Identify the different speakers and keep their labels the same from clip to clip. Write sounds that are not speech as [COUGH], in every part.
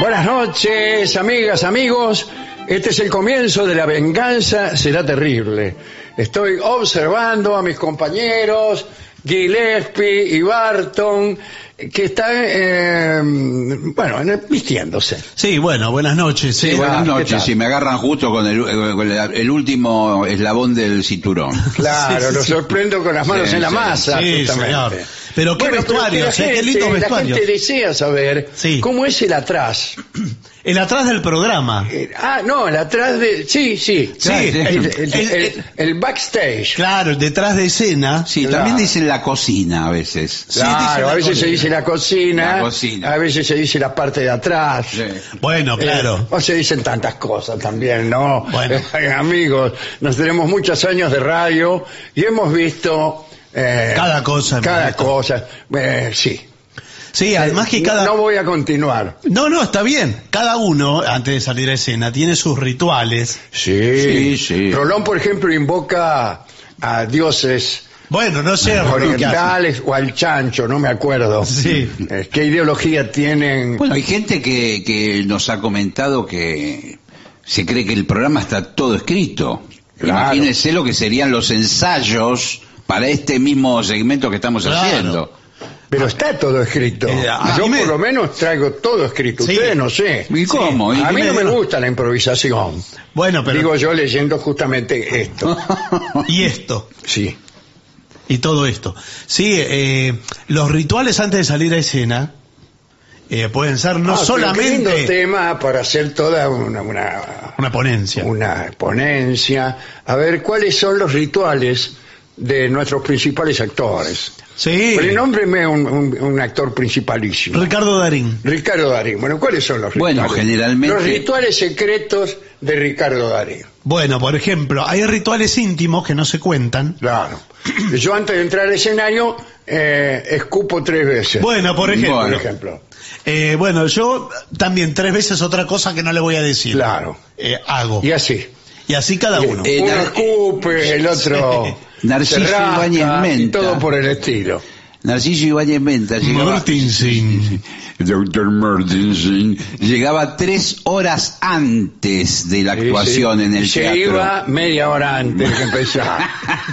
Speaker 1: Buenas noches, amigas, amigos. Este es el comienzo de la venganza, será terrible. Estoy observando a mis compañeros Gillespie y Barton que están, eh, bueno, en- vistiéndose.
Speaker 2: Sí, bueno, buenas noches.
Speaker 1: Sí,
Speaker 2: eh.
Speaker 1: bueno.
Speaker 3: Buenas
Speaker 1: ¿qué
Speaker 3: noches,
Speaker 1: tal?
Speaker 3: si me agarran justo con el, eh, con el- el último eslabón del
Speaker 2: [LAUGHS]
Speaker 3: cinturón.
Speaker 1: Claro, los sorprendo con las manos
Speaker 3: Sí,
Speaker 1: en la
Speaker 3: sí.
Speaker 1: masa.
Speaker 2: Sí,
Speaker 1: justamente.
Speaker 2: señor. Pero qué
Speaker 1: que
Speaker 2: vestuarios,
Speaker 1: la
Speaker 2: eh, qué
Speaker 1: gente-
Speaker 2: lindos vestuarios.
Speaker 1: La gente desea saber
Speaker 2: Sí.
Speaker 1: cómo es el atrás.
Speaker 2: El atrás del programa.
Speaker 1: Eh, ah, no, el atrás de... Sí, sí.
Speaker 2: Sí, el-
Speaker 1: El, el-
Speaker 2: el-
Speaker 1: el- el backstage.
Speaker 2: Claro, el detrás de escena.
Speaker 3: Sí,
Speaker 1: Claro.
Speaker 3: también dicen la cocina a veces.
Speaker 2: Sí, dice
Speaker 1: Claro,
Speaker 2: la
Speaker 1: a veces se
Speaker 2: cocina.
Speaker 1: dice la cocina,
Speaker 3: La cocina.
Speaker 1: a veces se dice la parte de atrás.
Speaker 3: Sí.
Speaker 2: Bueno,
Speaker 1: Eh,
Speaker 2: claro.
Speaker 1: o se dicen tantas cosas también, ¿no?
Speaker 2: Bueno.
Speaker 1: Eh, [LAUGHS] amigos, nos tenemos muchos años de radio y hemos visto... eh,
Speaker 2: Cada cosa,
Speaker 1: Cada
Speaker 2: hermanito.
Speaker 1: cosa. Eh, sí. Eh,
Speaker 2: Sí, además que
Speaker 1: No-
Speaker 2: cada...
Speaker 1: No voy a continuar.
Speaker 2: No, no, está bien. Cada uno, antes de salir a escena, tiene sus rituales.
Speaker 1: Sí,
Speaker 3: Sí, sí.
Speaker 1: Rolón, por ejemplo, invoca a dioses
Speaker 2: Bueno, no sé, Rolón, ¿qué hace?
Speaker 1: orientales o al chancho, no me acuerdo.
Speaker 2: Sí.
Speaker 1: Eh, ¿Qué ideología tienen?
Speaker 3: Bueno, hay gente que, que nos ha comentado que se cree que el programa está todo escrito.
Speaker 1: Claro.
Speaker 3: Imagínense lo que serían los ensayos para este mismo segmento que estamos
Speaker 2: Claro.
Speaker 3: haciendo.
Speaker 1: Pero está todo escrito.
Speaker 2: Eh, a
Speaker 1: Yo
Speaker 2: mí me-
Speaker 1: por lo menos traigo todo escrito.
Speaker 2: Sí.
Speaker 1: Ustedes no sé.
Speaker 3: ¿Y cómo?
Speaker 1: A
Speaker 3: ¿Y
Speaker 1: mí
Speaker 3: qué
Speaker 1: no me
Speaker 3: me-
Speaker 1: gusta la improvisación.
Speaker 2: Bueno, pero...
Speaker 1: Digo yo leyendo justamente
Speaker 2: [LAUGHS]
Speaker 1: esto.
Speaker 2: Y esto.
Speaker 1: Sí.
Speaker 2: Y todo esto. Sí, eh, los rituales antes de salir a escena eh, pueden ser no
Speaker 1: Ah, pero qué lindo
Speaker 2: solamente
Speaker 1: tema para hacer toda una, una,
Speaker 2: una ponencia.
Speaker 1: una ponencia. A ver, ¿cuáles son los rituales de nuestros principales actores?
Speaker 2: Sí.
Speaker 1: Pero nómbreme un, un- un actor principalísimo.
Speaker 2: Ricardo Darín.
Speaker 1: Ricardo Darín. Bueno, ¿cuáles son los rituales?
Speaker 3: Bueno, generalmente-
Speaker 1: Los rituales secretos de Ricardo
Speaker 2: [CLEARS THROAT]
Speaker 1: Darín.
Speaker 2: Bueno, por ejemplo, hay rituales íntimos que no se cuentan.
Speaker 1: Claro. Yo antes de entrar al escenario eh, escupo tres veces.
Speaker 2: Bueno, por ejemplo.
Speaker 1: por
Speaker 3: bueno.
Speaker 1: ejemplo.
Speaker 2: Eh, bueno, yo también tres veces otra cosa que no le voy a decir.
Speaker 1: Claro.
Speaker 2: Eh, hago.
Speaker 1: Y así.
Speaker 2: Y así cada uno.
Speaker 3: Eh,
Speaker 1: uno
Speaker 3: Nar-
Speaker 1: escupe, Uh, pues el otro.
Speaker 3: Sí. Narciso
Speaker 1: se rasca,
Speaker 3: Ibáñez
Speaker 1: Y
Speaker 3: Menta.
Speaker 1: todo por el estilo.
Speaker 3: Narciso Ibáñez Menta llegaba...
Speaker 2: Mortensen.
Speaker 3: Dr. Mortensen llegaba tres horas antes de la actuación
Speaker 1: Sí, sí.
Speaker 3: en el
Speaker 1: se
Speaker 3: teatro.
Speaker 1: iba media hora antes
Speaker 2: [LAUGHS]
Speaker 1: de empezar.
Speaker 3: [LAUGHS]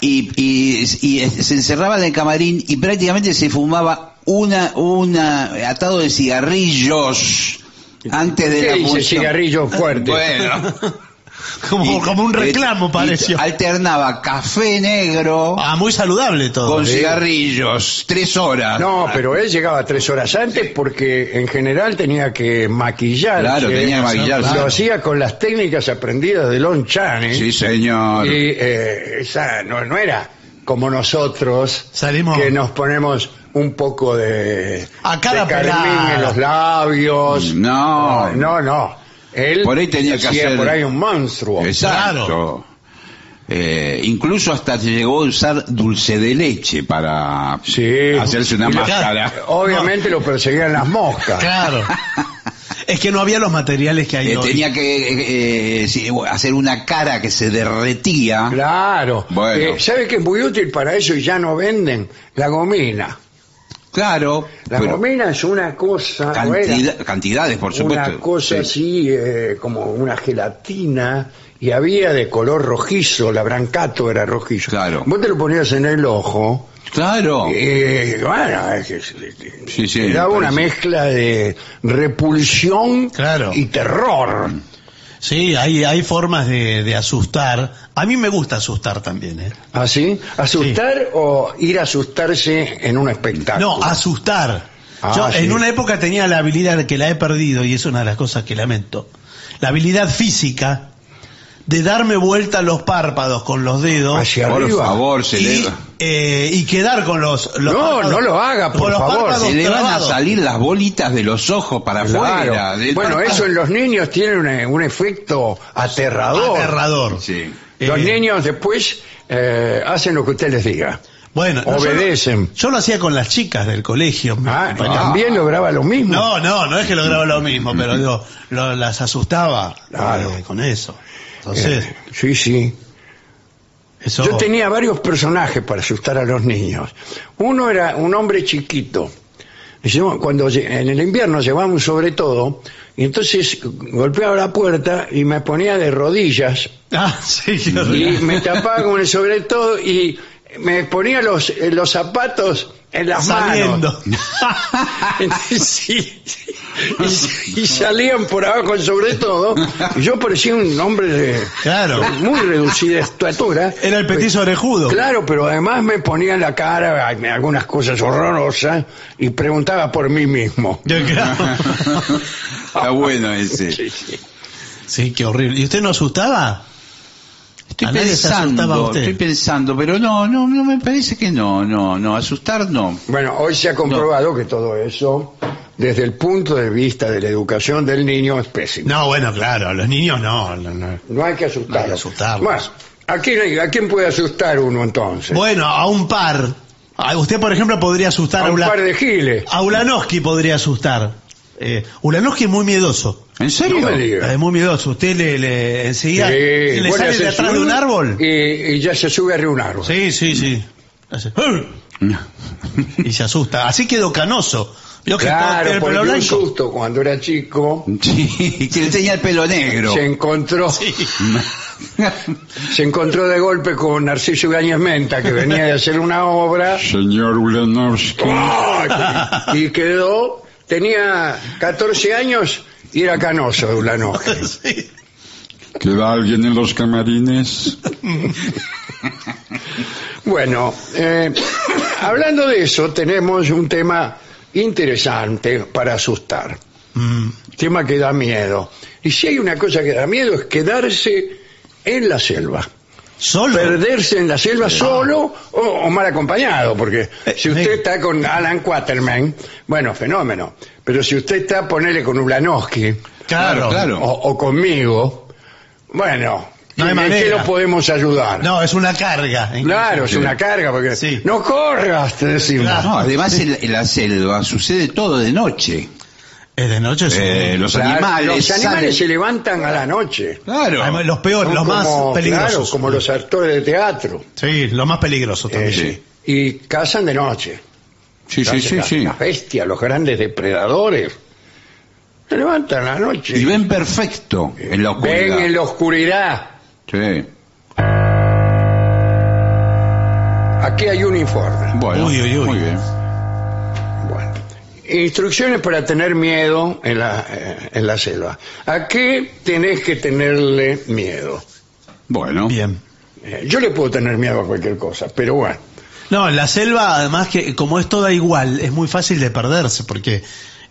Speaker 3: y, y- y eh, se encerraba en el camarín y prácticamente se fumaba una una atado de cigarrillos antes de
Speaker 1: ¿Qué
Speaker 3: la
Speaker 1: dice
Speaker 3: función.
Speaker 1: cigarrillo fuerte?
Speaker 3: Bueno,
Speaker 2: Como,
Speaker 3: Y-
Speaker 2: como un
Speaker 3: y-
Speaker 2: reclamo
Speaker 3: y
Speaker 2: pareció.
Speaker 3: Alternaba café negro
Speaker 2: Ah, muy saludable todo.
Speaker 3: con cigarrillos, tres horas.
Speaker 1: No, pero él llegaba tres horas antes porque en general tenía que maquillarse.
Speaker 3: Claro, tenía que maquillarse.
Speaker 1: Lo hacía con las técnicas aprendidas de Lon Chaney.
Speaker 3: Sí, señor.
Speaker 1: Y eh, esa no, no era como nosotros
Speaker 2: Salimos-
Speaker 1: que nos ponemos un poco de,
Speaker 2: A cara
Speaker 1: de carmín
Speaker 2: pelada.
Speaker 1: en los labios.
Speaker 3: Mm, No.
Speaker 1: no, no. Él
Speaker 3: Por ahí tenía que
Speaker 1: hacía
Speaker 3: hacer-
Speaker 1: por ahí un monstruo.
Speaker 3: Exacto. Eh, incluso hasta se llegó a usar dulce de leche para
Speaker 1: Sí.
Speaker 3: hacerse una
Speaker 2: Claro.
Speaker 3: máscara.
Speaker 1: Obviamente lo perseguían las
Speaker 3: [LAUGHS]
Speaker 1: moscas.
Speaker 2: Claro. es que no había los materiales que hay
Speaker 3: Eh,
Speaker 2: hoy.
Speaker 3: tenía que eh, sí, hacer una cara que se derretía.
Speaker 1: Claro.
Speaker 3: Bueno.
Speaker 1: Eh, ¿Sabe que es muy útil para eso y ya no venden? La gomina.
Speaker 3: Claro,
Speaker 1: La
Speaker 3: pero
Speaker 1: gomina es una cosa. Ah, ¿no era?
Speaker 3: cantidad- cantidades, por supuesto.
Speaker 1: Una cosa
Speaker 3: Sí.
Speaker 1: así, eh, como una gelatina, y había de color rojizo, la brancato era rojizo.
Speaker 3: Claro.
Speaker 1: Vos te lo ponías en el ojo,
Speaker 3: Claro.
Speaker 1: eh, bueno, es que-
Speaker 3: [LAUGHS]
Speaker 1: te
Speaker 3: Sí, sí,
Speaker 1: daba
Speaker 3: me
Speaker 1: una
Speaker 3: parece.
Speaker 1: mezcla de repulsión
Speaker 2: Claro.
Speaker 1: y terror.
Speaker 2: Sí, hay, hay formas de, de asustar. A mí me gusta asustar también, ¿eh?
Speaker 3: ¿Ah,
Speaker 1: ¿Así? ¿Asustar o ir a asustarse en un espectáculo?
Speaker 2: No, asustar.
Speaker 1: Ah,
Speaker 2: Yo
Speaker 1: sí.
Speaker 2: en una época tenía la habilidad que la he perdido y es una de las cosas que lamento. La habilidad física de darme vuelta los párpados con los dedos.
Speaker 1: Hacia
Speaker 3: Por
Speaker 1: arriba.
Speaker 3: favor, se
Speaker 2: y,
Speaker 3: le-
Speaker 2: eh, y quedar con los, los
Speaker 1: No,
Speaker 2: párpados-
Speaker 1: no lo haga, por
Speaker 2: con los
Speaker 1: favor.
Speaker 2: párpados
Speaker 3: Se le van a
Speaker 2: trabados.
Speaker 3: salir las bolitas de los ojos para
Speaker 1: Claro.
Speaker 3: afuera. del
Speaker 1: Bueno,
Speaker 3: párpado. [LAUGHS]
Speaker 1: eso en los niños tiene un, un efecto aterrador.
Speaker 2: aterrador.
Speaker 3: Sí.
Speaker 1: Los
Speaker 2: Eh,
Speaker 1: niños después eh, hacen lo que usted les diga.
Speaker 2: bueno, no, yo lo-
Speaker 1: obedecen.
Speaker 2: Yo, lo hacía con las chicas del colegio. mis
Speaker 1: Ah,
Speaker 2: compañeras.
Speaker 1: También lograba lo mismo.
Speaker 2: No, no, no es que lograba lo mismo, pero digo, lo- las asustaba
Speaker 1: Claro.
Speaker 2: eh, con eso. Entonces,
Speaker 1: Eh, sí, sí.
Speaker 2: eso.
Speaker 1: Yo tenía varios personajes para asustar a los niños. Uno era un hombre chiquito. Yo, Cuando lle- en el invierno llevamos sobre todo, y entonces golpeaba la puerta y me ponía de rodillas
Speaker 2: Ah, sí, qué
Speaker 1: y
Speaker 2: [LAUGHS] horrible.
Speaker 3: [LAUGHS]
Speaker 1: me tapaba con el sobre todo y me ponía los, eh, los zapatos en las manos. [LAUGHS]
Speaker 2: Saliendo.
Speaker 1: Sí, sí. Y, s- y salían por abajo sobre todo. Y Yo parecía un hombre de
Speaker 2: Claro.
Speaker 1: muy reducida estatura. Pues,
Speaker 2: Era el petiso orejudo.
Speaker 1: Claro, pero además me ponía en la cara algunas cosas horrorosas y preguntaba por mí mismo.
Speaker 2: Yo creo.
Speaker 1: [LAUGHS]
Speaker 3: Está bueno ese.
Speaker 2: Sí, qué horrible. ¿Y usted no asustaba?
Speaker 3: Estoy
Speaker 2: A nadie se asustaba
Speaker 3: pensando,
Speaker 2: usted.
Speaker 3: estoy pensando, pero no, no, no me parece que no, no, no, asustar no.
Speaker 1: Bueno, hoy se ha comprobado que todo eso, desde el punto de vista de la educación del niño, es pésimo.
Speaker 2: No, bueno, claro, a los niños no. no, no.
Speaker 1: No hay que asustarlos.
Speaker 2: No hay que asustarlos.
Speaker 1: Bueno, ¿a quién, ¿a quién puede asustar uno entonces?
Speaker 2: Bueno, a un par. A usted, por ejemplo, podría asustar
Speaker 1: a
Speaker 2: a,
Speaker 1: un
Speaker 2: Ula-
Speaker 1: par de giles.
Speaker 2: a Ulanowski podría asustar. Eh, Ulanowski es muy miedoso.
Speaker 3: ¿En serio?
Speaker 1: No me diga.
Speaker 2: Es muy miedoso. Usted le, le enseguida
Speaker 1: Sí,
Speaker 2: le
Speaker 1: vos le
Speaker 2: sale
Speaker 1: haces
Speaker 2: de atrás de un árbol.
Speaker 1: Y, y ya se sube arriba un árbol.
Speaker 2: Sí, sí, sí. Hace, "Ur", [LAUGHS] y se asusta. Así quedó canoso. Vio que todo
Speaker 1: Claro,
Speaker 2: tiene el
Speaker 1: porque
Speaker 2: pelo
Speaker 1: un
Speaker 2: blanco.
Speaker 1: susto cuando era chico
Speaker 3: Sí, que le tenía el pelo negro.
Speaker 1: se encontró se encontró de golpe con Narciso Ibáñez Menta que venía de hacer una obra
Speaker 3: Señor Ulanovsky.
Speaker 1: pues, y quedó tenía 14 años y era canoso de Ulanowski.
Speaker 2: Sí.
Speaker 3: ¿Queda alguien en los camarines?
Speaker 1: Bueno, eh, hablando de eso, tenemos un tema interesante para asustar.
Speaker 2: Mm,
Speaker 1: Tema que da miedo. Y si hay una cosa que da miedo es quedarse en la selva.
Speaker 2: Solo.
Speaker 1: Perderse en la selva solo o, o mal acompañado, porque
Speaker 2: Eh,
Speaker 1: si usted
Speaker 2: sí.
Speaker 1: está con Alan Quaterman, bueno, fenómeno. Pero si usted está, ponele con Ulanowski
Speaker 2: Claro,
Speaker 3: Claro,
Speaker 1: o,
Speaker 3: claro.
Speaker 1: o conmigo, bueno,
Speaker 2: No hay
Speaker 1: ¿en qué
Speaker 2: manera.
Speaker 1: lo podemos ayudar?
Speaker 2: No, es una carga.
Speaker 1: Claro, es una carga, porque
Speaker 2: Sí.
Speaker 1: no corras, te decimos.
Speaker 2: Claro.
Speaker 3: No, además en, en la selva sucede todo de noche.
Speaker 2: Es de noche. sí.
Speaker 3: Eh, los
Speaker 1: Claro,
Speaker 3: animales.
Speaker 1: los
Speaker 3: salen-
Speaker 1: animales se levantan a la noche.
Speaker 3: Claro.
Speaker 2: Además, los peores,
Speaker 1: Son
Speaker 2: los más
Speaker 1: como-
Speaker 2: peligrosos.
Speaker 1: Claro, como los actores de teatro.
Speaker 2: Sí, los más peligrosos
Speaker 1: Eh,
Speaker 2: también.
Speaker 3: sí.
Speaker 1: Y cazan de noche.
Speaker 3: Sí, sí, sí,
Speaker 1: Las-
Speaker 3: sí.
Speaker 1: Las bestias, los grandes depredadores. Se levantan a la noche.
Speaker 3: Y ven perfecto en la oscuridad.
Speaker 1: Ven en la oscuridad.
Speaker 3: Sí.
Speaker 1: Aquí hay un informe.
Speaker 3: Bueno,
Speaker 2: Uy, uy, uy.
Speaker 3: muy bien.
Speaker 1: Bueno. Instrucciones para tener miedo en la, eh, en la selva. ¿A qué tenés que tenerle miedo?
Speaker 3: Bueno.
Speaker 2: Bien.
Speaker 1: Eh, yo le puedo tener miedo a cualquier cosa, pero bueno.
Speaker 2: No, la selva, además que como es toda igual, es muy fácil de perderse porque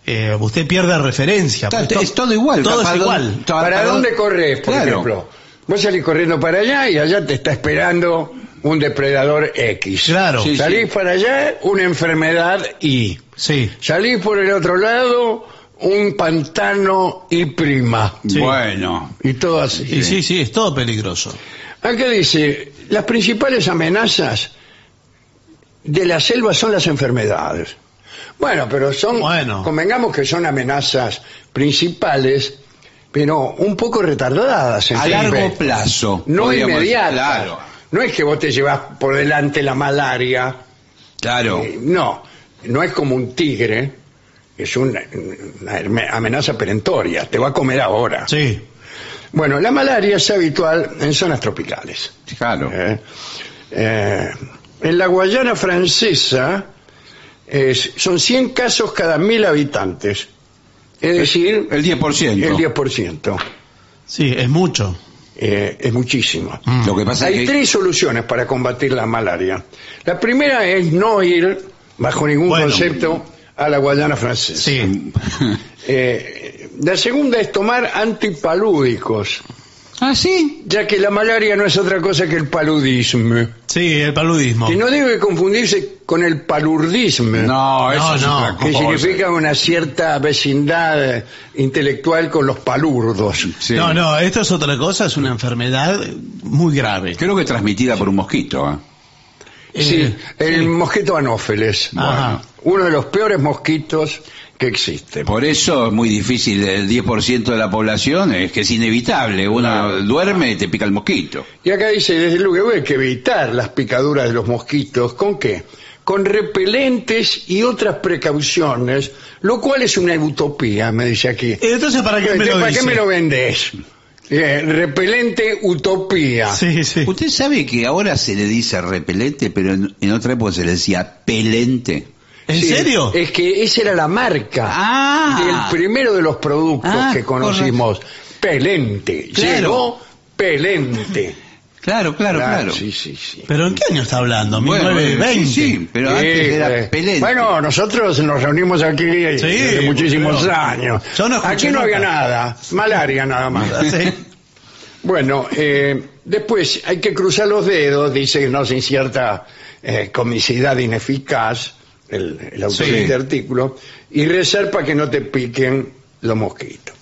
Speaker 2: eh, usted pierde referencia.
Speaker 3: Está-
Speaker 2: pues,
Speaker 3: es todo igual,
Speaker 2: Todo
Speaker 3: capaz
Speaker 2: es
Speaker 3: de-
Speaker 2: igual.
Speaker 3: Ta-
Speaker 1: ¿Para
Speaker 3: para-
Speaker 1: dónde corres, por
Speaker 3: Claro.
Speaker 1: ejemplo? Vos salís corriendo para allá y allá te está esperando un depredador X.
Speaker 2: Claro.
Speaker 3: Sí,
Speaker 1: salís para allá, una enfermedad Y.
Speaker 2: Sí.
Speaker 1: Salís por el otro lado, un pantano Y prima.
Speaker 2: Sí.
Speaker 3: Bueno.
Speaker 1: Y todo así.
Speaker 2: Y sí, sí, es todo peligroso.
Speaker 1: Acá dice, las principales amenazas de la selva son las enfermedades. Bueno, pero son,
Speaker 2: Bueno.
Speaker 1: convengamos que son amenazas principales, pero un poco retardadas. en
Speaker 3: A
Speaker 1: su
Speaker 3: largo
Speaker 1: efecto.
Speaker 3: plazo,
Speaker 1: No
Speaker 3: podríamos-
Speaker 1: inmediatas.
Speaker 3: claro.
Speaker 1: No es que vos te llevas por delante la malaria.
Speaker 3: Claro.
Speaker 1: Eh, No, no es como un tigre. Es una, una herme- amenaza perentoria. Te va a comer ahora.
Speaker 2: Sí.
Speaker 1: Bueno, la malaria es habitual en zonas tropicales.
Speaker 3: Claro.
Speaker 1: Eh, eh, en la Guayana francesa es- son 100 casos cada 1000 habitantes. Es decir,
Speaker 3: El 10%.
Speaker 1: el 10%.
Speaker 2: Sí, es mucho.
Speaker 1: Eh, es muchísimo.
Speaker 3: Lo que pasa
Speaker 1: Mm. Hay
Speaker 3: es que.
Speaker 1: tres soluciones para combatir la malaria. La primera es no ir, bajo ningún
Speaker 2: Bueno.
Speaker 1: concepto, a la Guayana francesa.
Speaker 2: Sí.
Speaker 1: [LAUGHS] Eh, la segunda es tomar antipalúdicos,
Speaker 3: ah, sí.
Speaker 1: ya que la malaria no es otra cosa que el paludismo.
Speaker 2: Sí, el paludismo.
Speaker 1: Y no debe confundirse con el palurdismo.
Speaker 3: No, eso
Speaker 2: No,
Speaker 3: es
Speaker 2: no.
Speaker 3: otra
Speaker 1: que
Speaker 3: cosa.
Speaker 1: significa una cierta vecindad eh, intelectual con los palurdos.
Speaker 3: Sí.
Speaker 2: No, no, esto es otra cosa, es una enfermedad muy grave.
Speaker 3: Creo que transmitida por un mosquito. ¿eh?
Speaker 2: Eh,
Speaker 1: sí, el mosquito anófeles,
Speaker 2: Ajá.
Speaker 1: uno de los peores mosquitos que existe.
Speaker 3: Por eso es muy difícil. El 10% de la población es que es inevitable. Uno duerme y te pica el mosquito.
Speaker 1: Y acá dice, desde luego hay que evitar las picaduras de los mosquitos, ¿con qué? Con repelentes y otras precauciones, lo cual es una utopía, me dice aquí.
Speaker 2: Entonces, ¿para qué me lo
Speaker 1: ¿Para
Speaker 2: dice?
Speaker 1: qué me lo vendés? Eh, repelente utopía.
Speaker 2: Sí, sí.
Speaker 3: Usted sabe que ahora se le dice repelente, pero en, en otra época se le decía pelente.
Speaker 2: ¿En
Speaker 1: Sí,
Speaker 2: serio?
Speaker 1: Es que esa era la marca
Speaker 3: Ah.
Speaker 1: del primero de los productos
Speaker 3: Ah,
Speaker 1: que conocimos. Pelente.
Speaker 3: Claro.
Speaker 1: Llegó Pelente.
Speaker 3: Claro, claro,
Speaker 1: Ah,
Speaker 3: claro.
Speaker 1: Sí, sí, sí.
Speaker 2: ¿Pero en qué año está hablando?
Speaker 3: Bueno,
Speaker 2: 1920.
Speaker 3: sí, sí, pero antes
Speaker 1: Sí,
Speaker 3: era
Speaker 1: eh,
Speaker 3: pelente.
Speaker 1: Bueno, nosotros nos reunimos aquí hace muchísimos
Speaker 2: pero-
Speaker 1: años.
Speaker 2: Yo no escuché
Speaker 1: aquí no había
Speaker 2: nunca.
Speaker 1: nada, malaria nada más.
Speaker 2: Sí.
Speaker 1: Bueno, eh, después hay que cruzar los dedos, dice que no sin cierta eh, comicidad ineficaz, el, el autor
Speaker 3: Sí.
Speaker 1: de este artículo, y rezar para que no te piquen los mosquitos.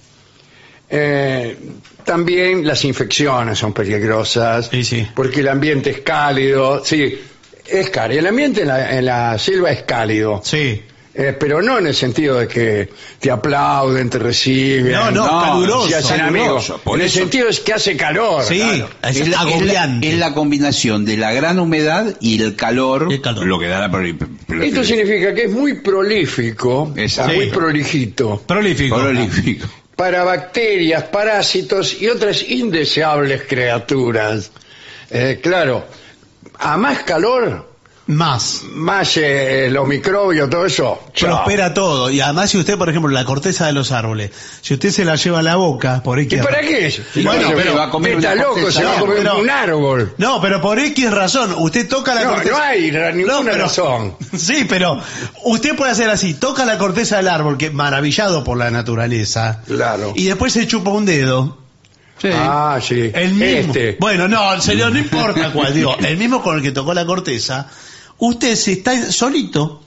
Speaker 1: Eh, también las infecciones son peligrosas,
Speaker 2: Sí, sí.
Speaker 1: porque el ambiente es cálido, sí, es cálido, el ambiente en la, en la selva es cálido,
Speaker 2: Sí.
Speaker 1: eh, pero no en el sentido de que te aplauden, te reciben,
Speaker 2: No, no,
Speaker 3: No,
Speaker 2: caluroso.
Speaker 1: se hacen
Speaker 3: caluroso,
Speaker 1: amigos.
Speaker 3: por
Speaker 1: en
Speaker 3: eso.
Speaker 1: el sentido es que hace calor.
Speaker 2: Sí,
Speaker 1: claro.
Speaker 2: es,
Speaker 3: la-
Speaker 2: agobiante.
Speaker 3: es la combinación de la gran humedad y el calor,
Speaker 2: El calor.
Speaker 3: lo que da la proli-
Speaker 1: Esto significa que es muy prolífico,
Speaker 3: Exacto.
Speaker 1: muy
Speaker 2: Sí.
Speaker 1: prolijito,
Speaker 2: Prolífico.
Speaker 3: prolífico.
Speaker 1: para bacterias, parásitos y otras indeseables criaturas. Eh, claro, a más calor,
Speaker 2: Más.
Speaker 1: más eh, los microbios, todo eso. chao.
Speaker 2: Prospera todo. Y además, si usted, por ejemplo, la corteza de los árboles, si usted se la lleva a la boca, por
Speaker 1: ¿Y
Speaker 2: X.
Speaker 1: para qué? es?
Speaker 3: Y bueno, pero va a comer
Speaker 1: está
Speaker 3: una
Speaker 1: loco,
Speaker 3: corteza
Speaker 1: se va a
Speaker 3: de
Speaker 1: comer
Speaker 2: árbol.
Speaker 1: un árbol.
Speaker 2: No, pero por X razón, usted toca la
Speaker 1: No,
Speaker 2: corteza.
Speaker 1: no hay ra- ninguna razón.
Speaker 2: [LAUGHS] Sí, pero usted puede hacer así, toca la corteza del árbol, que maravillado por la naturaleza,
Speaker 1: Claro.
Speaker 2: y después se chupa un dedo.
Speaker 3: Sí.
Speaker 1: Ah, sí.
Speaker 2: El mismo.
Speaker 1: Este.
Speaker 2: Bueno, no, señor, no importa cuál,
Speaker 1: [LAUGHS]
Speaker 2: digo, el mismo con el que tocó la corteza, usted se está solito,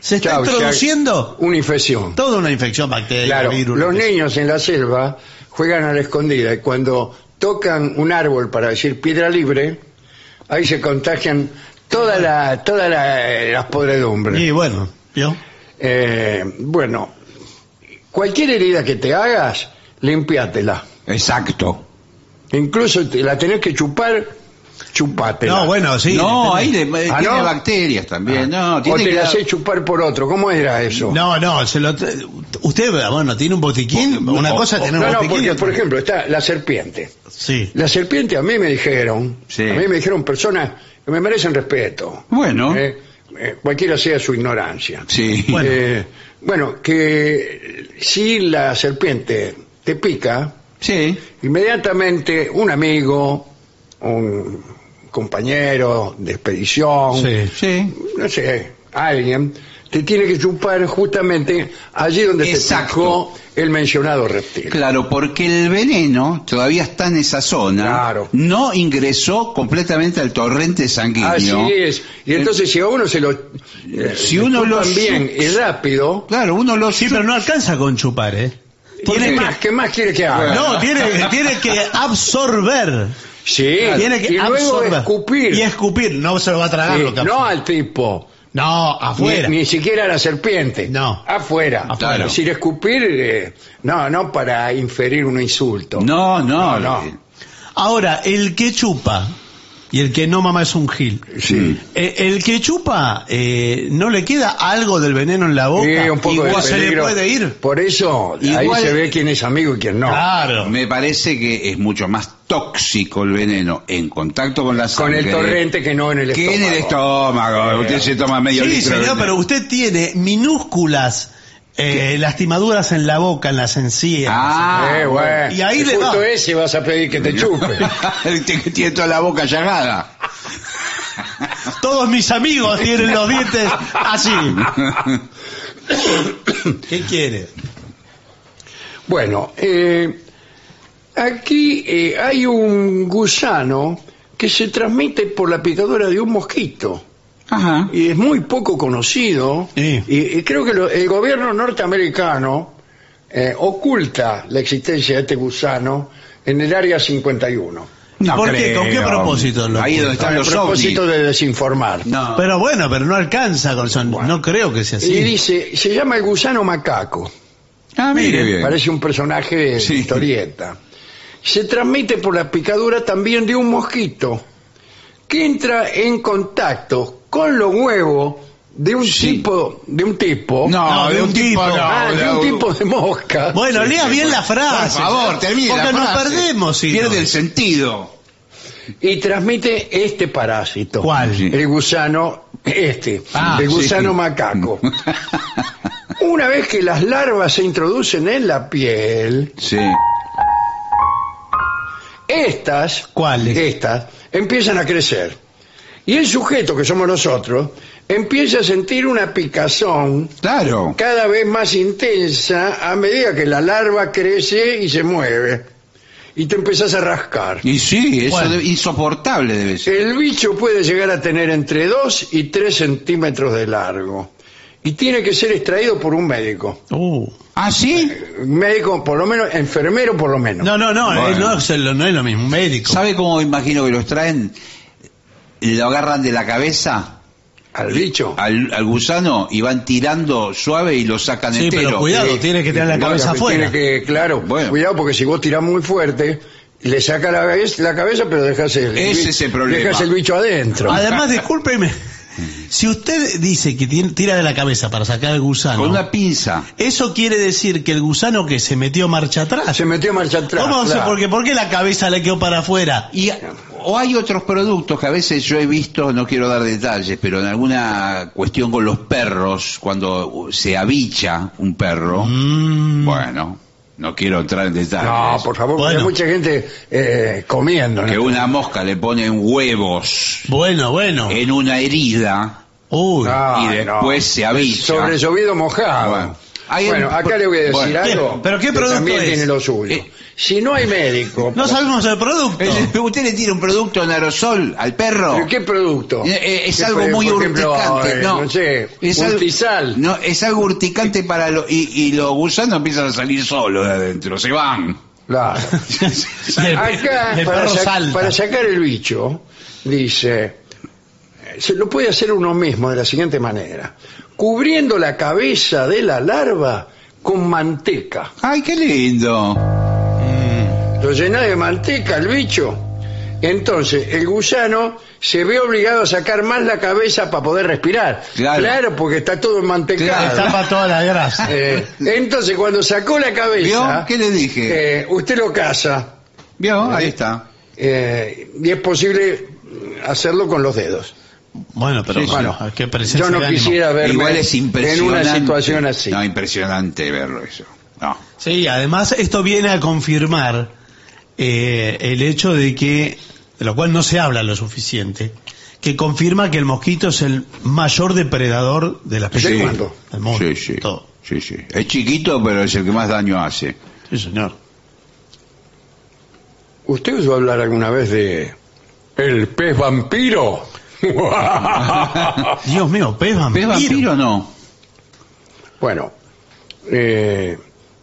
Speaker 2: se está
Speaker 1: Chao, ya-
Speaker 2: introduciendo
Speaker 1: Una infección.
Speaker 2: toda una infección bacteriana,
Speaker 1: Claro,
Speaker 2: virus.
Speaker 1: los
Speaker 2: lo que sea.
Speaker 1: niños en la selva juegan a la escondida y cuando tocan un árbol para decir piedra libre, ahí se contagian toda la, toda la, eh, las podredumbres.
Speaker 2: Y bueno, ¿vio?
Speaker 1: Eh, bueno, cualquier herida que te hagas, limpiátela.
Speaker 3: Exacto.
Speaker 1: Incluso te la tenés que chupar, chupátela.
Speaker 2: No, bueno, sí.
Speaker 3: no, ahí
Speaker 2: entendí.
Speaker 3: le, eh,
Speaker 1: Ah,
Speaker 3: tiene
Speaker 1: ¿no?
Speaker 3: bacterias también. No,
Speaker 1: o
Speaker 3: tiene
Speaker 1: te
Speaker 3: que
Speaker 1: la
Speaker 3: dar-
Speaker 1: hacés chupar por otro. ¿Cómo era eso?
Speaker 2: No, no, se lo, usted, bueno, tiene un botiquín.
Speaker 3: No,
Speaker 2: una cosa es
Speaker 3: no,
Speaker 2: tener
Speaker 1: no,
Speaker 2: un
Speaker 1: no,
Speaker 2: botiquín.
Speaker 1: porque por ejemplo está la serpiente.
Speaker 2: Sí.
Speaker 1: La serpiente a mí me dijeron,
Speaker 3: Sí.
Speaker 1: a mí me dijeron personas que me merecen respeto,
Speaker 3: Bueno,
Speaker 1: eh, eh, cualquiera sea su ignorancia.
Speaker 3: sí.
Speaker 2: Bueno.
Speaker 1: Eh, Bueno, que si la serpiente te pica,
Speaker 3: Sí.
Speaker 1: inmediatamente un amigo, un compañero de expedición,
Speaker 2: Sí.
Speaker 3: Sí.
Speaker 1: no sé, alguien, te tiene que chupar justamente allí donde
Speaker 3: Exacto.
Speaker 1: te picó el mencionado reptil.
Speaker 3: Claro, porque el veneno todavía está en esa zona.
Speaker 1: Claro.
Speaker 3: No ingresó completamente al torrente
Speaker 1: Así
Speaker 3: sanguíneo.
Speaker 1: es. Y entonces si a uno se lo eh,
Speaker 3: Si
Speaker 1: le
Speaker 3: uno lo
Speaker 1: chupan bien y rápido,
Speaker 3: Claro, uno lo
Speaker 2: Sí, pero no alcanza con chupar, ¿eh?
Speaker 1: ¿qué
Speaker 2: Tiene
Speaker 1: más,
Speaker 2: que,
Speaker 1: ¿qué más quiere que haga?
Speaker 2: no, tiene, tiene que absorber.
Speaker 1: Sí,
Speaker 2: Tiene que
Speaker 1: y luego
Speaker 2: absorber.
Speaker 1: escupir.
Speaker 2: Y escupir, no se lo va a tragar
Speaker 1: Sí,
Speaker 2: lo que
Speaker 1: no
Speaker 2: absorbe.
Speaker 1: al tipo,
Speaker 2: No, afuera.
Speaker 1: Ni, ni siquiera a la serpiente.
Speaker 2: No.
Speaker 1: Afuera.
Speaker 2: Afuera.
Speaker 3: Claro.
Speaker 1: Sin escupir, eh, no, no para inferir un insulto.
Speaker 3: No, no.
Speaker 1: No,
Speaker 3: eh,
Speaker 1: no.
Speaker 2: Ahora, el que chupa y el que no mama es un gil.
Speaker 1: Sí.
Speaker 2: Eh, el que chupa, eh, ¿no le queda algo del veneno en la boca?
Speaker 1: Sí, un poco de
Speaker 2: Igual se le
Speaker 1: peligro.
Speaker 2: puede ir.
Speaker 1: Por eso,
Speaker 3: Igual-
Speaker 1: ahí se ve quién es amigo y quién no.
Speaker 2: Claro.
Speaker 3: Me parece que es mucho más tóxico el veneno en contacto con la
Speaker 1: Con
Speaker 3: sangre.
Speaker 1: el torrente que no en el
Speaker 3: Que en
Speaker 1: estómago.
Speaker 3: el estómago. Usted se toma medio
Speaker 2: Sí,
Speaker 3: litro. de
Speaker 2: señor,
Speaker 3: veneno.
Speaker 2: pero usted tiene minúsculas eh, lastimaduras en la boca, en las encías.
Speaker 3: Ah,
Speaker 1: Eh, bueno.
Speaker 2: Y ahí le
Speaker 1: justo
Speaker 2: va.
Speaker 1: ese vas a
Speaker 3: [LAUGHS]
Speaker 1: pedir que te chupe.
Speaker 3: Usted que tiene toda la boca llagada.
Speaker 2: Todos mis amigos tienen los dientes así.
Speaker 3: [COUGHS]
Speaker 2: ¿Qué quiere?
Speaker 1: bueno, eh, aquí eh, hay un gusano que se transmite por la picadura de un mosquito.
Speaker 3: Ajá.
Speaker 1: y es muy poco conocido
Speaker 2: Sí.
Speaker 1: y, y creo que lo- el gobierno norteamericano eh, oculta la existencia de este gusano en el área 51
Speaker 2: ¿Y por qué? ¿Con qué propósito lo
Speaker 3: Ahí es donde
Speaker 2: oculta?
Speaker 3: están
Speaker 1: a
Speaker 3: los ovnis.
Speaker 1: propósito de desinformar
Speaker 3: No.
Speaker 2: Pero bueno, pero no alcanza con son- No creo que sea
Speaker 1: y
Speaker 2: así.
Speaker 1: dice se llama el gusano macaco
Speaker 3: ah, mire bien.
Speaker 1: parece un personaje de
Speaker 3: Sí.
Speaker 1: historieta se transmite por la picadura también de un mosquito que entra en contacto con los huevos de un
Speaker 3: Sí.
Speaker 1: tipo de un tipo
Speaker 3: No, de un tipo, no.
Speaker 1: Ah, de un
Speaker 3: de un-
Speaker 1: tipo de mosca
Speaker 2: Bueno, lea bien la
Speaker 3: Por
Speaker 2: frase.
Speaker 3: favor, termine
Speaker 2: Porque
Speaker 3: la
Speaker 2: nos
Speaker 3: frase.
Speaker 2: perdemos. si
Speaker 3: Pierde
Speaker 2: no.
Speaker 3: el sentido.
Speaker 1: y transmite este parásito.
Speaker 2: ¿Cuál?
Speaker 3: Sí.
Speaker 1: El gusano, este,
Speaker 2: Ah,
Speaker 1: el gusano
Speaker 3: sí. [LAUGHS]
Speaker 1: macaco. Una vez que las larvas se introducen en la piel,
Speaker 3: Sí.
Speaker 1: estas,
Speaker 2: ¿Cuáles?
Speaker 1: Estas empiezan a crecer. Y el sujeto, que somos nosotros, empieza a sentir una picazón
Speaker 3: Claro.
Speaker 1: cada vez más intensa a medida que la larva crece y se mueve. Y te empezás a rascar.
Speaker 3: Y sí, eso
Speaker 2: Bueno.
Speaker 3: debe- insoportable debe ser.
Speaker 1: El bicho puede llegar a tener entre 2 y 3 centímetros de largo y tiene que ser extraído por un médico.
Speaker 2: Uh.
Speaker 3: ¿Ah, sí?
Speaker 1: Un Médico, por lo menos, enfermero, por lo menos.
Speaker 2: No, no, no,
Speaker 3: Bueno.
Speaker 2: eh, no, se lo- no es lo mismo, un médico.
Speaker 3: ¿Sabe cómo me imagino que los traen? Lo agarran de la cabeza
Speaker 1: Al bicho.
Speaker 3: al, al gusano y van tirando suave y lo sacan
Speaker 2: Sí,
Speaker 3: entero.
Speaker 2: pero cuidado,
Speaker 3: Eh,
Speaker 2: tiene que tener la
Speaker 1: Bueno,
Speaker 2: cabeza
Speaker 1: que
Speaker 2: afuera.
Speaker 1: tiene que- claro,
Speaker 3: Bueno.
Speaker 1: cuidado porque si vos tirás muy fuerte, le saca la, cabeza- la cabeza, pero dejas el,
Speaker 3: Ese
Speaker 1: bi-
Speaker 3: es el problema.
Speaker 1: dejás el bicho adentro.
Speaker 2: Además, discúlpeme, si usted dice que tiene- tira de la cabeza para sacar el gusano,
Speaker 3: Con una pinza.
Speaker 2: eso quiere decir que el gusano que se metió marcha atrás.
Speaker 1: se metió marcha atrás.
Speaker 2: ¿Cómo se-
Speaker 1: claro.
Speaker 2: porque, ¿Por qué la cabeza le quedó para afuera?
Speaker 3: Y, o hay otros productos que a veces yo he visto, no quiero dar detalles, pero en alguna cuestión con los perros, cuando se avicha un perro,
Speaker 2: Mm,
Speaker 3: bueno, no quiero entrar en detalles.
Speaker 1: No, por favor, porque
Speaker 2: Bueno.
Speaker 1: [LAUGHS] hay mucha gente eh, comiendo. ¿no?
Speaker 3: que una mosca le pone huevos
Speaker 2: bueno, bueno.
Speaker 3: en una herida
Speaker 2: Uy.
Speaker 1: Ah,
Speaker 3: y después se avicha.
Speaker 1: Sobre llovido mojado.
Speaker 3: Bueno.
Speaker 1: Bueno,
Speaker 3: Hay un-
Speaker 1: acá le voy a decir
Speaker 3: Bueno.
Speaker 1: algo.
Speaker 2: ¿Qué? ¿Pero qué
Speaker 1: que
Speaker 2: producto
Speaker 1: También
Speaker 2: es?
Speaker 1: tiene lo suyo.
Speaker 3: Eh.
Speaker 1: Si no hay médico. pues,
Speaker 2: No sabemos el producto.
Speaker 3: Es- Usted le tira un producto en aerosol al perro.
Speaker 1: ¿Pero ¿Qué producto?
Speaker 3: Eh, eh, es
Speaker 1: ¿Qué
Speaker 3: algo
Speaker 1: fue?
Speaker 3: muy
Speaker 1: Por ejemplo,
Speaker 3: urticante,
Speaker 1: eh,
Speaker 3: no,
Speaker 1: sé,
Speaker 3: es
Speaker 1: un
Speaker 3: algo-
Speaker 1: tizal.
Speaker 3: no, es algo urticante para los y, y los gusanos empiezan a salir solos de adentro, se van. [LAUGHS]
Speaker 1: Claro.
Speaker 2: Y el-
Speaker 1: Acá,
Speaker 2: el
Speaker 1: para,
Speaker 2: perro
Speaker 1: sa-
Speaker 2: salta.
Speaker 1: para sacar el bicho, dice, eh, se lo puede hacer uno mismo de la siguiente manera. Cubriendo la cabeza de la larva con manteca. Mm.
Speaker 3: Ay, qué lindo.
Speaker 1: Lo llena de manteca el bicho. Entonces, el gusano se ve obligado a sacar más la cabeza para poder respirar.
Speaker 3: Claro.
Speaker 1: porque está todo
Speaker 3: Claro,
Speaker 1: enmantecado.
Speaker 3: está
Speaker 2: Tapa toda la grasa.
Speaker 1: Eh, entonces, cuando sacó la cabeza,
Speaker 3: ¿Vio? ¿Qué le dije?
Speaker 1: eh, usted lo casa
Speaker 3: ¿Vio? Ahí está.
Speaker 1: eh, y es posible hacerlo con los dedos.
Speaker 2: Bueno, pero
Speaker 1: Sí,
Speaker 2: bueno,
Speaker 1: sí.
Speaker 2: qué presencia
Speaker 1: yo no
Speaker 2: de ánimo.
Speaker 1: quisiera verme
Speaker 3: Igual es
Speaker 1: en
Speaker 3: impresionante.
Speaker 1: una situación así.
Speaker 3: No, impresionante verlo eso. No.
Speaker 2: Sí, además esto viene a confirmar eh, el hecho de que, de lo cual no se habla lo suficiente, que confirma que el mosquito es el mayor depredador de la especie
Speaker 1: Sí.
Speaker 2: humana del mundo.
Speaker 3: Sí, sí.
Speaker 2: Todo.
Speaker 3: Sí, sí. Es chiquito, pero es el que más daño hace.
Speaker 2: Sí,
Speaker 3: [LAUGHS]
Speaker 2: señor.
Speaker 1: ¿Usted oyó hablar alguna vez de el pez vampiro? [LAUGHS]
Speaker 2: Dios mío, pez
Speaker 3: ¿Pero
Speaker 2: vampiro.
Speaker 3: es vampiro o no?
Speaker 1: bueno, eh,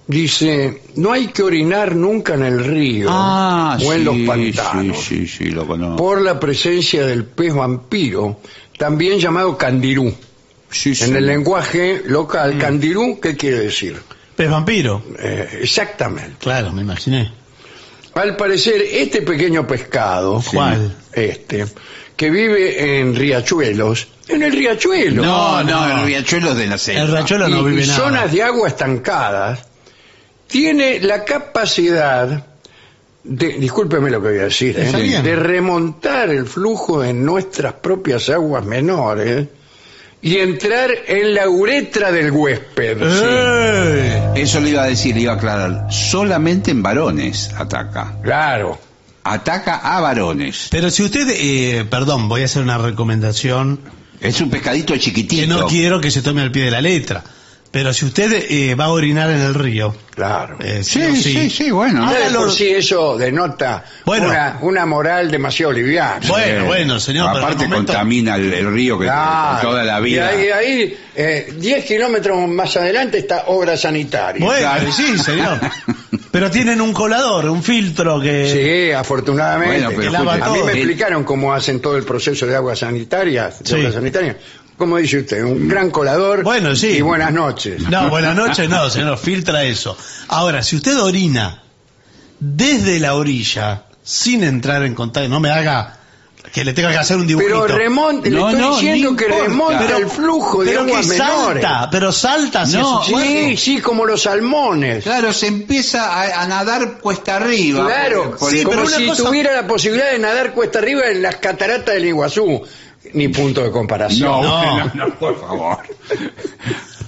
Speaker 1: dice, no hay que orinar nunca en el río
Speaker 3: Ah,
Speaker 1: o
Speaker 3: sí,
Speaker 1: en los pantanos
Speaker 3: Sí, sí, sí, lo conozco.
Speaker 1: por la presencia del pez vampiro, también llamado candirú.
Speaker 3: Sí, sí.
Speaker 1: En el lenguaje
Speaker 2: Mm.
Speaker 1: local, candirú, ¿qué quiere decir?
Speaker 2: Pez vampiro.
Speaker 1: Eh, exactamente.
Speaker 2: Claro, me imaginé.
Speaker 1: Al parecer, este pequeño pescado,
Speaker 2: ¿Cuál?
Speaker 1: este, que vive en riachuelos, en el riachuelo,
Speaker 3: No, no,
Speaker 2: no.
Speaker 3: el riachuelo es de la selva.
Speaker 2: El rachuelo no
Speaker 1: y-
Speaker 2: vive
Speaker 1: y
Speaker 2: nada.
Speaker 1: zonas de agua estancadas, tiene la capacidad de, discúlpeme lo que voy a decir, ¿eh?
Speaker 2: Está bien.
Speaker 1: de remontar el flujo en nuestras propias aguas menores y entrar en la uretra del huésped.
Speaker 2: ¡Eh!
Speaker 3: Eso le iba a decir, le iba a aclarar. Solamente en varones ataca.
Speaker 1: Claro.
Speaker 3: Ataca a varones.
Speaker 2: Pero si usted, eh, perdón, voy a hacer una recomendación
Speaker 3: Es un pescadito
Speaker 2: que
Speaker 3: chiquitito.
Speaker 2: no quiero que se tome al pie de la letra. Pero si usted eh, va a orinar en el río,
Speaker 1: Claro.
Speaker 2: eh,
Speaker 3: Sí,
Speaker 2: o
Speaker 3: sí, sí, bueno.
Speaker 1: Ya de
Speaker 2: Hágalo-
Speaker 1: Ah, por sí eso denota
Speaker 2: Bueno.
Speaker 1: una, una moral demasiado liviana.
Speaker 2: Bueno, bueno, señor, pero en
Speaker 3: Aparte
Speaker 2: el momento-
Speaker 3: contamina el, el río que
Speaker 1: Claro.
Speaker 3: toda la vida.
Speaker 1: Y ahí, ahí, eh, 10 kilómetros más adelante está obra sanitaria.
Speaker 2: Bueno,
Speaker 3: Claro.
Speaker 2: sí, señor. Pero tienen un colador, un filtro que...
Speaker 1: Sí, afortunadamente.
Speaker 3: Bueno, pero
Speaker 2: Que lava
Speaker 3: escuche,
Speaker 1: a mí
Speaker 2: todo.
Speaker 1: me
Speaker 3: el-
Speaker 1: explicaron cómo hacen todo el proceso de agua sanitaria. de
Speaker 2: eh, Sí.
Speaker 1: obra sanitaria. Como dice usted, un gran colador
Speaker 2: Bueno, sí.
Speaker 1: y buenas noches.
Speaker 2: No, buenas noches, no,
Speaker 3: [LAUGHS]
Speaker 2: señor, filtra eso. Ahora, si usted orina desde la orilla, sin entrar en contacto, no me haga que le tenga que hacer un dibujito.
Speaker 1: Pero remonte, le
Speaker 3: No,
Speaker 1: estoy
Speaker 3: no, no
Speaker 1: diciendo que
Speaker 3: importa.
Speaker 1: remonta
Speaker 3: Pero-
Speaker 1: el flujo de
Speaker 2: pero que
Speaker 1: aguas menores.
Speaker 2: salta, pero salta hacia
Speaker 3: No,
Speaker 2: su
Speaker 1: Sí,
Speaker 2: cuerpo.
Speaker 1: sí, como los salmones.
Speaker 3: Claro, se empieza a, a nadar cuesta arriba. eh,
Speaker 1: Claro,
Speaker 3: Por- por
Speaker 2: sí,
Speaker 3: el-
Speaker 2: pero
Speaker 1: como
Speaker 2: una
Speaker 1: si
Speaker 2: cosa-
Speaker 1: tuviera la posibilidad de nadar cuesta arriba en las cataratas del Iguazú. Ni punto de comparación.
Speaker 3: No,
Speaker 2: No.
Speaker 3: no, no, por favor.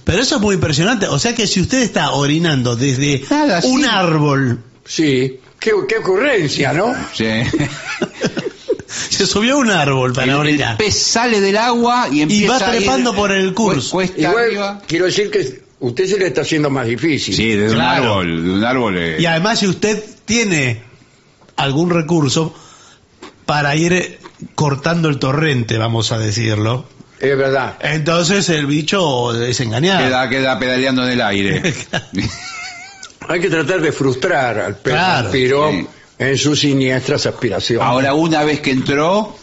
Speaker 2: Pero eso es muy impresionante. O sea que si usted está orinando desde
Speaker 3: Nada,
Speaker 2: un
Speaker 3: sí.
Speaker 2: árbol,
Speaker 1: Sí, qué, qué ocurrencia, ¿no?
Speaker 3: Sí. [LAUGHS]
Speaker 2: se subió a un árbol [LAUGHS] para
Speaker 3: El
Speaker 2: orinar.
Speaker 3: pez sale del agua y empieza
Speaker 2: va trepando
Speaker 3: a ir- eh,
Speaker 2: por el curso.
Speaker 3: Cuesta
Speaker 1: Igual,
Speaker 3: arriba.
Speaker 1: quiero decir que usted se le está haciendo más difícil.
Speaker 3: Sí, de un
Speaker 2: Claro.
Speaker 3: árbol, de un árbol. eh.
Speaker 2: Y además, si usted tiene algún recurso para ir eh, cortando el torrente, vamos a decirlo,
Speaker 1: Es verdad.
Speaker 2: entonces el bicho es engañado.
Speaker 3: Queda, queda pedaleando en el [LAUGHS] aire.
Speaker 1: Hay que tratar de frustrar al pez
Speaker 2: Claro.
Speaker 1: vampiro
Speaker 3: Sí.
Speaker 1: en sus siniestras aspiraciones.
Speaker 3: Ahora, una vez que entró.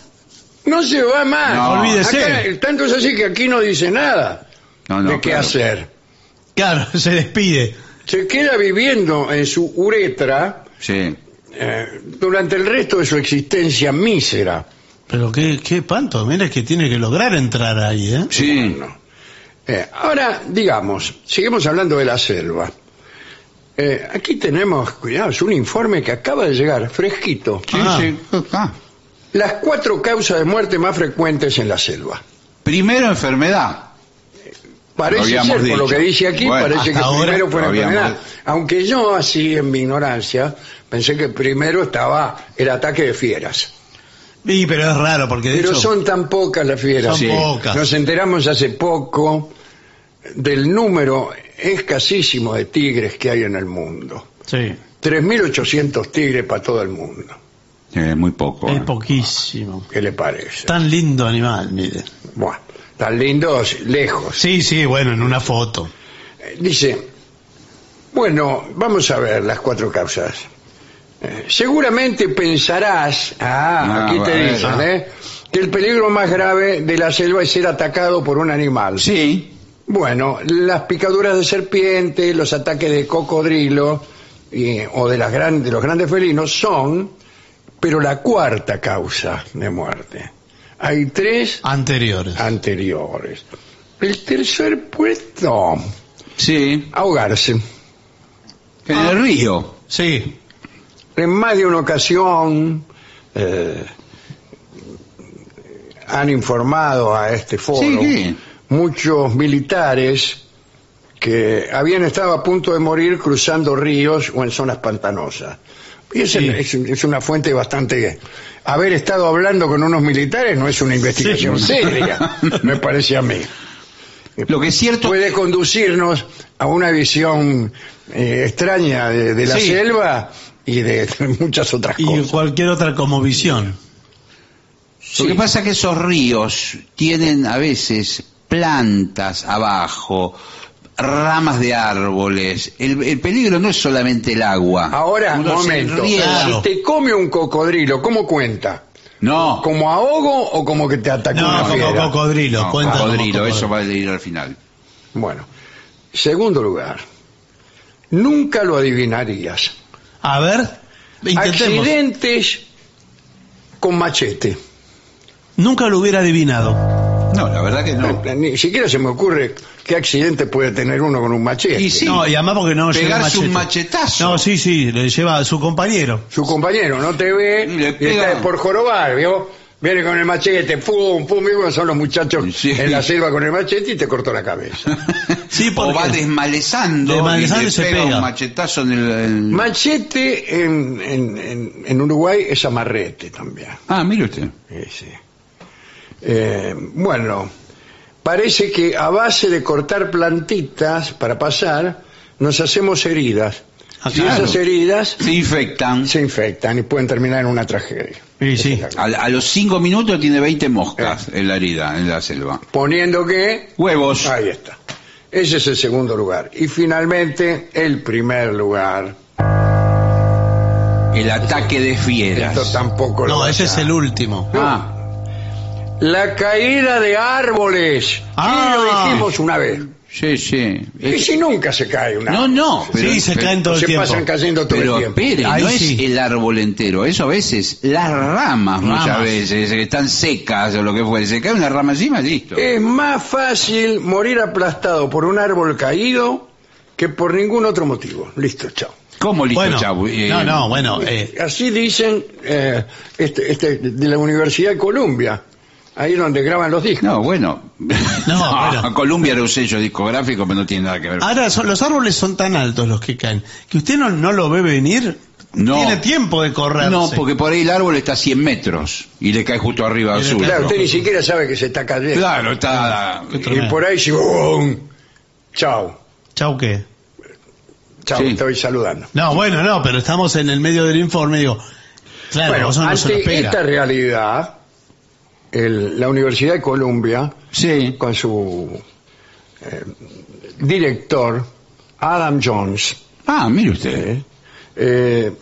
Speaker 1: no se va más.
Speaker 3: No,
Speaker 2: olvídese.
Speaker 1: Acá, tanto es así que aquí no dice nada
Speaker 3: No, no,
Speaker 1: de qué
Speaker 3: claro.
Speaker 1: hacer.
Speaker 2: Claro, [LAUGHS] se despide.
Speaker 1: Se queda viviendo en su uretra
Speaker 3: Sí.
Speaker 1: eh, durante el resto de su existencia mísera.
Speaker 2: Pero qué, qué espanto, mire que tiene que lograr entrar ahí, ¿eh?
Speaker 3: Sí.
Speaker 1: Eh, ahora, digamos, seguimos hablando de la selva. Eh, aquí tenemos, cuidado, es un informe que acaba de llegar, fresquito.
Speaker 3: Sí,
Speaker 2: Ah.
Speaker 3: sí. Ah.
Speaker 1: Las cuatro causas de muerte más frecuentes en la selva.
Speaker 3: Primero, enfermedad. Lo
Speaker 1: Parece
Speaker 3: habíamos
Speaker 1: ser, por lo
Speaker 3: dicho.
Speaker 1: que dice aquí,
Speaker 3: Bueno,
Speaker 1: parece que
Speaker 2: hasta ahora
Speaker 1: primero fue una
Speaker 3: lo habíamos-
Speaker 1: enfermedad. Aunque yo, así en mi ignorancia, pensé que primero estaba el ataque de fieras.
Speaker 2: Y, pero es raro, porque de
Speaker 1: Pero
Speaker 2: hecho...
Speaker 1: son tan pocas las fieras.
Speaker 2: Son Sí. pocas.
Speaker 1: Nos enteramos hace poco del número escasísimo de tigres que hay en el mundo.
Speaker 2: Sí,
Speaker 1: 3.800 tigres para todo el mundo.
Speaker 3: Eh, muy poco.
Speaker 2: es
Speaker 3: eh.
Speaker 2: poquísimo.
Speaker 1: ¿Qué le parece?
Speaker 2: Tan lindo animal, mire.
Speaker 1: Bueno, tan lindos, lejos.
Speaker 2: Sí, sí, bueno, en una foto.
Speaker 1: Eh, Dice, bueno, vamos a ver las cuatro causas. Eh, seguramente pensarás, ah,
Speaker 3: Ah,
Speaker 1: aquí te
Speaker 3: bueno.
Speaker 1: dicen, eh, que el peligro más grave de la selva es ser atacado por un animal.
Speaker 3: Sí.
Speaker 1: Bueno, las picaduras de serpiente, los ataques de cocodrilo y- o de, las gran- de los grandes felinos son, pero la cuarta causa de muerte. Hay tres
Speaker 2: Anteriores.
Speaker 1: anteriores. El tercer puesto,
Speaker 3: Sí.
Speaker 1: ahogarse. Ah.
Speaker 3: En el río.
Speaker 2: Sí,
Speaker 1: En más de una ocasión eh, han informado a este foro
Speaker 3: Sí, sí.
Speaker 1: muchos militares que habían estado a punto de morir cruzando ríos o en zonas pantanosas. Y es,
Speaker 2: Sí.
Speaker 1: es- es una fuente bastante... Haber estado hablando con unos militares no es una investigación
Speaker 2: Sí.
Speaker 3: [LAUGHS]
Speaker 1: seria, me parece a mí.
Speaker 3: Lo que es cierto
Speaker 1: Puede conducirnos a una visión eh, extraña de, de la
Speaker 3: Sí.
Speaker 1: selva y de muchas otras
Speaker 2: Y
Speaker 1: cosas.
Speaker 2: cualquier otra comovisión.
Speaker 3: Lo que pasa es que esos ríos tienen a veces plantas abajo, ramas de árboles. El, el peligro no es solamente el agua.
Speaker 1: Ahora,
Speaker 3: Uno se
Speaker 1: momento.
Speaker 3: riega.
Speaker 2: Claro.
Speaker 1: Si te come un cocodrilo, ¿cómo cuenta?
Speaker 3: No,
Speaker 1: ¿Como ahogo o como que te atacó
Speaker 2: No,
Speaker 1: una
Speaker 2: como
Speaker 1: fiera?
Speaker 2: cocodrilo.
Speaker 3: no,
Speaker 2: cuenta como
Speaker 3: cocodrilo,
Speaker 2: cocodrilo.
Speaker 3: eso va a ir al final.
Speaker 1: Bueno, segundo lugar, nunca lo adivinarías.
Speaker 2: A ver, intentemos.
Speaker 1: Accidentes con machete.
Speaker 2: Nunca lo hubiera adivinado.
Speaker 3: No, la verdad que no.
Speaker 1: Ni siquiera se me ocurre qué accidente puede tener uno con un machete.
Speaker 3: Y sí,
Speaker 2: No, y además porque no lleva
Speaker 3: pegarse
Speaker 2: machete.
Speaker 3: un machetazo.
Speaker 2: No, sí, sí, le lleva a su compañero.
Speaker 1: Su compañero no te ve
Speaker 3: Y le
Speaker 1: y
Speaker 3: pega.
Speaker 1: está por jorobar, ¿vio? Viene con el machete, pum, pum, y bueno, son los muchachos
Speaker 3: Sí.
Speaker 1: en la selva con el machete y te cortó
Speaker 3: [LAUGHS]
Speaker 1: la cabeza.
Speaker 2: Sí,
Speaker 3: o
Speaker 2: porque-
Speaker 3: va desmalezando,
Speaker 2: Desmalezando
Speaker 3: y le
Speaker 2: y se
Speaker 3: pega,
Speaker 2: pega.
Speaker 3: un machetazo en el... en-
Speaker 1: machete en, en- en- en Uruguay es amarrete también.
Speaker 3: Ah, mire usted.
Speaker 1: Sí, sí. Eh, bueno, parece que a base de cortar plantitas para pasar, nos hacemos heridas.
Speaker 2: Ah,
Speaker 1: y
Speaker 3: claro.
Speaker 1: esas heridas
Speaker 3: Se infectan.
Speaker 1: se infectan y pueden terminar en una tragedia.
Speaker 2: Sí, sí.
Speaker 3: A, a los cinco minutos tiene 20 moscas
Speaker 1: Eh.
Speaker 3: en la herida, en la selva.
Speaker 1: Poniendo que
Speaker 3: Huevos.
Speaker 1: Ahí está. Ese es el segundo lugar. Y finalmente, el primer lugar.
Speaker 3: El ataque de fieras.
Speaker 1: Esto tampoco lo
Speaker 2: No, ese es
Speaker 1: vas a-
Speaker 2: el último.
Speaker 3: Ah,
Speaker 1: La caída de árboles.
Speaker 2: Ah.
Speaker 1: Sí, lo dijimos una vez.
Speaker 3: sí, sí.
Speaker 1: Y si nunca se cae un
Speaker 3: No,
Speaker 1: árbol.
Speaker 3: no.
Speaker 2: sí, se
Speaker 3: pero-
Speaker 2: caen todo el
Speaker 1: se
Speaker 2: tiempo.
Speaker 1: pasan cayendo todo
Speaker 3: Pero
Speaker 1: el tiempo.
Speaker 3: espere,
Speaker 2: Ahí
Speaker 3: no es
Speaker 2: sí.
Speaker 3: el árbol entero, eso a veces, las ramas, muchas
Speaker 2: Ramas.
Speaker 3: veces, que están secas o lo que fuere, se cae una rama encima, listo.
Speaker 2: Eh,
Speaker 1: Es más fácil morir aplastado por un árbol caído que por ningún otro motivo. Listo, chao.
Speaker 3: ¿Cómo listo,
Speaker 2: Bueno,
Speaker 3: chavo? Eh,
Speaker 2: no, no, bueno, eh,
Speaker 1: Así dicen eh, este- este, de la Universidad de Columbia, ahí donde graban los discos.
Speaker 3: No, bueno.
Speaker 2: bueno.
Speaker 3: [LAUGHS] Ah, Columbia era un sello discográfico, pero no tiene nada que ver.
Speaker 2: ahora son- los árboles son tan altos los que caen, que usted no, no lo ve venir,
Speaker 3: No.
Speaker 2: tiene tiempo de correr.
Speaker 3: no, porque por ahí el árbol está a 100 metros y le cae justo arriba
Speaker 2: Y le
Speaker 3: suyo.
Speaker 2: cae-
Speaker 1: Claro, usted ni siquiera sabe que se está cayendo.
Speaker 3: Claro, está...
Speaker 2: Qué
Speaker 1: Y
Speaker 2: tremendo.
Speaker 1: por ahí si ¡bum! Chao.
Speaker 2: Chau, ¿qué?
Speaker 1: Chao,
Speaker 3: Sí.
Speaker 1: estoy saludando.
Speaker 2: No, bueno, no, pero estamos en el medio del informe, digo. Claro,
Speaker 1: bueno,
Speaker 2: eso no se lo
Speaker 1: ante
Speaker 2: espera.
Speaker 1: esta realidad, el- la Universidad de Columbia,
Speaker 3: Sí.
Speaker 1: con su eh, director, Adam Jones,
Speaker 3: Ah, mire usted.
Speaker 1: eh,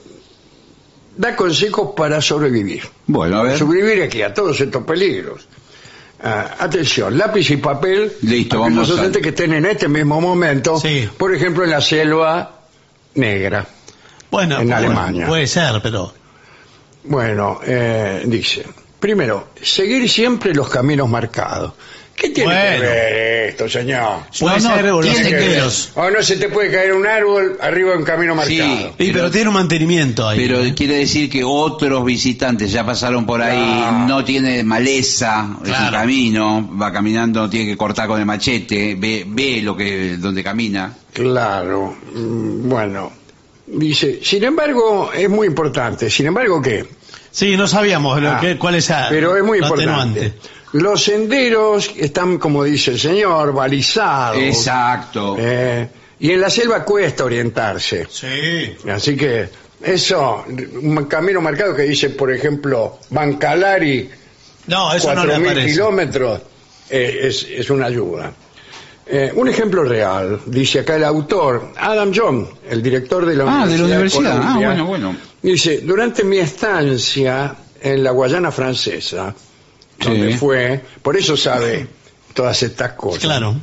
Speaker 1: da consejos para sobrevivir.
Speaker 3: Bueno, a ver.
Speaker 1: Sobrevivir aquí a todos estos peligros. Ah, atención, lápiz y papel.
Speaker 3: Listo,
Speaker 1: aquellos
Speaker 3: vamos a-
Speaker 1: oyentes que estén en este mismo momento,
Speaker 2: Sí.
Speaker 1: por ejemplo, en la selva negra.
Speaker 2: Bueno,
Speaker 1: en
Speaker 2: bueno,
Speaker 1: Alemania.
Speaker 2: Puede ser, pero.
Speaker 1: Bueno, eh, dice, primero, seguir siempre los caminos marcados. ¿Qué tiene que
Speaker 2: Bueno.
Speaker 1: ver esto, señor?
Speaker 2: Puede
Speaker 3: no,
Speaker 2: ser, o los
Speaker 3: tiene que ver.
Speaker 2: senderos.
Speaker 1: O Oh, no se te puede caer un árbol arriba de un camino marcado.
Speaker 2: Sí, pero tiene un mantenimiento ahí. ¿eh?
Speaker 3: Pero quiere decir que otros visitantes ya pasaron por ahí,
Speaker 1: Claro.
Speaker 3: no tiene maleza, es un
Speaker 2: Claro.
Speaker 3: camino, va caminando, tiene que cortar con el machete, ve, ve lo que donde camina.
Speaker 1: Claro, mm, bueno. Dice, sin embargo, es muy importante. Sin embargo, ¿qué?
Speaker 2: Sí, no sabíamos lo
Speaker 1: Ah,
Speaker 2: que, cuál es la.
Speaker 1: Pero es muy
Speaker 2: lo
Speaker 1: importante.
Speaker 2: atenuante.
Speaker 1: Los senderos están, como dice el señor, balizados.
Speaker 3: Exacto.
Speaker 1: Eh, y en la selva cuesta orientarse.
Speaker 2: Sí.
Speaker 1: Así que eso, un camino marcado que dice, por ejemplo, Bancalari,
Speaker 2: No, eso no le
Speaker 1: 4.000
Speaker 2: aparece.
Speaker 1: kilómetros, eh, es, es una ayuda. Eh, un ejemplo real, dice acá el autor, Adam John, el director de la
Speaker 3: Ah, de la universidad.
Speaker 1: Universidad.
Speaker 3: Ah,
Speaker 1: Columbia,
Speaker 3: bueno, bueno.
Speaker 1: Dice, durante mi estancia en la Guayana francesa, donde
Speaker 3: Sí.
Speaker 1: fue, por eso sabe todas estas cosas
Speaker 2: Claro.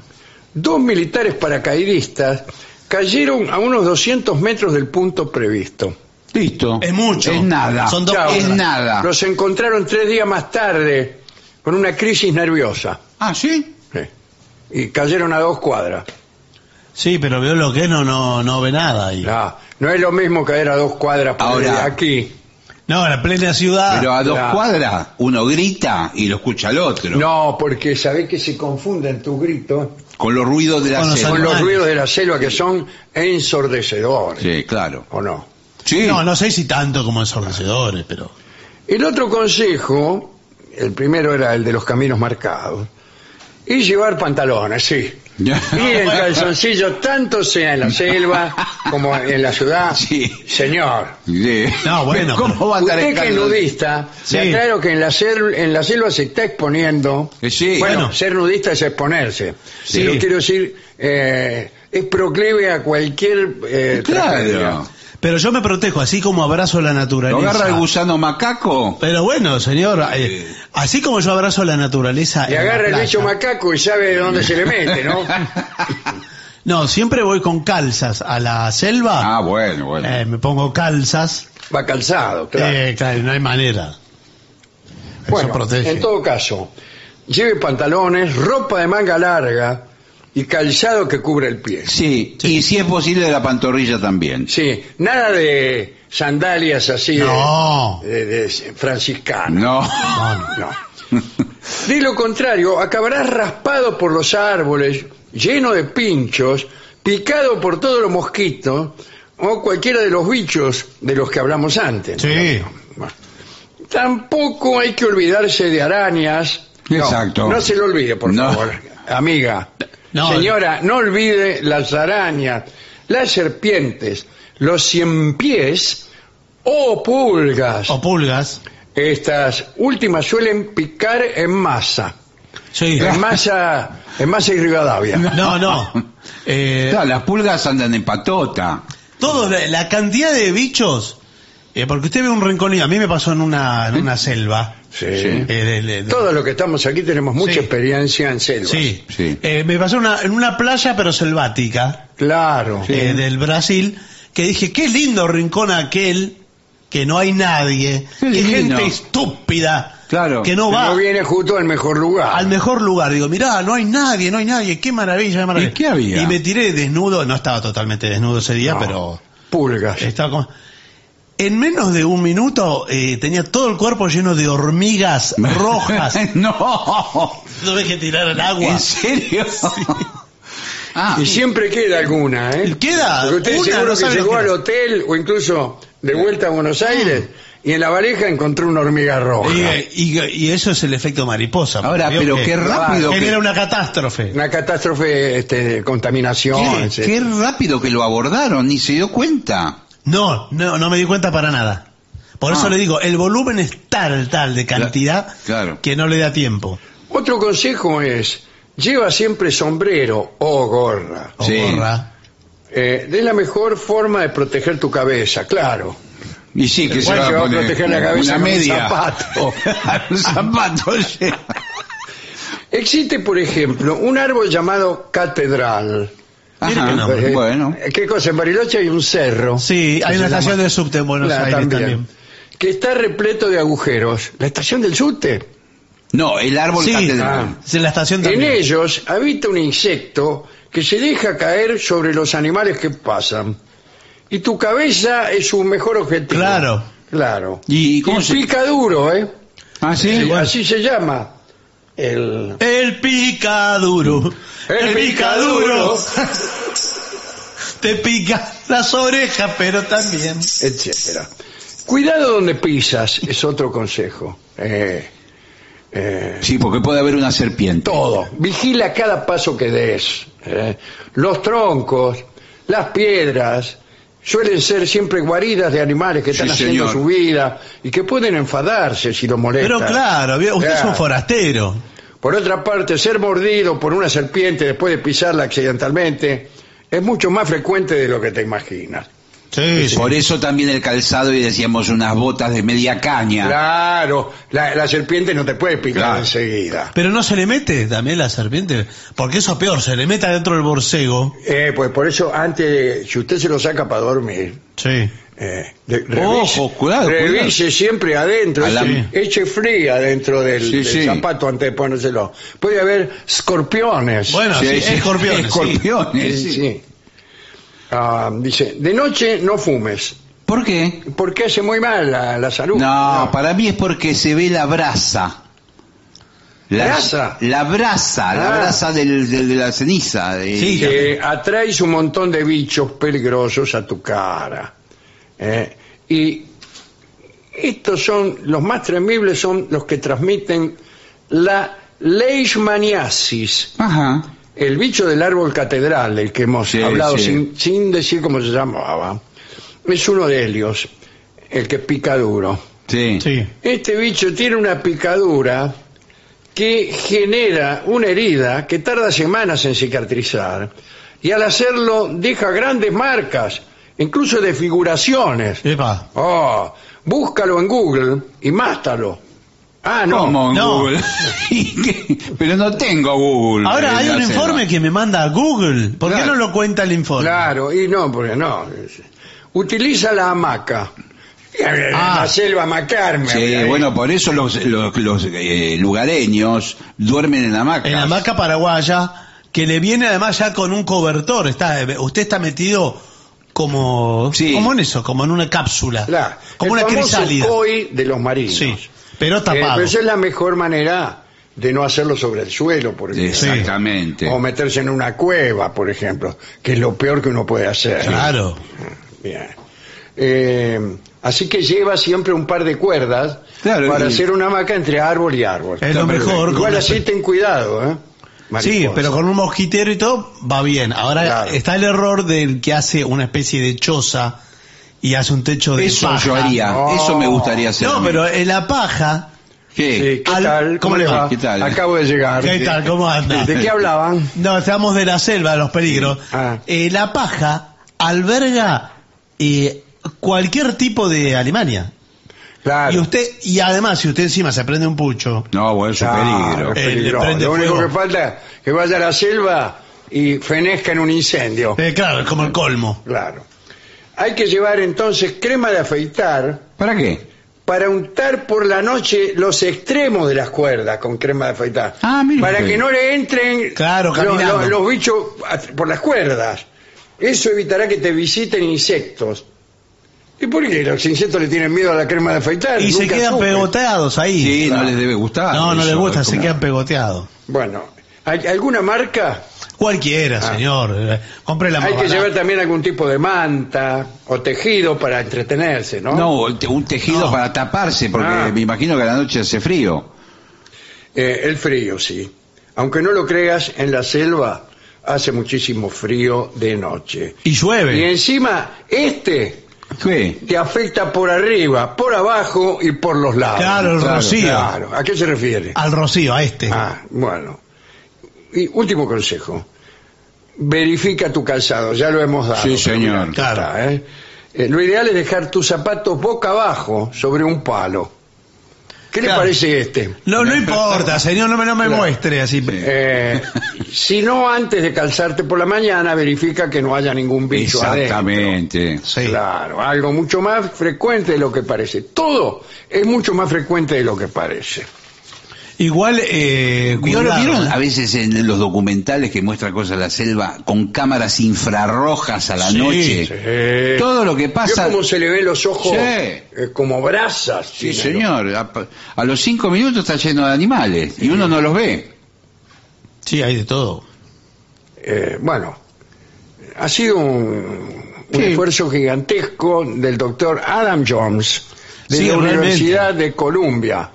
Speaker 1: dos militares paracaidistas cayeron a unos 200 metros del punto previsto.
Speaker 3: Listo.
Speaker 2: Es mucho.
Speaker 3: Es nada.
Speaker 2: Son dos
Speaker 3: Chao. es
Speaker 2: cosas.
Speaker 3: nada.
Speaker 1: Los encontraron tres días más tarde con una crisis nerviosa
Speaker 3: Ah, sí.
Speaker 1: Sí. y cayeron a dos cuadras.
Speaker 2: Sí, pero veo
Speaker 3: Ah,
Speaker 2: lo que es, no, no, no ve nada ahí.
Speaker 1: No, no es lo mismo caer a dos cuadras por
Speaker 3: Ahora-
Speaker 1: aquí
Speaker 2: No, en la plena
Speaker 1: Ah,
Speaker 2: ciudad.
Speaker 3: Pero a dos
Speaker 1: claro.
Speaker 3: cuadras uno grita y lo escucha el otro.
Speaker 1: No, porque sabés que se confunden tus gritos
Speaker 3: Con los ruidos de la
Speaker 2: Con los
Speaker 3: selva.
Speaker 1: con los
Speaker 2: Animales.
Speaker 1: ruidos de la selva que son ensordecedores,
Speaker 3: Sí, claro.
Speaker 1: ¿o no?
Speaker 3: Sí.
Speaker 2: No, no sé si tanto como ensordecedores, pero.
Speaker 1: El otro consejo, el primero era el de los caminos marcados, y llevar pantalones,
Speaker 3: [LAUGHS]
Speaker 1: sí. Y en calzoncillo, tanto sea en la selva como en la ciudad.
Speaker 3: Sí.
Speaker 1: Señor,
Speaker 3: Sí.
Speaker 2: No, bueno,
Speaker 3: ¿Cómo va a estar en
Speaker 1: usted que es
Speaker 3: calor?
Speaker 1: nudista,
Speaker 2: Sí.
Speaker 1: está claro que en la, sel- en la selva se está exponiendo.
Speaker 3: Eh, sí.
Speaker 1: bueno,
Speaker 2: Bueno.
Speaker 1: ser nudista es exponerse.
Speaker 2: Sí.
Speaker 1: Pero quiero decir, eh, es proclive a cualquier eh, tragedia.
Speaker 3: Claro.
Speaker 2: Pero yo me protejo, así como abrazo la naturaleza.
Speaker 3: ¿Lo agarra el gusano macaco?
Speaker 2: Pero bueno, señor, eh, así como yo abrazo la naturaleza. en
Speaker 1: Le
Speaker 2: la
Speaker 1: agarra el
Speaker 2: playa,
Speaker 1: bicho macaco y sabe de dónde se le
Speaker 3: [LAUGHS]
Speaker 1: mete, ¿no?
Speaker 2: No, siempre voy con calzas a la selva.
Speaker 3: Ah, bueno, bueno.
Speaker 2: eh, me pongo calzas.
Speaker 1: Va calzado, claro.
Speaker 2: Eh, claro, no hay manera. Eso
Speaker 1: Bueno,
Speaker 2: protege.
Speaker 1: en todo caso, lleve pantalones, ropa de manga larga y calzado que cubra el pie.
Speaker 3: Sí. y si es posible de la pantorrilla también.
Speaker 1: Sí, nada de sandalias así de-
Speaker 2: No.
Speaker 1: de, de franciscano.
Speaker 3: No.
Speaker 1: No. De lo contrario, acabarás raspado por los árboles, lleno de pinchos, picado por todos los mosquitos o cualquiera de los bichos de los que hablamos antes.
Speaker 2: Sí.
Speaker 1: Tampoco hay que olvidarse de arañas. No,
Speaker 3: Exacto.
Speaker 1: No, se lo olvide, por
Speaker 3: No.
Speaker 1: favor, amiga.
Speaker 2: No.
Speaker 1: Señora, no olvide las arañas, las serpientes, los cien pies o pulgas.
Speaker 2: O pulgas.
Speaker 1: Estas últimas suelen picar en masa.
Speaker 2: Sí.
Speaker 1: En masa, en masa y Rivadavia.
Speaker 2: No,
Speaker 3: [LAUGHS]
Speaker 2: no. Eh,
Speaker 3: Claro, las pulgas andan en patota.
Speaker 2: Todo, la, la cantidad de bichos. eh, porque usted ve un rincón y a mí me pasó en una, en una selva.
Speaker 1: Sí.
Speaker 2: Eh, de- de- de-
Speaker 1: Todos los que estamos aquí tenemos mucha
Speaker 2: Sí.
Speaker 1: experiencia en selvas.
Speaker 2: sí.
Speaker 3: Sí.
Speaker 2: Eh, me pasó una- en una playa, pero selvática,
Speaker 1: Claro.
Speaker 2: eh, del Brasil, que dije, qué lindo rincón aquel, que no hay nadie,
Speaker 3: Qué
Speaker 2: que
Speaker 3: lindo.
Speaker 2: gente estúpida,
Speaker 3: Claro.
Speaker 2: que no
Speaker 1: No
Speaker 2: va
Speaker 1: viene justo al mejor lugar.
Speaker 2: al mejor lugar. Digo, mirá, no hay nadie, no hay nadie, qué maravilla, qué maravilla.
Speaker 3: ¿Y qué había?
Speaker 2: Y me tiré desnudo, no estaba totalmente desnudo ese día,
Speaker 1: No.
Speaker 2: pero...
Speaker 1: Pulgas.
Speaker 2: Estaba como- En menos de un minuto eh, tenía todo el cuerpo lleno de
Speaker 3: [LAUGHS]
Speaker 2: hormigas rojas.
Speaker 3: no.
Speaker 2: no dejé tirar el agua.
Speaker 3: ¿En serio? Ah,
Speaker 1: Y siempre queda alguna, ¿eh?
Speaker 2: Queda
Speaker 1: Porque usted
Speaker 2: una,
Speaker 1: seguro
Speaker 2: no
Speaker 1: que
Speaker 2: sabe lo
Speaker 1: llegó
Speaker 2: que
Speaker 1: al
Speaker 2: era.
Speaker 1: hotel o incluso de vuelta a Buenos
Speaker 3: Ah.
Speaker 1: Aires y en la valija encontró una hormiga roja.
Speaker 2: Y, y- y eso es el efecto mariposa. porque
Speaker 3: Ahora,
Speaker 2: vio
Speaker 3: pero
Speaker 2: que
Speaker 3: qué rápido que-
Speaker 2: Ah, Genera una catástrofe.
Speaker 1: Una catástrofe este, de contaminación.
Speaker 3: qué,
Speaker 1: etcétera.
Speaker 3: qué rápido que lo abordaron, ni se dio cuenta.
Speaker 2: No, no, no me di cuenta para nada. Por eso
Speaker 3: Ah.
Speaker 2: le digo, el volumen es tal, tal de cantidad
Speaker 3: claro.
Speaker 2: que no le da tiempo.
Speaker 1: Otro consejo es, lleva siempre sombrero o gorra.
Speaker 2: O
Speaker 3: Sí.
Speaker 2: gorra.
Speaker 1: Eh, es la mejor forma de proteger tu cabeza, claro.
Speaker 3: Y sí, que se
Speaker 1: Igual
Speaker 3: va
Speaker 1: se
Speaker 3: a
Speaker 1: va a
Speaker 3: poner
Speaker 1: proteger la cabeza
Speaker 3: una
Speaker 1: con un
Speaker 3: media.
Speaker 1: zapato.
Speaker 3: [LAUGHS] un zapato. sí.
Speaker 1: Existe, por ejemplo, un árbol llamado catedral.
Speaker 2: Mire
Speaker 3: Ajá,
Speaker 2: que no,
Speaker 1: Eh,
Speaker 3: bueno.
Speaker 1: ¿Qué cosa? En Bariloche hay un cerro.
Speaker 2: Sí, hay una
Speaker 1: Que se
Speaker 2: estación
Speaker 1: llama-
Speaker 2: de subte en Buenos
Speaker 1: Claro,
Speaker 2: Aires también.
Speaker 1: Que está repleto de agujeros. La estación del subte. Ah.
Speaker 3: No, el árbol
Speaker 2: Sí,
Speaker 3: catedral.
Speaker 2: es en la estación
Speaker 1: En
Speaker 2: también.
Speaker 1: ellos habita un insecto que se deja caer sobre los animales que pasan. Y tu cabeza es su mejor objetivo.
Speaker 2: Claro.
Speaker 1: Claro.
Speaker 3: ¿Y cómo se-
Speaker 1: pica duro, ¿eh?
Speaker 3: Ah, sí.
Speaker 1: Sí, Así se llama. El...
Speaker 2: El picaduro.
Speaker 1: El picaduro.
Speaker 2: [LAUGHS] Te pica las orejas, pero también.
Speaker 1: etcétera. Cuidado donde pisas, es otro consejo. Eh, eh,
Speaker 3: Sí, porque puede haber una serpiente.
Speaker 1: todo. Vigila cada paso que des. eh. Los troncos, las piedras, suelen ser siempre guaridas de animales que están
Speaker 3: Sí,
Speaker 1: haciendo
Speaker 3: señor.
Speaker 1: su vida y que pueden enfadarse si los molestan.
Speaker 2: Pero claro, bien, usted es
Speaker 1: Claro.
Speaker 2: un forastero.
Speaker 1: Por otra parte, ser mordido por una serpiente después de pisarla accidentalmente es mucho más frecuente de lo que te imaginas.
Speaker 2: Sí,
Speaker 3: Por eso también el calzado y decíamos unas botas de media caña.
Speaker 1: Claro, la, la serpiente no te puede picar
Speaker 3: Claro.
Speaker 1: enseguida.
Speaker 2: Pero no se le mete también la serpiente, porque eso es peor, se le mete adentro del borcego.
Speaker 1: Eh, pues por eso, antes, si usted se lo saca para dormir,
Speaker 2: Sí.
Speaker 1: eh, de- revise,
Speaker 3: Ojo, cuidado,
Speaker 1: revise siempre adentro,
Speaker 3: A la-
Speaker 1: eche, eche fría adentro del,
Speaker 3: Sí,
Speaker 1: del
Speaker 3: sí.
Speaker 1: zapato antes de ponérselo. Puede haber escorpiones.
Speaker 2: Bueno, sí,
Speaker 3: Sí, sí.
Speaker 2: escorpiones. sí.
Speaker 3: Escorpiones,
Speaker 1: Sí,
Speaker 3: sí.
Speaker 1: sí. Ah, dice, de noche no fumes,
Speaker 3: ¿Por qué?
Speaker 1: Porque hace muy mal la, la salud.
Speaker 3: No, para mí es porque se ve la brasa.
Speaker 1: ¿Brasa?
Speaker 3: La brasa, la
Speaker 1: Ah.
Speaker 3: brasa del- del- de la ceniza. de-
Speaker 2: Sí.
Speaker 1: que atraes un montón de bichos peligrosos a tu cara. ¿eh? Y estos son, los más temibles son los que transmiten la leishmaniasis,
Speaker 3: Ajá.
Speaker 1: el bicho del árbol catedral, del que hemos
Speaker 3: Sí,
Speaker 1: hablado
Speaker 3: sí.
Speaker 1: Sin, sin decir cómo se llamaba. Es uno de ellos, el que pica duro.
Speaker 3: Sí.
Speaker 2: Sí.
Speaker 1: Este bicho tiene una picadura que genera una herida que tarda semanas en cicatrizar y al hacerlo deja grandes marcas, incluso desfiguraciones.
Speaker 2: Epa.
Speaker 1: Oh, búscalo en Google y mástalo. Ah, no.
Speaker 3: ¿Cómo en
Speaker 2: No.
Speaker 3: Google? [LAUGHS] ¿Y qué? Pero no tengo Google. en
Speaker 2: Ahora hay
Speaker 3: la
Speaker 2: un
Speaker 3: selva.
Speaker 2: informe que me manda a Google. ¿Por qué
Speaker 3: Claro.
Speaker 2: no lo cuenta el informe?
Speaker 1: Claro, y no, porque no. Utiliza la hamaca.
Speaker 2: Ah.
Speaker 1: La selva hamacarme.
Speaker 3: Sí, bueno, por eso los, los- los, eh, lugareños duermen en hamacas.
Speaker 2: En la hamaca paraguaya, que le viene además ya con un cobertor. Está, usted está metido como,
Speaker 3: Sí.
Speaker 2: como en eso, como en una cápsula.
Speaker 1: La-
Speaker 2: como
Speaker 1: el
Speaker 2: una
Speaker 1: famoso
Speaker 2: crisálida.
Speaker 1: COI de los marinos.
Speaker 2: Sí, pero
Speaker 1: Eh,
Speaker 2: tapado.
Speaker 1: pero esa es la mejor manera de no hacerlo sobre el suelo, por ejemplo.
Speaker 3: Exactamente.
Speaker 1: O meterse en una cueva, por ejemplo, que es lo peor que uno puede hacer.
Speaker 2: Claro.
Speaker 1: Bien. Eh, así que lleva siempre un par de cuerdas
Speaker 3: Claro,
Speaker 1: para
Speaker 3: y-
Speaker 1: hacer una hamaca entre árbol y árbol.
Speaker 2: Es lo
Speaker 3: perfecto.
Speaker 2: mejor.
Speaker 1: Igual
Speaker 2: Con-
Speaker 1: así ten cuidado, ¿eh?
Speaker 2: Sí,
Speaker 1: Mariposa.
Speaker 2: pero con un mosquitero y todo va bien. Ahora
Speaker 1: Claro.
Speaker 2: está el error del que hace una especie de choza y hace un techo Oh, de
Speaker 3: Eso
Speaker 2: paja.
Speaker 3: yo haría,
Speaker 1: No.
Speaker 3: eso me gustaría hacer. a
Speaker 2: No,
Speaker 3: mí.
Speaker 2: pero en la paja.
Speaker 3: ¿Qué?
Speaker 1: Sí, ¿qué
Speaker 2: Al-
Speaker 1: tal?
Speaker 2: ¿Cómo
Speaker 1: ¿Cómo le
Speaker 2: le
Speaker 1: va?
Speaker 3: va? ¿Qué tal?
Speaker 1: Acabo de llegar.
Speaker 2: ¿Qué tal? ¿Cómo anda?
Speaker 1: ¿De qué hablaban?
Speaker 2: No, estamos de la selva, de los peligros.
Speaker 1: Ah.
Speaker 2: Eh, la paja alberga eh, cualquier tipo de Alemania.
Speaker 1: Claro.
Speaker 2: Y usted, y además, si usted encima se prende un pucho,
Speaker 3: No, bueno, es un
Speaker 1: Claro,
Speaker 3: peligro.
Speaker 1: es
Speaker 2: Eh, le
Speaker 1: peligroso.
Speaker 2: prende
Speaker 1: Lo único
Speaker 2: fuego.
Speaker 1: que falta es que vaya a la selva y fenezca en un incendio.
Speaker 2: eh, claro, es como el colmo.
Speaker 1: Claro. Hay que llevar entonces crema de afeitar
Speaker 3: ¿Para qué?
Speaker 1: para untar por la noche los extremos de las cuerdas con crema de afeitar.
Speaker 3: Ah, mire
Speaker 1: para
Speaker 3: usted.
Speaker 1: que no le entren
Speaker 2: Claro,
Speaker 1: los,
Speaker 2: caminando.
Speaker 1: los- los bichos at- por las cuerdas. Eso evitará que te visiten insectos. ¿Y por qué los insectos le tienen miedo a la crema de afeitar?
Speaker 2: Y se
Speaker 1: Nunca
Speaker 2: quedan
Speaker 1: supe.
Speaker 2: pegoteados ahí.
Speaker 3: Sí, no les debe gustar.
Speaker 2: no, no
Speaker 3: eso,
Speaker 2: les gusta,
Speaker 3: es
Speaker 2: se
Speaker 3: como-
Speaker 2: quedan pegoteados.
Speaker 1: Bueno, ¿hay ¿alguna marca?
Speaker 2: Cualquiera,
Speaker 1: Ah.
Speaker 2: señor. Eh, Compre la más
Speaker 1: Hay que
Speaker 2: barata.
Speaker 1: llevar también algún tipo de manta o tejido para entretenerse, ¿no?
Speaker 3: No, el te- un tejido
Speaker 2: No.
Speaker 3: para taparse, porque
Speaker 1: Ah.
Speaker 3: me imagino que a la noche hace frío.
Speaker 1: Eh, el frío, sí. Aunque no lo creas, en la selva hace muchísimo frío de noche.
Speaker 2: Y llueve.
Speaker 1: Y encima, este
Speaker 3: ¿Qué?
Speaker 1: te afecta por arriba, por abajo y por los lados.
Speaker 2: Claro, el rocío.
Speaker 1: Ah, claro. ¿A qué se refiere?
Speaker 2: Al rocío, a este.
Speaker 1: Ah, bueno. Y último consejo. Verifica tu calzado, ya lo hemos dado.
Speaker 3: Sí, señor.
Speaker 1: Ya está, ¿eh? Eh, lo ideal es dejar tus zapatos boca abajo sobre un palo. ¿Qué le
Speaker 2: Claro.
Speaker 1: parece este?
Speaker 2: No, no importa, señor, no me, no me
Speaker 1: Claro.
Speaker 2: muestre así.
Speaker 1: Eh, si no antes de calzarte por la mañana, verifica que no haya ningún bicho adentro.
Speaker 3: Exactamente.
Speaker 2: Sí.
Speaker 1: Claro, algo mucho más frecuente de lo que parece. Todo es mucho más frecuente de lo que parece.
Speaker 2: Igual, eh,
Speaker 3: ¿Vieron,
Speaker 2: cuidado,
Speaker 3: vieron
Speaker 2: ¿eh?
Speaker 3: a veces en los documentales que muestran cosas de la selva con cámaras infrarrojas a la
Speaker 2: Sí,
Speaker 3: noche?
Speaker 2: sí.
Speaker 3: Todo lo que pasa-
Speaker 1: Vio cómo se le ven los ojos
Speaker 3: Sí.
Speaker 1: eh, como brasas.
Speaker 3: Sí,
Speaker 1: tiene.
Speaker 3: señor. A, a los cinco minutos está lleno de animales y uno no los ve.
Speaker 2: Sí, hay de todo.
Speaker 1: Eh, bueno, ha sido un, un
Speaker 3: Sí.
Speaker 1: esfuerzo gigantesco del doctor Adam Jones de
Speaker 2: Sí,
Speaker 1: la
Speaker 2: realmente.
Speaker 1: Universidad de Columbia,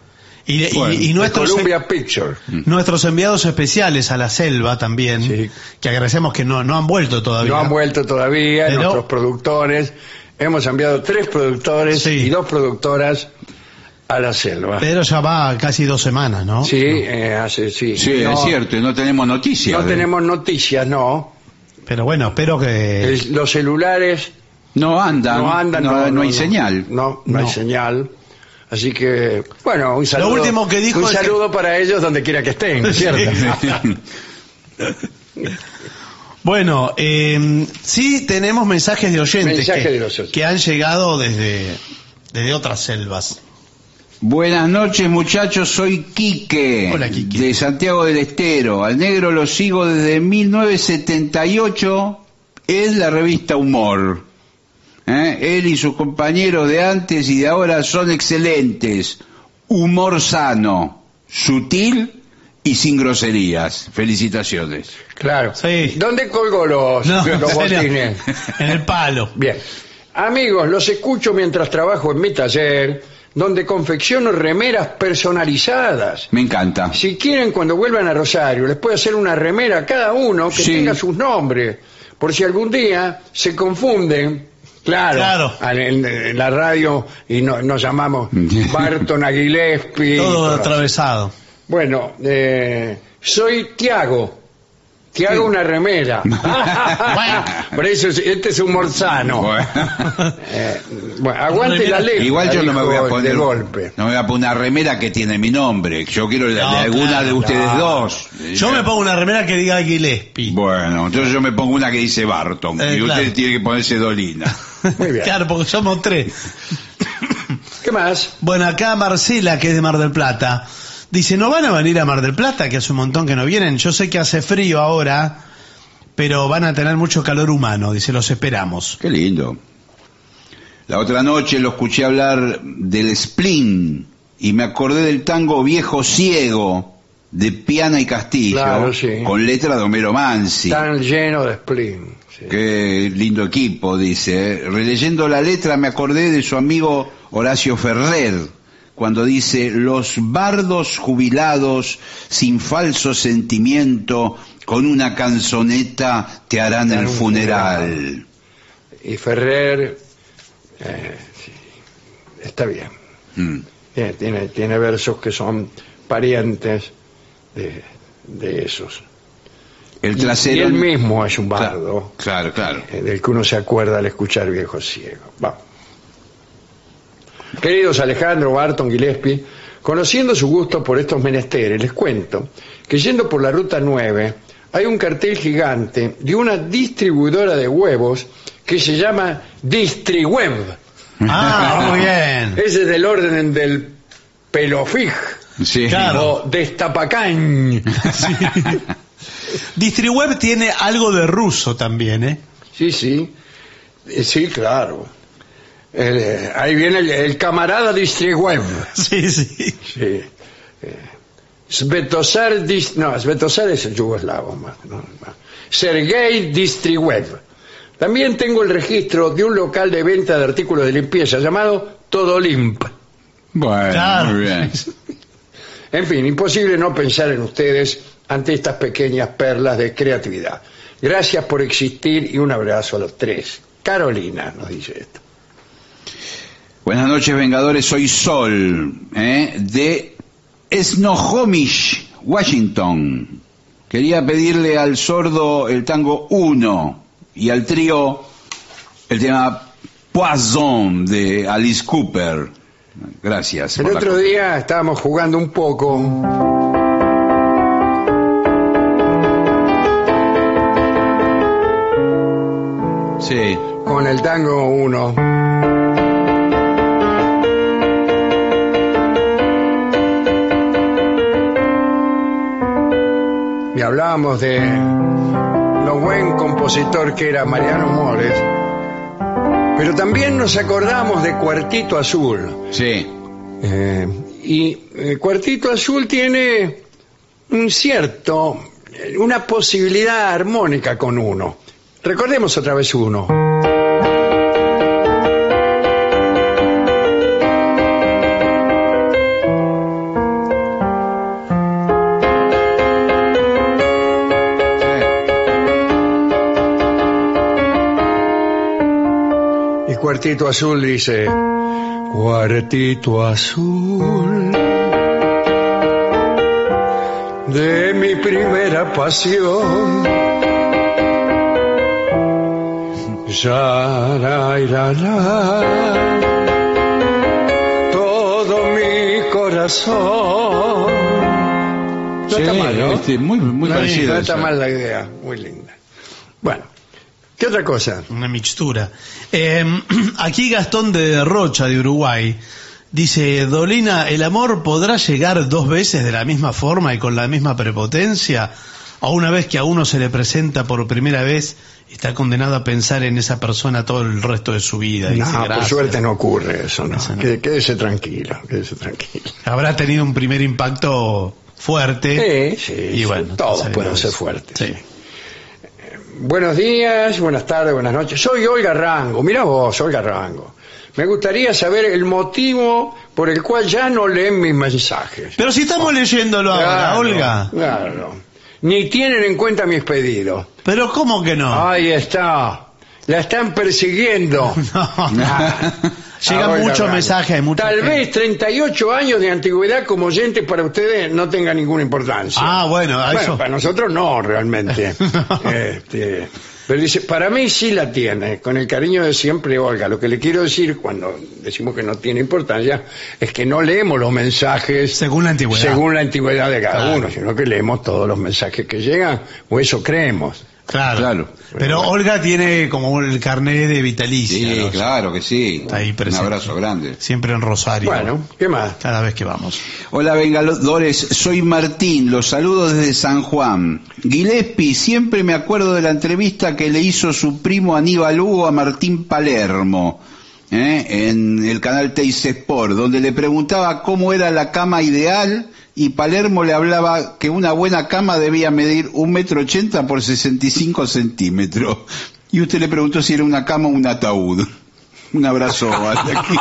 Speaker 2: Y, y-
Speaker 3: Bueno,
Speaker 2: y
Speaker 3: de
Speaker 2: nuestros,
Speaker 1: Columbia Picture.
Speaker 2: nuestros enviados especiales a la selva también,
Speaker 1: Sí.
Speaker 2: que agradecemos que no, no han vuelto todavía.
Speaker 1: No han vuelto todavía
Speaker 2: Pero-
Speaker 1: nuestros productores. Hemos enviado tres productores
Speaker 2: Sí.
Speaker 1: y dos productoras a la selva.
Speaker 2: Pero ya va casi dos semanas, ¿no?
Speaker 1: Sí, eh, hace, sí.
Speaker 3: Sí,
Speaker 1: No,
Speaker 3: es cierto, y no tenemos noticias.
Speaker 1: No
Speaker 3: de-
Speaker 1: tenemos noticias, no.
Speaker 2: Pero bueno, espero que...
Speaker 1: El- los celulares
Speaker 3: No andan,
Speaker 1: no andan.
Speaker 3: no, no hay señal.
Speaker 1: No, no hay
Speaker 2: No.
Speaker 1: señal. Así que, bueno, un saludo.
Speaker 2: último que dijo
Speaker 1: Un
Speaker 2: es que- [LAUGHS]
Speaker 1: saludo para ellos donde quiera que estén, ¿cierto?
Speaker 2: Bueno, eh, sí tenemos mensajes de oyentes
Speaker 1: Mensajes
Speaker 2: que,
Speaker 1: de los oyentes.
Speaker 2: que han llegado desde, desde otras selvas.
Speaker 3: Buenas noches muchachos, soy Quique,
Speaker 2: Hola, Quique.
Speaker 3: de Santiago del Estero. Al negro lo sigo desde 1978 en la revista Humor. ¿eh? Él y sus compañeros de antes y de ahora son excelentes. Humor sano, sutil y sin groserías. Felicitaciones.
Speaker 1: Claro.
Speaker 2: Sí.
Speaker 1: ¿Dónde colgó los,
Speaker 2: No, en
Speaker 1: los
Speaker 2: serio.
Speaker 1: botines?
Speaker 2: En el
Speaker 3: [LAUGHS]
Speaker 2: palo.
Speaker 1: Bien. Amigos, los escucho mientras trabajo en mi taller, donde confecciono remeras personalizadas.
Speaker 3: Me encanta.
Speaker 1: Si quieren, cuando vuelvan a Rosario, les puedo hacer una remera a cada uno que
Speaker 3: Sí.
Speaker 1: tenga sus nombres. Por si algún día se confunden, claro,
Speaker 2: Claro.
Speaker 1: al- En, en la radio y no- nos llamamos [LAUGHS] Barton Aguilespi.
Speaker 2: Todo atravesado.
Speaker 1: Bueno, eh, soy Tiago. Tiago una remera. [LAUGHS] Por eso, es- este es un
Speaker 2: Ah,
Speaker 1: morzano. Eh, bueno, aguante la
Speaker 2: Remera.
Speaker 1: ley.
Speaker 3: Igual yo no me voy a poner
Speaker 1: De golpe.
Speaker 3: No me voy a poner una remera que tiene mi nombre. Yo quiero la
Speaker 2: No,
Speaker 3: de alguna
Speaker 2: claro,
Speaker 3: de ustedes
Speaker 2: no.
Speaker 3: dos.
Speaker 2: Yo me pongo una remera que diga Gillespie.
Speaker 3: Bueno, entonces yo me pongo una que dice Barton
Speaker 2: Eh,
Speaker 3: y
Speaker 2: claro.
Speaker 3: usted tiene que ponerse Dolina.
Speaker 1: Muy bien.
Speaker 2: Claro, porque somos tres.
Speaker 1: ¿Qué más?
Speaker 2: Bueno, acá Marcela, que es de Mar del Plata, dice, ¿no van a venir a Mar del Plata? Que hace un montón que no vienen. Yo sé que hace frío ahora, pero van a tener mucho calor humano. Dice, los esperamos.
Speaker 3: Qué lindo. La otra noche lo escuché hablar del spleen y me acordé del tango Viejo Ciego de Piana y Castillo
Speaker 1: Claro, sí.
Speaker 3: con letra de Homero Mansi.
Speaker 1: Tan lleno de spleen. sí.
Speaker 3: Qué lindo equipo, dice. ¿eh? Releyendo la letra me acordé de su amigo Horacio Ferrer, cuando dice, los bardos jubilados, sin falso sentimiento, con una canzoneta te harán el funeral.
Speaker 1: Y Ferrer. eh, sí, Está bien.
Speaker 3: Mm.
Speaker 1: Tiene, tiene, tiene versos que son parientes de, de esos.
Speaker 3: El
Speaker 1: Y
Speaker 3: trasero...
Speaker 1: él mismo es un bardo.
Speaker 3: Claro, claro.
Speaker 1: eh, del que uno se acuerda al escuchar Viejo Ciego. Vamos. Queridos Alejandro Barton Gillespie, conociendo su gusto por estos menesteres, les cuento que yendo por la Ruta 9 hay un cartel gigante de una distribuidora de huevos que se llama Distriweb. [LAUGHS]
Speaker 2: Ah, muy bien.
Speaker 1: Ese es del orden del pelofij
Speaker 3: Sí.
Speaker 2: Claro.
Speaker 1: o destapacañ.
Speaker 2: [LAUGHS] Sí. Distriweb tiene algo de ruso también, ¿eh?
Speaker 1: Sí, sí. Eh, Sí, claro. El, eh, ahí viene el, el camarada Distriweb.
Speaker 2: [LAUGHS] Sí, sí.
Speaker 1: Sí. Eh, Svetozar, Dis- no, Svetozar es el yugoslavo más. no, más. Sergei Distriwev. También tengo el registro de un local de venta de artículos de limpieza llamado Todolimp.
Speaker 3: Bueno,
Speaker 2: Claro.
Speaker 3: muy bien.
Speaker 1: En fin, imposible no pensar en ustedes ante estas pequeñas perlas de creatividad. Gracias por existir y un abrazo a los tres. Carolina nos dice esto.
Speaker 3: Buenas noches, Vengadores. Soy Sol, ¿eh? de Snohomish, Washington. Quería pedirle al sordo el tango 1 y al trío el tema Poison de Alice Cooper. Gracias.
Speaker 1: El
Speaker 3: por la
Speaker 1: otro
Speaker 3: co-
Speaker 1: día estábamos jugando un poco
Speaker 3: Sí.
Speaker 1: con el tango 1. y hablábamos de lo buen compositor que era Mariano Mores, pero también nos acordamos de Cuartito Azul.
Speaker 3: Sí.
Speaker 1: Eh, y eh, Cuartito Azul tiene un cierto, eh, una posibilidad armónica con uno. Recordemos otra vez uno. Y Cuartito Azul dice, Cuartito Azul, de mi primera pasión. Ya, la, la, la, todo mi corazón. No está
Speaker 3: Sí,
Speaker 1: mal, ¿no?
Speaker 3: este, muy muy
Speaker 1: No,
Speaker 3: parecido.
Speaker 1: no está
Speaker 3: eso.
Speaker 1: mal la idea, muy linda. Bueno, ¿qué otra cosa?
Speaker 2: Una mixtura. Eh, [CLEARS THROAT] aquí Gastón de Rocha, de Uruguay, dice, Dolina, ¿el amor podrá llegar dos veces de la misma forma y con la misma prepotencia? o una vez que a uno se le presenta por primera vez, está condenado a pensar en esa persona todo el resto de su vida.
Speaker 1: No,
Speaker 2: Dice,
Speaker 1: por
Speaker 2: "Gracias".
Speaker 1: suerte no ocurre eso, no.
Speaker 2: Eso no.
Speaker 1: Qué- Quédese tranquilo, quédese tranquilo.
Speaker 2: Habrá tenido un primer impacto fuerte.
Speaker 1: Sí, sí,
Speaker 2: y
Speaker 1: sí,
Speaker 2: bueno,
Speaker 1: todos
Speaker 2: entonces,
Speaker 1: pueden
Speaker 2: no,
Speaker 1: ser
Speaker 2: sí.
Speaker 1: fuertes. Eh,
Speaker 2: Sí.
Speaker 1: Buenos días, buenas tardes, buenas noches. Soy Olga Rango. Mira vos, Olga Rango. Me gustaría saber el motivo por el cual ya no leen mis mensajes. Oh.
Speaker 2: Pero si estamos leyéndolo ahora,
Speaker 1: Claro,
Speaker 2: Olga.
Speaker 1: Claro. Ni tienen en cuenta mis pedidos.
Speaker 2: Pero ¿cómo que no?
Speaker 1: Ahí está. La están persiguiendo.
Speaker 2: [LAUGHS] No, no.
Speaker 1: A
Speaker 2: Llegan
Speaker 1: Olga
Speaker 2: muchos
Speaker 1: Rango.
Speaker 2: mensajes, mucha
Speaker 1: Ah, Tal
Speaker 2: gente.
Speaker 1: vez 38 años de antigüedad como oyente para ustedes no tenga ninguna importancia.
Speaker 2: Ah, bueno, a
Speaker 1: Bueno,
Speaker 2: eso.
Speaker 1: para nosotros
Speaker 2: [LAUGHS]
Speaker 1: no, realmente.
Speaker 2: No.
Speaker 1: Este, pero dice, para mí sí la tiene, con el cariño de siempre, Olga. Lo que le quiero decir cuando decimos que no tiene importancia es que no leemos los mensajes
Speaker 2: Según la antigüedad.
Speaker 1: según la antigüedad de cada
Speaker 2: Claro.
Speaker 1: uno, sino que leemos todos los mensajes que llegan, o eso creemos.
Speaker 2: Claro.
Speaker 3: Claro.
Speaker 2: Pero Olga tiene como el carnet de vitalicia.
Speaker 3: Sí,
Speaker 2: ¿no?
Speaker 3: claro que sí.
Speaker 2: Está ahí
Speaker 3: Un
Speaker 2: presente.
Speaker 3: abrazo grande.
Speaker 2: Siempre en Rosario.
Speaker 1: Bueno, ¿qué más?
Speaker 2: Cada vez que vamos.
Speaker 3: Hola Vengadores, soy Martín, los saludo desde San Juan. Gillespie, siempre me acuerdo de la entrevista que le hizo su primo Aníbal Hugo a Martín Palermo ¿eh? en el canal Teis Sport, donde le preguntaba cómo era la cama ideal y Palermo le hablaba que una buena cama debía medir un metro ochenta por 65 centímetros. Y usted le preguntó si era una cama o un ataúd. Un abrazo
Speaker 1: [LAUGHS]
Speaker 3: hasta aquí.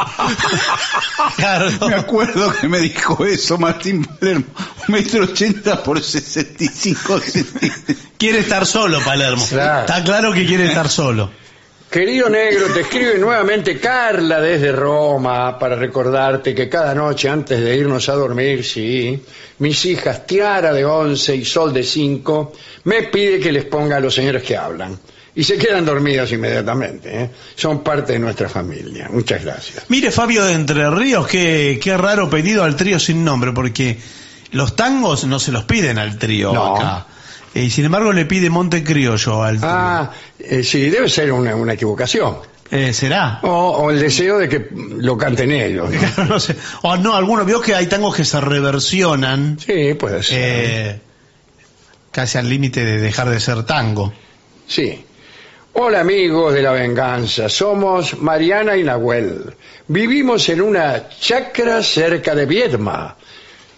Speaker 2: Claro.
Speaker 3: Me acuerdo que me dijo eso Martín Palermo, un metro ochenta por 65 centímetros.
Speaker 2: Quiere estar solo, Palermo.
Speaker 1: Claro.
Speaker 2: Está claro que quiere estar solo.
Speaker 1: Querido negro, te escribe nuevamente Carla desde Roma para recordarte que cada noche antes de irnos a dormir, sí, mis hijas Tiara de 11 y Sol de 5 me pide que les ponga a los señores que hablan. Y se quedan dormidos inmediatamente. ¿eh? Son parte de nuestra familia. Muchas gracias.
Speaker 2: Mire, Fabio de Entre Ríos, qué, qué raro pedido al trío sin nombre, porque los tangos no se los piden al trío
Speaker 1: No.
Speaker 2: acá. Eh, Y sin embargo le pide Monte Criollo al trío.
Speaker 1: Ah, eh, sí, debe ser una, una equivocación.
Speaker 2: Eh, ¿Será?
Speaker 1: O, o el deseo de que lo canten ellos.
Speaker 2: [LAUGHS]
Speaker 1: ¿no?
Speaker 2: no sé. O no, algunos vio que hay tangos que se reversionan
Speaker 1: Sí, puede ser.
Speaker 2: eh, casi al límite de dejar de ser tango.
Speaker 1: Sí. Hola amigos de la venganza, somos Mariana y Nahuel. Vivimos en una chacra cerca de Viedma.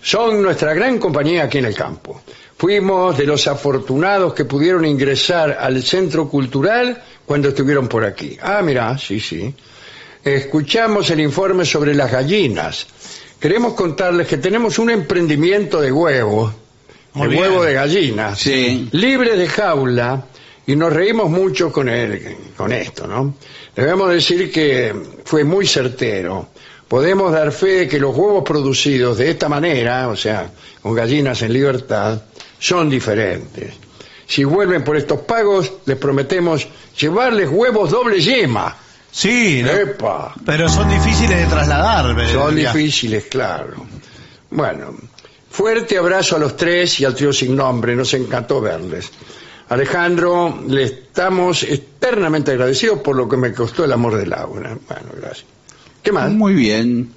Speaker 1: Son nuestra gran compañía aquí en el campo. Fuimos de los afortunados que pudieron ingresar al centro cultural cuando estuvieron por aquí. Ah, mirá, sí, sí. Escuchamos el informe sobre las gallinas. Queremos contarles que tenemos un emprendimiento de huevos,
Speaker 2: Muy
Speaker 1: de
Speaker 2: bien.
Speaker 1: huevo de gallina
Speaker 3: Sí.
Speaker 1: libre de jaula y nos reímos mucho con él, con esto, ¿no? Debemos decir que fue muy certero. Podemos dar fe de que los huevos producidos de esta manera, o sea, con gallinas en libertad, son diferentes. Si vuelven por estos pagos, les prometemos llevarles huevos doble yema.
Speaker 2: Sí, ¿no?
Speaker 1: ¡Epa!
Speaker 2: pero son difíciles de trasladar. eh,
Speaker 1: Son
Speaker 2: ya.
Speaker 1: difíciles, claro. Bueno, fuerte abrazo a los tres y al trío sin nombre, nos encantó verles. Alejandro, le estamos eternamente agradecidos por lo que me costó el amor de Laura. Bueno, gracias. ¿Qué más?
Speaker 3: Muy bien.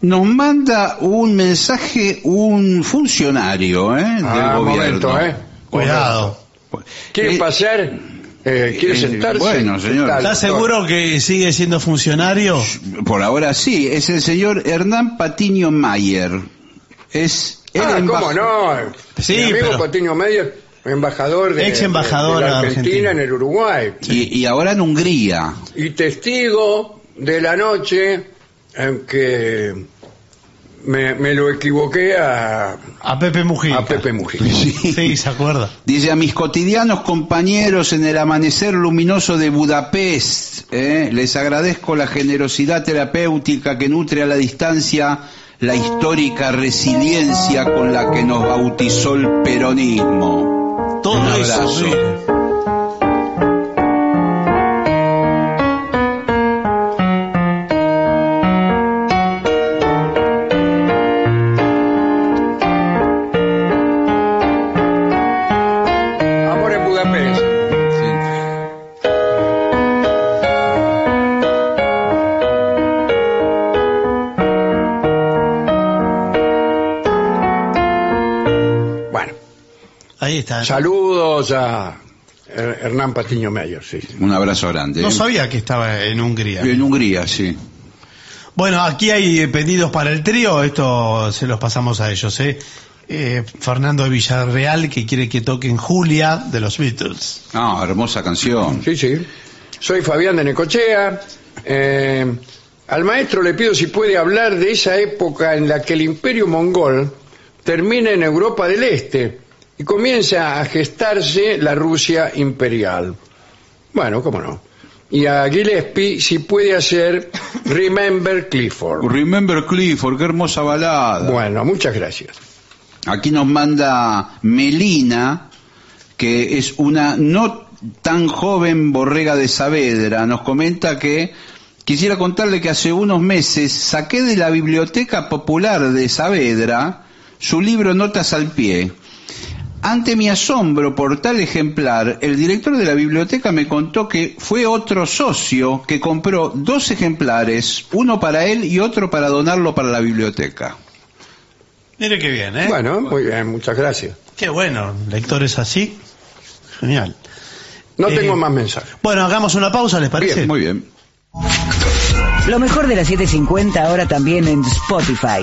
Speaker 3: Nos manda un mensaje un funcionario ¿eh? del
Speaker 1: Ah,
Speaker 3: gobierno.
Speaker 1: momento, ¿eh?
Speaker 2: Cuidado.
Speaker 1: ¿Quiere
Speaker 3: Eh,
Speaker 1: pasar? Eh, ¿Quiere
Speaker 3: eh,
Speaker 1: sentarse?
Speaker 3: bueno, señor.
Speaker 1: ¿Qué tal,
Speaker 2: ¿Está
Speaker 1: doctor?
Speaker 2: seguro que sigue siendo funcionario?
Speaker 3: Por ahora sí, es el señor Hernán Patiño Mayer. Es el
Speaker 1: Ah,
Speaker 3: embaj-
Speaker 1: ¿cómo no?
Speaker 2: Sí,
Speaker 1: Mi amigo
Speaker 2: pero-
Speaker 1: Patiño Meyer, embajador de,
Speaker 2: Ex embajador
Speaker 1: de la
Speaker 2: a
Speaker 1: Argentina,
Speaker 2: Argentina.
Speaker 1: en el Uruguay.
Speaker 3: Y, y ahora en Hungría.
Speaker 1: y testigo de la noche en que me, me lo equivoqué a,
Speaker 2: A Pepe Mujica.
Speaker 1: a Pepe Mujica.
Speaker 2: Sí, se acuerda.
Speaker 3: Dice, a mis cotidianos compañeros en el amanecer luminoso de Budapest, ¿eh? les agradezco la generosidad terapéutica que nutre a la distancia la histórica resiliencia con la que nos bautizó el peronismo. Un
Speaker 2: Todo eso.
Speaker 3: abrazo.
Speaker 2: sí.
Speaker 1: Amor en Budapest. Bueno,
Speaker 2: Ahí está.
Speaker 1: Saludos a Her- Hernán Patiño Mayor, sí.
Speaker 3: Un abrazo grande.
Speaker 2: No
Speaker 3: ¿eh?
Speaker 2: sabía que estaba en Hungría.
Speaker 3: En Hungría, sí.
Speaker 2: Bueno, aquí hay eh, pedidos para el trío, esto se los pasamos a ellos, ¿eh? Eh, Fernando de Villarreal, que quiere que toquen Julia de los Beatles.
Speaker 3: Ah, hermosa canción.
Speaker 1: Sí, sí. Soy Fabián de Necochea. Eh, al maestro le pido si puede hablar de esa época en la que el imperio mongol termina en Europa del Este y comienza a gestarse la Rusia imperial. Bueno, cómo no. Y a Gillespie si puede hacer Remember Clifford.
Speaker 3: Remember Clifford, qué hermosa balada.
Speaker 1: Bueno, muchas gracias.
Speaker 3: Aquí nos manda Melina, que es una no tan joven borrega de Saavedra. Nos comenta que quisiera contarle que hace unos meses saqué de la Biblioteca Popular de Saavedra su libro Notas al Pie. Ante mi asombro por tal ejemplar, el director de la biblioteca me contó que fue otro socio que compró dos ejemplares, uno para él y otro para donarlo para la biblioteca.
Speaker 2: Mire qué bien, ¿eh?
Speaker 1: Bueno, muy bien, muchas gracias.
Speaker 2: Qué bueno, lectores así. Genial.
Speaker 1: No
Speaker 2: Eh,
Speaker 1: tengo más mensajes.
Speaker 2: Bueno, hagamos una pausa, ¿les parece?
Speaker 3: Muy bien.
Speaker 4: Lo mejor de la 750 ahora también en Spotify.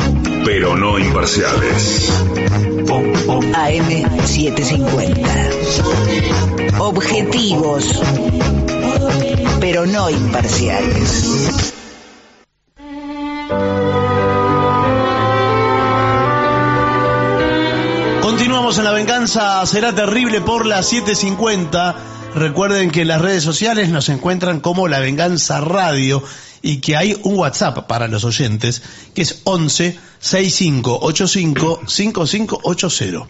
Speaker 5: pero no imparciales.
Speaker 4: AM750. Objetivos, pero no imparciales.
Speaker 2: Continuamos en La Venganza Será Terrible por las 7.50. Recuerden que en las redes sociales nos encuentran como La Venganza Radio y que hay un WhatsApp para los oyentes que es 11 6585 5580.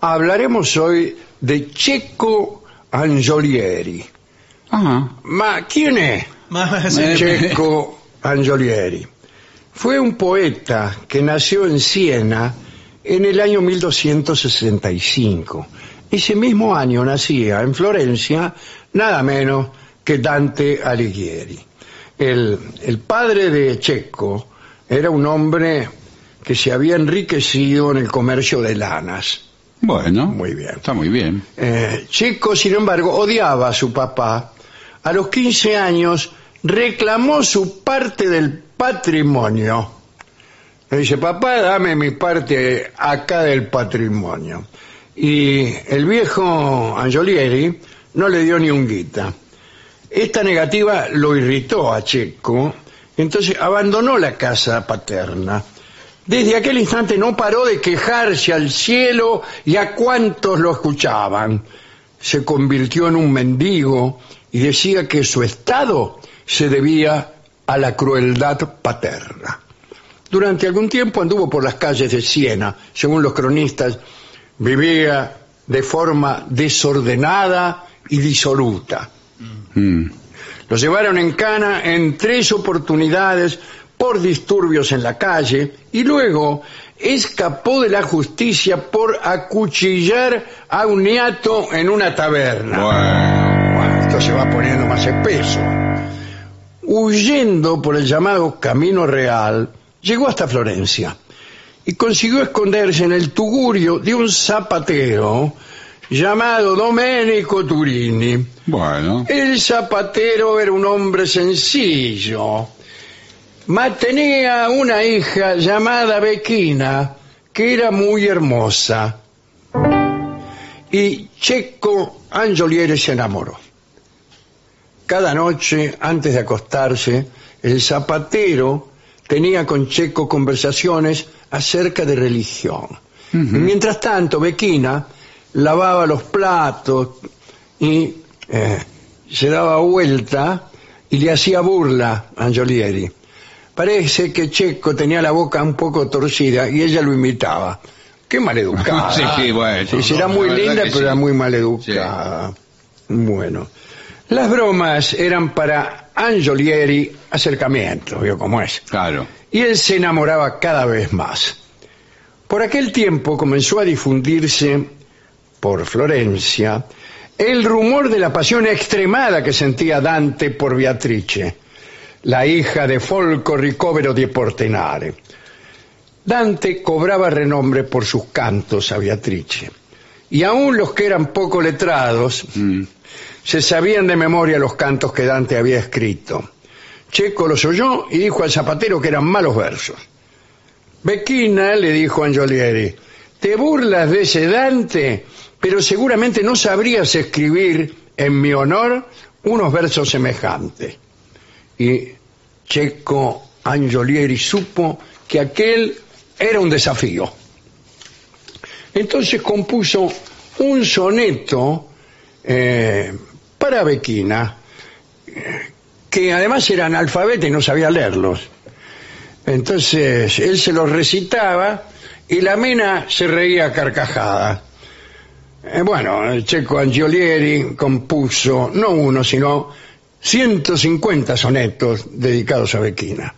Speaker 1: Hablaremos hoy de Checo Angiolieri.
Speaker 3: Ajá.
Speaker 1: Ma, ¿Quién es? Checo Angiolieri. Fue un poeta que nació en Siena en el año 1265. Ese mismo año nacía en Florencia nada menos que Dante Alighieri. El, el padre de Checo era un hombre que se había enriquecido en el comercio de lanas.
Speaker 3: Bueno.
Speaker 1: Muy bien.
Speaker 3: Está muy bien.
Speaker 1: Eh, Checo, sin embargo, odiaba a su papá. A los 15 años reclamó su parte del patrimonio. Le dice, papá, dame mi parte acá del patrimonio. Y el viejo Angiolieri no le dio ni un guita. Esta negativa lo irritó a Checo, entonces abandonó la casa paterna. Desde aquel instante no paró de quejarse al cielo y a cuantos lo escuchaban. Se convirtió en un mendigo y decía que su estado se debía a la crueldad paterna. Durante algún tiempo anduvo por las calles de Siena, según los cronistas, vivía de forma desordenada y disoluta.
Speaker 6: 嗯
Speaker 3: Mm.
Speaker 1: Lo llevaron en cana en tres oportunidades por disturbios en la calle y luego escapó de la justicia por acuchillar a un niato en una taberna.
Speaker 3: Bueno.
Speaker 1: Bueno, esto se va poniendo más espeso. Huyendo por el llamado Camino Real, llegó hasta Florencia y consiguió esconderse en el tugurio de un zapatero llamado Domenico Turini.
Speaker 3: Bueno.
Speaker 1: El zapatero era un hombre sencillo. Ma tenía una hija llamada Bequina, que era muy hermosa. Y Checo Angiolieri se enamoró. Cada noche, antes de acostarse, el zapatero tenía con Checo conversaciones acerca de religión. Y mientras tanto, Bequina lavaba los platos y eh, se daba vuelta y le hacía burla a Angiolieri. Parece que Checo tenía la boca un poco torcida y ella lo imitaba. Qué maleducada.
Speaker 3: [LAUGHS] Sí, bueno.
Speaker 1: Sí, sí, era
Speaker 3: No,
Speaker 1: muy
Speaker 3: la verdad
Speaker 1: linda,
Speaker 3: que
Speaker 1: pero
Speaker 3: sí.
Speaker 1: era muy maleducada. Bueno. Las bromas eran para Angiolieri acercamiento, vio cómo es.
Speaker 3: Claro.
Speaker 1: Y él se enamoraba cada vez más. Por aquel tiempo comenzó a difundirse por Florencia el rumor de la pasión extremada que sentía Dante por Beatrice, la hija de Folco Ricovero di Portenare. Dante cobraba renombre por sus cantos a Beatrice, y aún los que eran poco letrados se sabían de memoria los cantos que Dante había escrito. Checo los oyó y dijo al zapatero que eran malos versos. Bequina le dijo a Angiolieri, te burlas de ese Dante, pero seguramente no sabrías escribir en mi honor unos versos semejantes. Y Checo Angiolieri supo que aquel era un desafío. Entonces compuso un soneto eh, para Bequina, eh, que además era analfabeta y no sabía leerlos. Entonces él se los recitaba y la mina se reía a carcajadas. Eh, bueno, el checo Angiolieri compuso no uno, sino 150 sonetos dedicados a Bequina.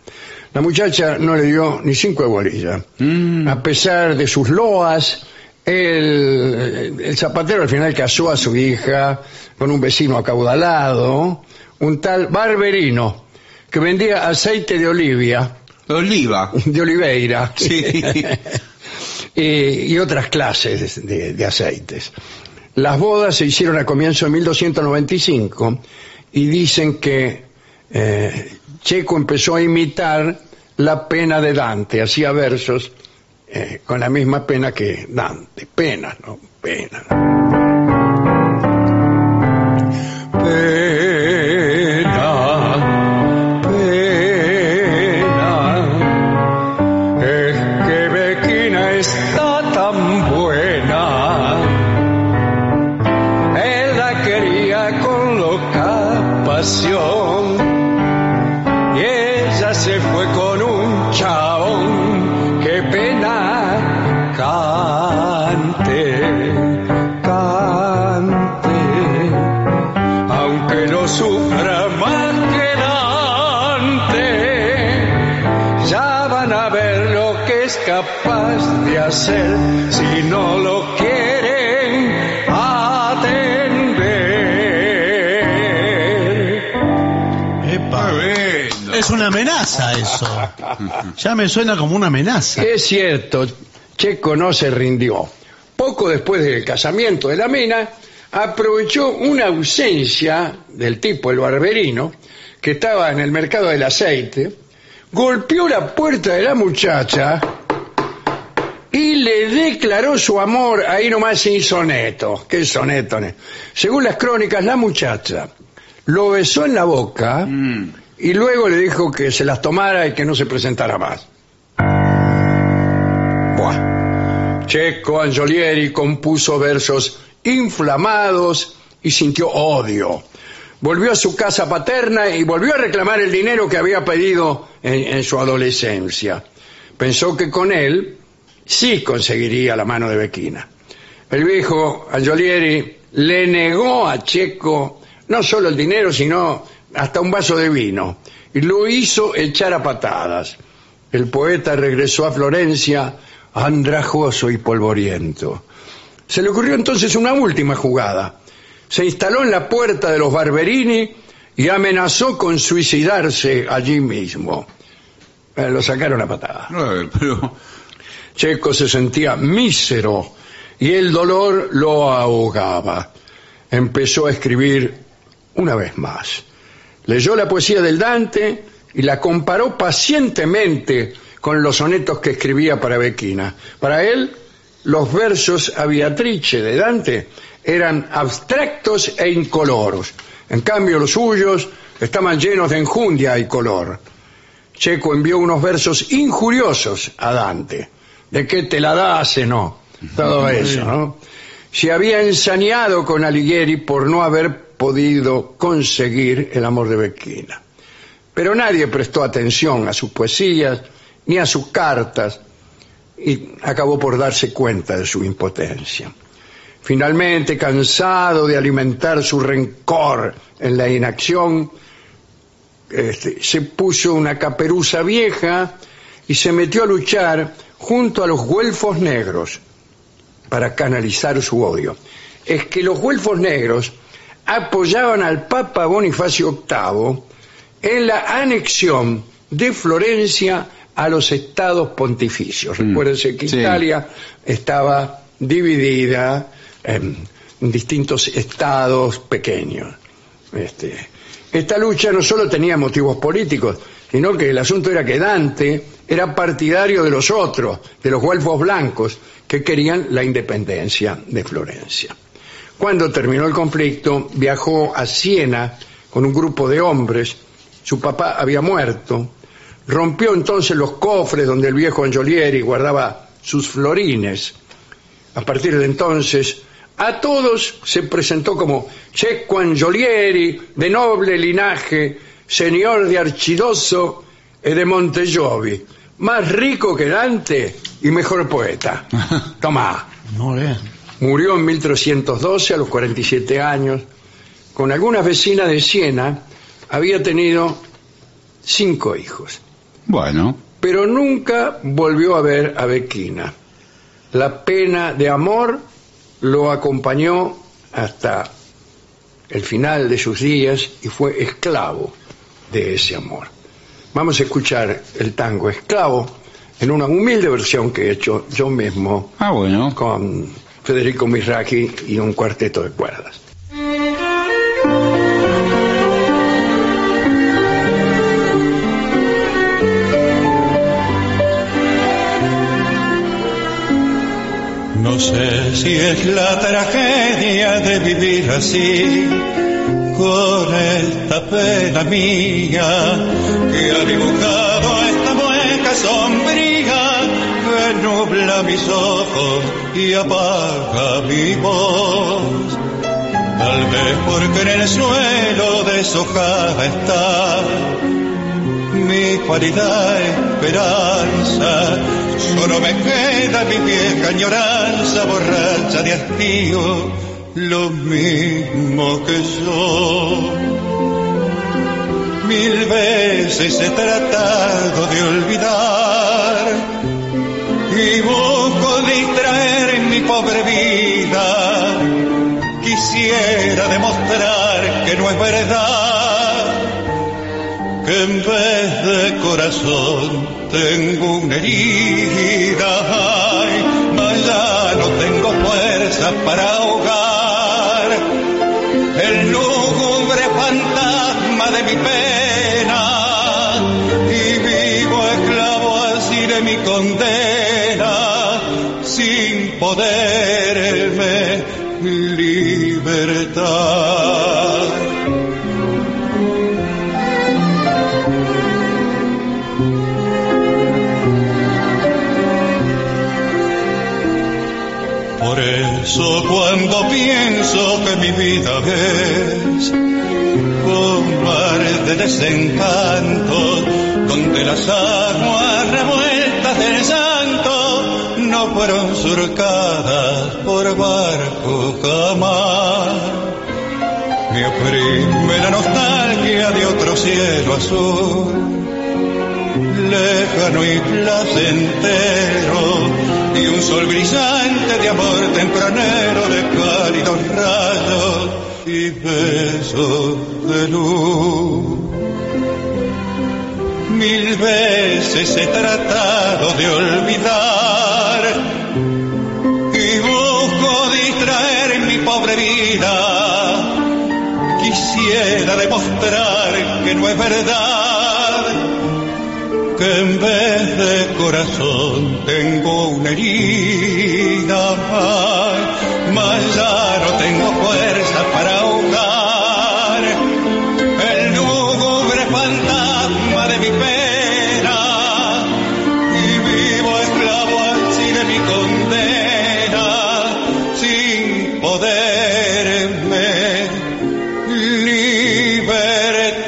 Speaker 1: La muchacha no le dio ni cinco de bolilla.
Speaker 3: Mm.
Speaker 1: A pesar de sus loas, el, el zapatero al final casó a su hija con un vecino acaudalado, un tal Barberino, que vendía aceite de olivia,
Speaker 3: Oliva.
Speaker 1: de oliveira. [LAUGHS]
Speaker 3: Sí.
Speaker 1: Eh, y otras clases de, de aceites. Las bodas se hicieron a comienzo de 1295 y dicen que eh, Checo empezó a imitar la pena de Dante, hacía versos eh, con la misma pena que Dante, pena, ¿no? Pena. Pena, pena, es que Bequina está tan buena. Él la quería con loca pasión. Y ella se fue con un chabón. Qué pena. Cante, cante. Aunque no sufra más que Dante ya van a ver lo que es capaz de hacer si no lo quieren atender.
Speaker 2: Epa. Es una
Speaker 1: [LAUGHS]
Speaker 2: amenaza eso. Ya me suena como una amenaza.
Speaker 1: Es cierto, Checo no se rindió. Poco después del casamiento de la mina, aprovechó una ausencia del tipo, el barberino, que estaba en el mercado del aceite, golpeó la puerta de la muchacha y le declaró su amor ahí nomás sin soneto. ¿Qué soneto? ne? Según las crónicas, la muchacha lo besó en la boca y luego le dijo que se las tomara y que no se presentara más. Buah. Checo Angiolieri compuso versos inflamados y sintió odio. Volvió a su casa paterna y volvió a reclamar el dinero que había pedido en, en su adolescencia. Pensó que con él sí conseguiría la mano de Bequina. El viejo Angiolieri le negó a Checo no solo el dinero, sino hasta un vaso de vino, y lo hizo echar a patadas. El poeta regresó a Florencia andrajoso y polvoriento. Se le ocurrió entonces una última jugada. Se instaló en la puerta de los Barberini y amenazó con suicidarse allí mismo. Eh, lo sacaron a patadas.
Speaker 3: Eh, Pero,
Speaker 1: Checo se sentía mísero y el dolor lo ahogaba. Empezó a escribir una vez más. Leyó la poesía del Dante y la comparó pacientemente con los sonetos que escribía para Bequina. Para él, los versos a Beatrice de Dante eran abstractos e incoloros. En cambio, los suyos estaban llenos de enjundia y color. Checo envió unos versos injuriosos a Dante. ¿De qué te la das, no? Todo eso, ¿no? Se había ensañado con Alighieri por no haber podido conseguir el amor de Bequina. Pero nadie prestó atención a sus poesías ni a sus cartas y acabó por darse cuenta de su impotencia. Finalmente, cansado de alimentar su rencor en la inacción, este, se puso una caperuza vieja y se metió a luchar junto a los güelfos negros para canalizar su odio. Es que los güelfos negros apoyaban al Papa Bonifacio VIII en la anexión de Florencia a los estados pontificios. Recuérdense que
Speaker 3: sí.
Speaker 1: Italia estaba dividida en distintos estados pequeños. Este, esta lucha no solo tenía motivos políticos, sino que el asunto era que Dante era partidario de los otros, de los guelfos blancos, que querían la independencia de Florencia. Cuando terminó el conflicto, viajó a Siena con un grupo de hombres. Su papá había muerto. Rompió entonces los cofres donde el viejo Angiolieri guardaba sus florines. A partir de entonces, a todos se presentó como Checo Angiolieri, de noble linaje, señor de Archidoso y de Montejovi, más rico que Dante y mejor poeta. Tomá.
Speaker 2: Muy bien.
Speaker 1: Murió en 1312 a los 47 años. Con algunas vecinas de Siena había tenido cinco hijos,
Speaker 3: Bueno,
Speaker 1: pero nunca volvió a ver a Bequina. La pena de amor lo acompañó hasta el final de sus días y fue esclavo de ese amor. Vamos a escuchar el tango Esclavo en una humilde versión que he hecho yo mismo
Speaker 3: ah, bueno.
Speaker 1: con Federico Misraki y un cuarteto de cuerdas.
Speaker 7: No sé si es la tragedia de vivir así, con esta pena mía que ha dibujado esta mueca sombría que nubla mis ojos y apaga mi voz. Tal vez porque en el suelo deshojada está mi cualidad esperanza. Solo me queda mi vieja añoranza borracha de hastío, lo mismo que yo. Mil veces he tratado de olvidar y busco distraer mi pobre vida. Quisiera demostrar que no es verdad que en vez de corazón tengo una herida, ay, mas ya no tengo fuerza para ahogar el lúgubre fantasma de mi pena y vivo esclavo así de mi condena sin poderme libertar. Por eso cuando pienso que mi vida es un mar de desencanto, donde las aguas revueltas del santo no fueron surcadas por barco jamás. Me oprime la nostalgia de otro cielo azul lejano y placentero, y un sol brillante de amor tempranero de cálidos rayos y besos de luz. Mil veces he tratado de olvidar y busco distraer mi pobre vida. Quisiera demostrar que no es verdad que en vez de corazón tengo una herida, ay, mas ya no tengo fuerza para ahogar el lúgubre fantasma de mi pena y vivo esclavo así de mi condena sin poderme libertar.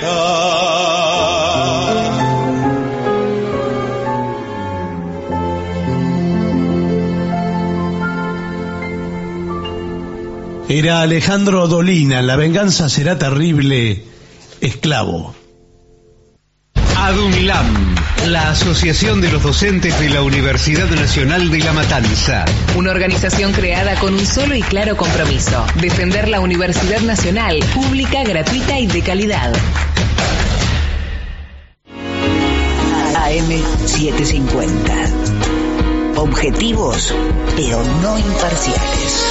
Speaker 2: Era Alejandro Dolina, La venganza será terrible, esclavo.
Speaker 8: Adumilam, la Asociación de los Docentes de la Universidad Nacional de La Matanza.
Speaker 9: Una organización creada con un solo y claro compromiso, defender la Universidad Nacional, pública, gratuita y de calidad.
Speaker 4: AM750. Objetivos, pero no imparciales.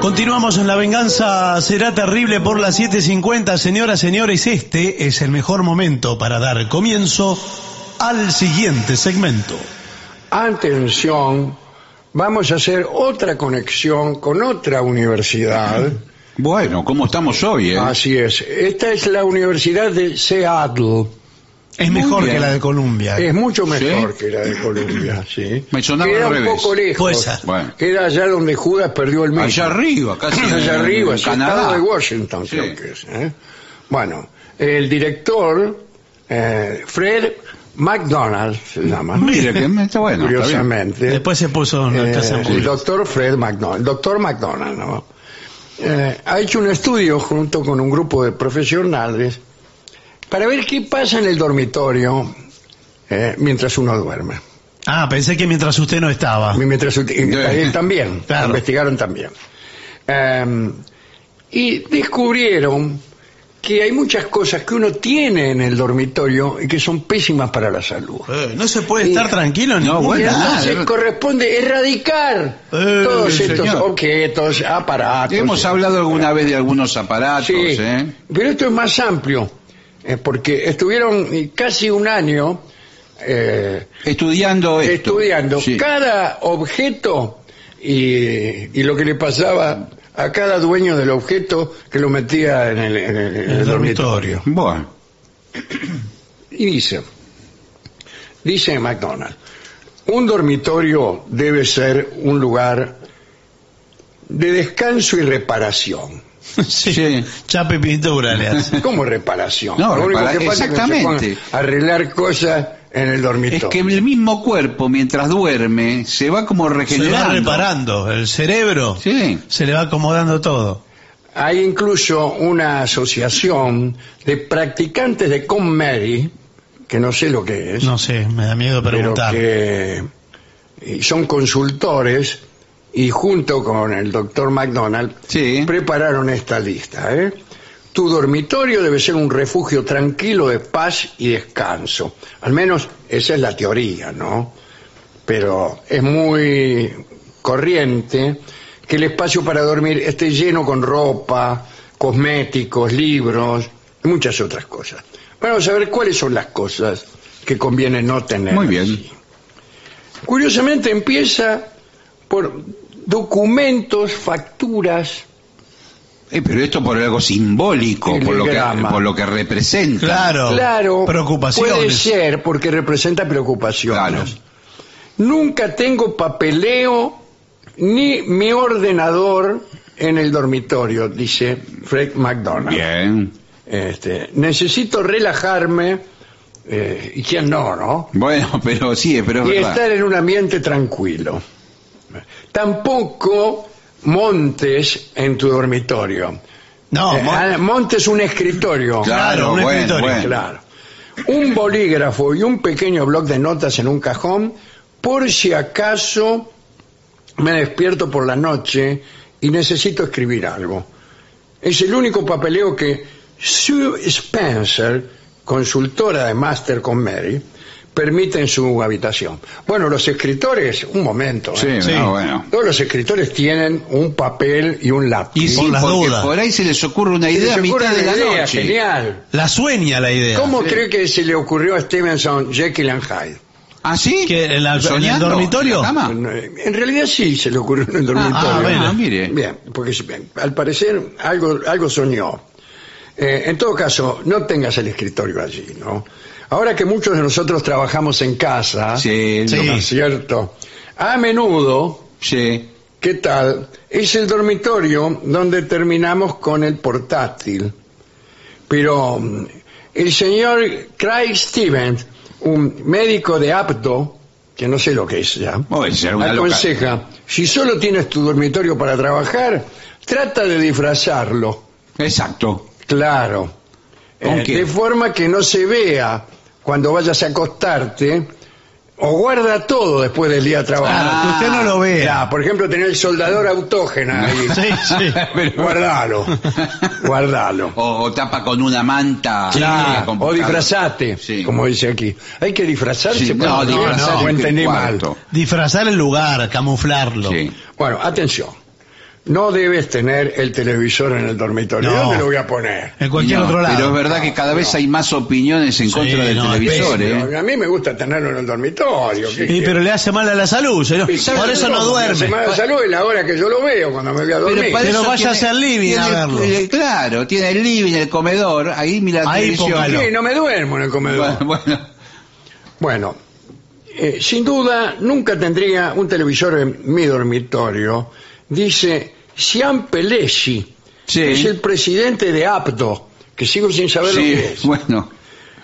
Speaker 2: Continuamos en La Venganza Será Terrible por las 7.50. Señoras, señores, este es el mejor momento para dar comienzo al siguiente segmento.
Speaker 1: Atención, vamos a hacer otra conexión con otra universidad.
Speaker 3: Bueno, ¿cómo estamos hoy? eh?
Speaker 1: Así es. Esta es la Universidad de Seattle.
Speaker 2: Es
Speaker 3: Muy
Speaker 2: mejor
Speaker 3: bien.
Speaker 2: que la de Columbia.
Speaker 1: Es mucho mejor
Speaker 3: ¿Sí?
Speaker 1: que la de Colombia, sí.
Speaker 3: Me sonaba al
Speaker 1: Queda un
Speaker 3: revés.
Speaker 1: poco lejos.
Speaker 2: Puede ser.
Speaker 3: Bueno.
Speaker 1: Queda allá donde Judas perdió el medio.
Speaker 3: Allá arriba, casi. en-
Speaker 1: [CLEARS THROAT] allá arriba,
Speaker 3: en
Speaker 1: sí, estado
Speaker 3: Canadá.
Speaker 1: de Washington,
Speaker 3: Sí.
Speaker 1: creo que es. ¿eh? Bueno, el director, eh, Fred McDonald se llama.
Speaker 3: Mire, que me- está bueno. está bien.
Speaker 1: curiosamente.
Speaker 2: Después se puso en la
Speaker 1: Eh,
Speaker 2: casa
Speaker 1: el doctor Fred McDonald, el doctor McDonald, ¿no? Eh, ha hecho un estudio junto con un grupo de profesionales para ver qué pasa en el dormitorio eh, mientras uno duerme.
Speaker 2: Ah, pensé que mientras usted no estaba.
Speaker 1: Mientras ut- eh, también,
Speaker 2: Claro.
Speaker 1: investigaron también. Eh, y descubrieron que hay muchas cosas que uno tiene en el dormitorio y que son pésimas para la salud.
Speaker 2: Eh, no se puede estar tranquilo. ni-
Speaker 3: No, bueno, nada,
Speaker 1: Entonces
Speaker 3: yo-
Speaker 1: corresponde erradicar
Speaker 2: Eh,
Speaker 1: todos
Speaker 3: señor.
Speaker 1: estos objetos, aparatos.
Speaker 3: Hemos hablado alguna vez de algunos aparatos,
Speaker 1: Sí,
Speaker 3: ¿eh?
Speaker 1: pero esto es más amplio, eh, porque estuvieron eh, casi un año eh,
Speaker 3: Estudiando esto.
Speaker 1: estudiando
Speaker 3: Sí.
Speaker 1: cada objeto y, y lo que le pasaba a cada dueño del objeto que lo metía en el, en el- en el dormitorio.
Speaker 3: Bueno,
Speaker 1: [CLEARS THROAT] Y dice, dice McDonald, un dormitorio debe ser un lugar de descanso y reparación.
Speaker 2: [LAUGHS] sí.
Speaker 3: Sí.
Speaker 2: Chape pintura
Speaker 1: [LAUGHS]
Speaker 2: le hace.
Speaker 1: ¿Cómo reparación?
Speaker 3: No,
Speaker 1: Lo único
Speaker 3: repara-
Speaker 1: que pasa es que se
Speaker 3: exactamente.
Speaker 1: pongan a arreglar cosas en el
Speaker 3: es
Speaker 1: dormitorio.
Speaker 3: que el mismo cuerpo, mientras duerme, se va como
Speaker 2: Se
Speaker 3: regenerando.
Speaker 2: va reparando. El cerebro
Speaker 3: Sí.
Speaker 2: se le va acomodando todo.
Speaker 1: Hay incluso una asociación de practicantes de Conmeri, que no sé lo que es,
Speaker 2: No sé, me da miedo
Speaker 1: pero
Speaker 2: preguntar.
Speaker 1: que eh, y son consultores y junto con el doctor McDonald
Speaker 3: Sí.
Speaker 1: prepararon esta lista. ¿eh? Tu dormitorio debe ser un refugio tranquilo de paz y descanso. Al menos esa es la teoría, ¿no? Pero es muy corriente que el espacio para dormir esté lleno con ropa, cosméticos, libros y muchas otras cosas. Vamos a ver cuáles son las cosas que conviene no tener.
Speaker 3: Muy bien.
Speaker 1: allí. Curiosamente empieza por documentos, facturas,
Speaker 3: Eh, pero esto por algo simbólico, por lo, que,
Speaker 1: Telegrama.
Speaker 3: por lo que representa.
Speaker 2: Claro.
Speaker 1: Claro,
Speaker 2: Preocupaciones.
Speaker 1: puede ser porque representa preocupaciones.
Speaker 3: Claro.
Speaker 1: Nunca tengo papeleo ni mi ordenador en el dormitorio, dice Fred McDonald.
Speaker 3: Bien.
Speaker 1: Este, necesito relajarme, eh, y quién no, ¿no?
Speaker 3: Bueno, pero sí, pero es
Speaker 1: Y
Speaker 3: verdad.
Speaker 1: estar en un ambiente tranquilo. Tampoco montes en tu dormitorio.
Speaker 2: No,
Speaker 1: Eh,
Speaker 2: mo-
Speaker 1: ah, montes un escritorio.
Speaker 2: Claro, un
Speaker 3: bueno,
Speaker 2: escritorio,
Speaker 3: bueno.
Speaker 1: Claro. Un bolígrafo y un pequeño bloc de notas en un cajón por si acaso me despierto por la noche y necesito escribir algo. Es el único papeleo que Sue Spencer, consultora de Master con Mary, permite en su habitación. Bueno, los escritores, un momento. ¿eh?
Speaker 3: Sí,
Speaker 2: Sí.
Speaker 3: no, bueno.
Speaker 1: Todos los escritores tienen un papel y un lápiz.
Speaker 3: Y sí,
Speaker 2: las
Speaker 3: porque
Speaker 2: dudas.
Speaker 3: por ahí se les ocurre una
Speaker 1: Se les
Speaker 3: idea a
Speaker 1: ocurre
Speaker 3: mitad de
Speaker 1: una
Speaker 3: la
Speaker 1: idea,
Speaker 3: noche.
Speaker 1: Genial.
Speaker 2: la sueña la idea.
Speaker 1: ¿Cómo cree que se le ocurrió a Stevenson Jekyll and Hyde?
Speaker 3: ¿Ah, sí?
Speaker 2: ¿Que en la- en el
Speaker 3: ¿Soñando?
Speaker 2: dormitorio?
Speaker 3: ¿En la cama?
Speaker 1: En realidad sí se le ocurrió en el dormitorio.
Speaker 3: Ah,
Speaker 2: Ah,
Speaker 3: bueno,
Speaker 2: bueno.
Speaker 3: mire.
Speaker 1: Bien, porque se- bien, al parecer algo, algo soñó. Eh, en todo caso, no tengas el escritorio allí, ¿no? Ahora que muchos de nosotros trabajamos en casa,
Speaker 3: Sí,
Speaker 1: ¿no
Speaker 3: sí.
Speaker 1: es cierto? A menudo,
Speaker 3: Sí.
Speaker 1: ¿qué tal? Es el dormitorio donde terminamos con el portátil. Pero mm, el señor Craig Stevens, un médico de apto, que no sé lo que es ya,
Speaker 3: Oh, es alguna loca-
Speaker 1: aconseja, si solo tienes tu dormitorio para trabajar, trata de disfrazarlo.
Speaker 3: Exacto.
Speaker 1: Claro.
Speaker 3: ¿Con
Speaker 1: Eh,
Speaker 3: qué?
Speaker 1: de forma que no se vea cuando vayas a acostarte o guarda todo después del día de trabajo.
Speaker 3: Ah.
Speaker 2: que usted no lo vea.
Speaker 1: Ya, por ejemplo, tener el soldador autógena
Speaker 3: [LAUGHS]
Speaker 1: ahí.
Speaker 2: Sí, [LAUGHS] sí.
Speaker 3: Pero-
Speaker 1: Guardalo. Guardalo.
Speaker 3: [LAUGHS] O, o tapa con una manta.
Speaker 1: Claro,
Speaker 3: eh, con-
Speaker 1: o disfrazate,
Speaker 3: Sí.
Speaker 1: como dice aquí. Hay que disfrazarse
Speaker 3: Sí,
Speaker 1: para
Speaker 3: no,
Speaker 1: que no,
Speaker 3: disfrazate
Speaker 1: no
Speaker 3: en tu
Speaker 1: entendí mal.
Speaker 3: cuarto.
Speaker 2: Disfrazar el lugar, camuflarlo.
Speaker 3: Sí.
Speaker 1: Bueno, atención. No debes tener el televisor en el dormitorio.
Speaker 2: No.
Speaker 1: ¿Dónde lo voy a poner?
Speaker 2: En cualquier
Speaker 3: No,
Speaker 2: otro lado.
Speaker 3: Pero es verdad que cada vez hay más opiniones en
Speaker 2: Sí,
Speaker 3: contra del
Speaker 2: no,
Speaker 3: televisor,
Speaker 2: pésimo.
Speaker 3: ¿eh?
Speaker 1: A mí me gusta tenerlo en el dormitorio. ¿qué
Speaker 2: Sí, pero le hace mal a la salud. señor.
Speaker 1: Y sabe
Speaker 2: Por eso no
Speaker 1: cómo, La
Speaker 2: duerme.
Speaker 1: semana de salud es la hora que yo lo veo cuando me voy a dormir.
Speaker 3: para
Speaker 2: Pero
Speaker 3: eso
Speaker 2: váyase al living
Speaker 3: tiene
Speaker 2: a
Speaker 3: el-
Speaker 2: verlo.
Speaker 3: el- claro, tiene el living, el comedor, ahí mira la
Speaker 2: Ahí
Speaker 3: televisión.
Speaker 2: póngalo.
Speaker 1: Sí, no me duermo en el comedor.
Speaker 3: Bueno, [LAUGHS] bueno.
Speaker 1: Bueno, eh, sin duda nunca tendría un televisor en mi dormitorio. Dice Sian Pelesi,
Speaker 3: Sí.
Speaker 1: que es el presidente de APTO, que sigo sin saber lo
Speaker 3: Sí,
Speaker 1: que es.
Speaker 3: bueno.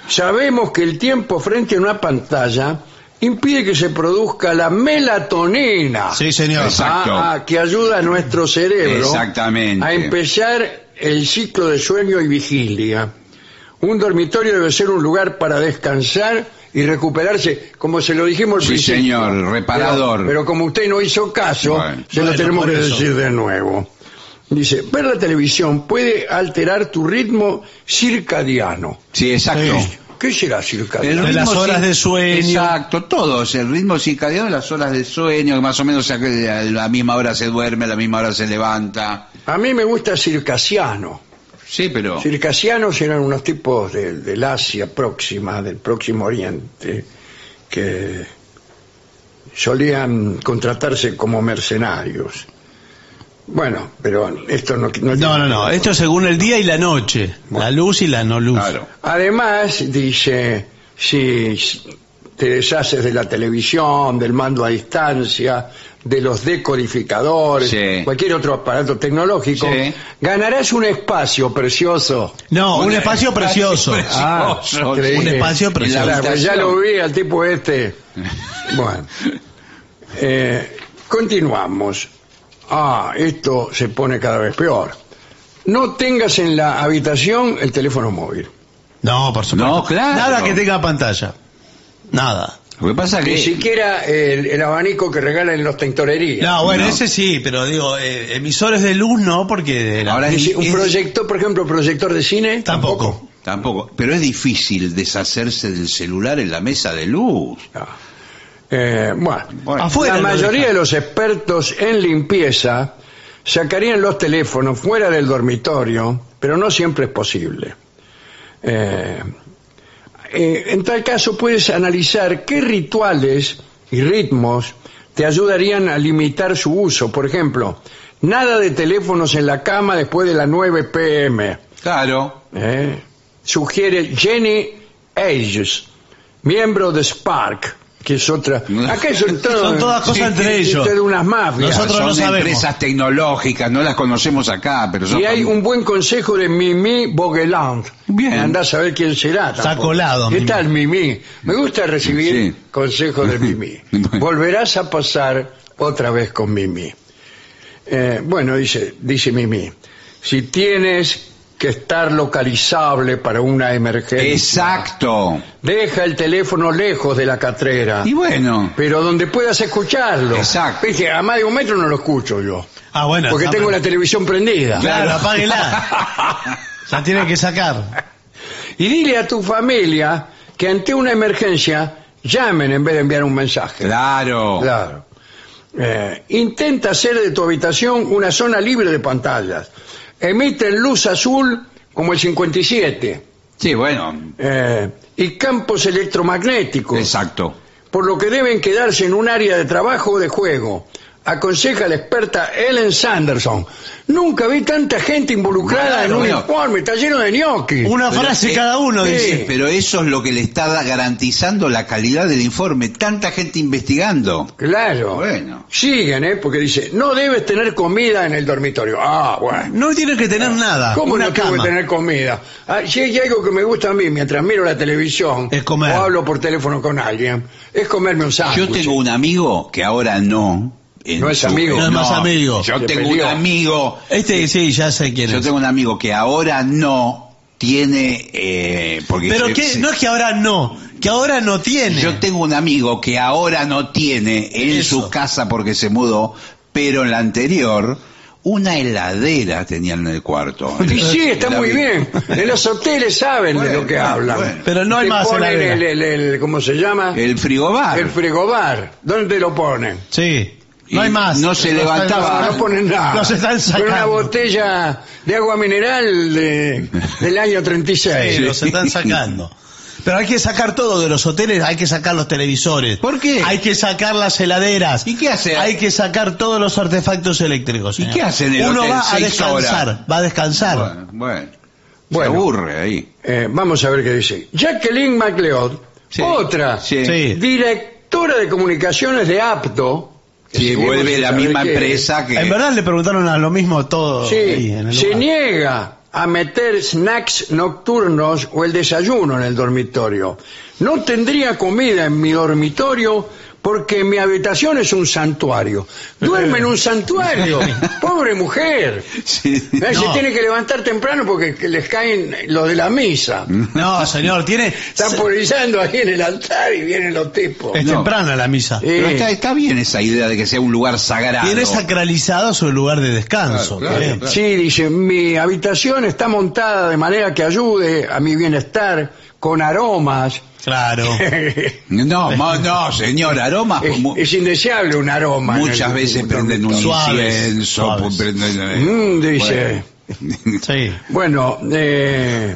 Speaker 1: Sabemos que el tiempo frente a una pantalla impide que se produzca la melatonina.
Speaker 2: Sí, señor.
Speaker 3: Exacto.
Speaker 1: Ah, ah, que ayuda a nuestro cerebro
Speaker 3: Exactamente.
Speaker 1: a empezar el ciclo de sueño y vigilia. Un dormitorio debe ser un lugar para descansar y recuperarse, como se lo dijimos al
Speaker 3: Sí,
Speaker 1: principio.
Speaker 3: señor, reparador.
Speaker 1: Pero, pero como usted no hizo caso,
Speaker 3: Bueno.
Speaker 1: se lo
Speaker 2: Bueno,
Speaker 1: tenemos
Speaker 2: por
Speaker 1: que
Speaker 2: eso.
Speaker 1: decir de nuevo. Dice, ver la televisión puede alterar tu ritmo circadiano.
Speaker 3: Sí, exacto.
Speaker 2: Sí.
Speaker 1: ¿Qué será circadiano?
Speaker 2: De las
Speaker 3: ritmo
Speaker 2: horas
Speaker 3: cir-
Speaker 2: de sueño.
Speaker 3: Exacto, todos. El ritmo circadiano, las horas de sueño, que más o menos a a la misma hora se duerme, a la misma hora se levanta.
Speaker 1: A mí me gusta circasiano.
Speaker 3: Sí, pero.
Speaker 1: Circasianos eran unos tipos de- del Asia próxima, del próximo Oriente, que solían contratarse como mercenarios. Bueno, pero esto no...
Speaker 2: No, no, no. Esto es según el día y la noche. La luz y la no luz.
Speaker 3: Claro.
Speaker 1: Además, dice, si te deshaces de la televisión, del mando a distancia, de los decodificadores,
Speaker 3: Sí.
Speaker 1: cualquier otro aparato tecnológico,
Speaker 3: Sí.
Speaker 1: ganarás un espacio precioso.
Speaker 2: No, un
Speaker 3: Una-
Speaker 2: espacio precioso.
Speaker 3: Precioso.
Speaker 1: Ah, creí
Speaker 2: un
Speaker 1: que-
Speaker 2: espacio precioso.
Speaker 1: Claro, pues ya
Speaker 3: habitación.
Speaker 1: lo vi al
Speaker 2: [LAUGHS]
Speaker 1: tipo este. Bueno. Eh, continuamos. Ah, esto se pone cada vez peor. No tengas en la habitación el teléfono móvil.
Speaker 2: No, por supuesto.
Speaker 3: No, claro.
Speaker 2: Nada que tenga pantalla. Nada.
Speaker 3: Lo que pasa es
Speaker 1: Ni
Speaker 3: que.
Speaker 1: siquiera el, el abanico que regalan en los tintorerías.
Speaker 2: No, bueno,
Speaker 3: No.
Speaker 2: ese sí, pero digo, eh, emisores de luz no, porque... la-
Speaker 3: Ahora
Speaker 1: Es decir, un
Speaker 2: es-
Speaker 1: proyector, por ejemplo, proyector de cine.
Speaker 2: Tampoco.
Speaker 3: Tampoco. Pero es difícil deshacerse del celular en la mesa de luz.
Speaker 1: tampoco. Ah. Eh, bueno,
Speaker 3: Bueno,
Speaker 2: Afuera.
Speaker 1: la
Speaker 2: lo
Speaker 1: mayoría de
Speaker 2: dejan.
Speaker 1: los expertos en limpieza sacarían los teléfonos fuera del dormitorio, pero no siempre es posible. Eh, eh, en tal caso puedes analizar qué rituales y ritmos te ayudarían a limitar su uso. Por ejemplo, nada de teléfonos en la cama después de las 9 pm.
Speaker 3: Claro.
Speaker 1: ¿eh? Sugiere Jenny Ages, miembro de Spark, que
Speaker 2: [LAUGHS]
Speaker 1: es otra. Acá son, todos-
Speaker 2: Son todas cosas entre ellos.
Speaker 1: De unas mafias.
Speaker 2: Nosotros
Speaker 3: son
Speaker 2: no sabemos.
Speaker 3: empresas tecnológicas, no las conocemos acá, pero son.
Speaker 1: Y hay un buen consejo de Mimi Bogeland.
Speaker 3: Bien.
Speaker 1: Andá a saber quién será.
Speaker 2: Está
Speaker 1: tampoco.
Speaker 2: colado,
Speaker 1: ¿Qué
Speaker 2: Mimi.
Speaker 1: tal, Mimi? Me gusta recibir
Speaker 3: Sí. [LAUGHS]
Speaker 1: consejos de Mimi.
Speaker 3: Bueno.
Speaker 1: Volverás a pasar otra vez con Mimi. Eh, bueno, dice, dice Mimi, si tienes que estar localizable para una emergencia,
Speaker 3: Exacto.
Speaker 1: deja el teléfono lejos de la catrera,
Speaker 3: Y bueno.
Speaker 1: pero donde puedas escucharlo.
Speaker 3: Exacto.
Speaker 1: Viste, a más de un metro no lo escucho yo,
Speaker 2: Ah, bueno.
Speaker 1: porque
Speaker 2: está-
Speaker 1: tengo la televisión prendida.
Speaker 2: Claro, apáguela.
Speaker 1: [LAUGHS]
Speaker 2: La tiene que sacar.
Speaker 1: Y dile a tu familia que ante una emergencia llamen en vez de enviar un mensaje.
Speaker 3: Claro.
Speaker 1: Claro. Eh, intenta hacer de tu habitación una zona libre de pantallas. Emiten luz azul como el 57
Speaker 3: Sí, bueno.
Speaker 1: eh, y campos electromagnéticos,
Speaker 3: Exacto.
Speaker 1: por lo que deben quedarse en un área de trabajo o de juego. aconseja la experta Ellen Sanderson. Nunca vi tanta gente involucrada en
Speaker 3: Claro,
Speaker 1: un
Speaker 3: bueno.
Speaker 1: informe, está lleno de ñoquis.
Speaker 2: Una
Speaker 3: Pero
Speaker 2: frase
Speaker 3: es-
Speaker 2: cada uno
Speaker 1: sí.
Speaker 2: dice.
Speaker 3: Pero eso es lo que le está garantizando la calidad del informe. Tanta gente investigando.
Speaker 1: Claro.
Speaker 3: Bueno.
Speaker 1: Siguen, ¿eh? Porque dice, no debes tener comida en el dormitorio. Ah, bueno.
Speaker 2: No tiene que tener nada.
Speaker 1: ¿Cómo
Speaker 2: una
Speaker 1: no tengo
Speaker 2: cama.
Speaker 1: que tener comida? Ah, si hay algo que me gusta a mí mientras miro la televisión
Speaker 2: Es comer.
Speaker 1: o hablo por teléfono con alguien, es comerme un
Speaker 2: Ah,
Speaker 1: sándwich.
Speaker 2: pues
Speaker 3: Yo tengo un amigo que ahora no. en
Speaker 1: No es amigo.
Speaker 2: No es más amigo.
Speaker 3: Yo
Speaker 1: Se
Speaker 3: tengo
Speaker 1: peleó.
Speaker 3: un amigo.
Speaker 2: Este sí, ya sé quién
Speaker 3: Yo
Speaker 2: es.
Speaker 3: tengo un amigo que ahora no tiene. eh, porque
Speaker 2: Pero
Speaker 3: se-
Speaker 2: que
Speaker 3: se-
Speaker 2: no es que ahora no, que ahora no tiene.
Speaker 3: Yo tengo un amigo que ahora no tiene en
Speaker 2: Eso.
Speaker 3: su casa porque se mudó, pero en la anterior una heladera tenía en
Speaker 2: [LAUGHS]
Speaker 3: el cuarto.
Speaker 1: Y sí, está
Speaker 3: La
Speaker 1: muy
Speaker 3: vi-
Speaker 1: bien. En los hoteles saben de
Speaker 3: Bueno,
Speaker 1: lo que
Speaker 3: bueno,
Speaker 1: hablan.
Speaker 3: bueno.
Speaker 2: Pero no hay
Speaker 1: Te
Speaker 2: más
Speaker 1: ponen el,
Speaker 2: heladera.
Speaker 1: el, el- ¿cómo se llama?
Speaker 3: El frigobar.
Speaker 1: El frigobar. ¿Dónde lo ponen?
Speaker 2: Sí. No
Speaker 3: Y
Speaker 2: hay más.
Speaker 3: no se
Speaker 2: Los están-
Speaker 3: levantaba.
Speaker 1: No ponen nada.
Speaker 2: Los están sacando.
Speaker 1: Pero una botella de agua mineral de- del año 36.
Speaker 2: Sí, los están sacando. Pero hay que sacar todo de los hoteles, hay que sacar los televisores.
Speaker 3: ¿Por qué?
Speaker 2: Hay que sacar las heladeras.
Speaker 3: ¿Y qué hace?
Speaker 2: Hay que sacar todos los artefactos eléctricos.
Speaker 3: ¿Y
Speaker 2: señor.
Speaker 3: qué hace en el
Speaker 2: Uno
Speaker 3: hotel
Speaker 2: va a
Speaker 3: seis
Speaker 2: descansar,
Speaker 3: horas?
Speaker 2: va a descansar.
Speaker 3: Bueno, bueno.
Speaker 1: Bueno.
Speaker 3: Se aburre ahí.
Speaker 1: Eh, vamos a ver qué dice. Jacqueline MacLeod,
Speaker 3: Sí.
Speaker 1: otra
Speaker 3: Sí.
Speaker 2: Sí.
Speaker 1: directora de comunicaciones de APTO. que
Speaker 3: Sí,
Speaker 1: seguimos
Speaker 3: vuelve
Speaker 1: sin
Speaker 3: la
Speaker 1: saber
Speaker 3: misma
Speaker 1: qué es.
Speaker 3: empresa que.
Speaker 2: En verdad le preguntaron a lo mismo todo ahí
Speaker 1: Sí,
Speaker 2: en el
Speaker 1: se
Speaker 2: lugar.
Speaker 1: niega a meter snacks nocturnos o el desayuno en el dormitorio. No tendría comida en mi dormitorio porque mi habitación es un santuario. Duerme
Speaker 2: [LAUGHS]
Speaker 1: en un santuario. Pobre mujer.
Speaker 3: Sí.
Speaker 1: Eh, Se
Speaker 2: No.
Speaker 1: tiene que levantar temprano porque les caen los de la misa.
Speaker 2: No, señor, tiene
Speaker 1: Están polillando ahí en el altar y vienen los tipos.
Speaker 2: es
Speaker 3: No.
Speaker 2: temprana la misa.
Speaker 1: Eh,
Speaker 3: Pero está, está bien esa idea de que sea un lugar sagrado.
Speaker 2: Tiene sacralizado su lugar de descanso.
Speaker 3: Claro, claro,
Speaker 2: bien.
Speaker 3: claro.
Speaker 1: Sí, dice, mi habitación está montada de manera que ayude a mi bienestar con aromas.
Speaker 2: Claro.
Speaker 3: [LAUGHS] No, mo- no, señor, aromas
Speaker 1: Es,
Speaker 3: mu-
Speaker 1: es indeseable un aroma. en
Speaker 3: muchas
Speaker 1: el-
Speaker 3: veces
Speaker 1: en el
Speaker 3: prenden un
Speaker 1: dormitorio.
Speaker 2: Suaves,
Speaker 3: incienso,
Speaker 2: suaves.
Speaker 3: prenden- eh,
Speaker 1: Mm, dice. [LAUGHS]
Speaker 2: Sí.
Speaker 1: Bueno, eh,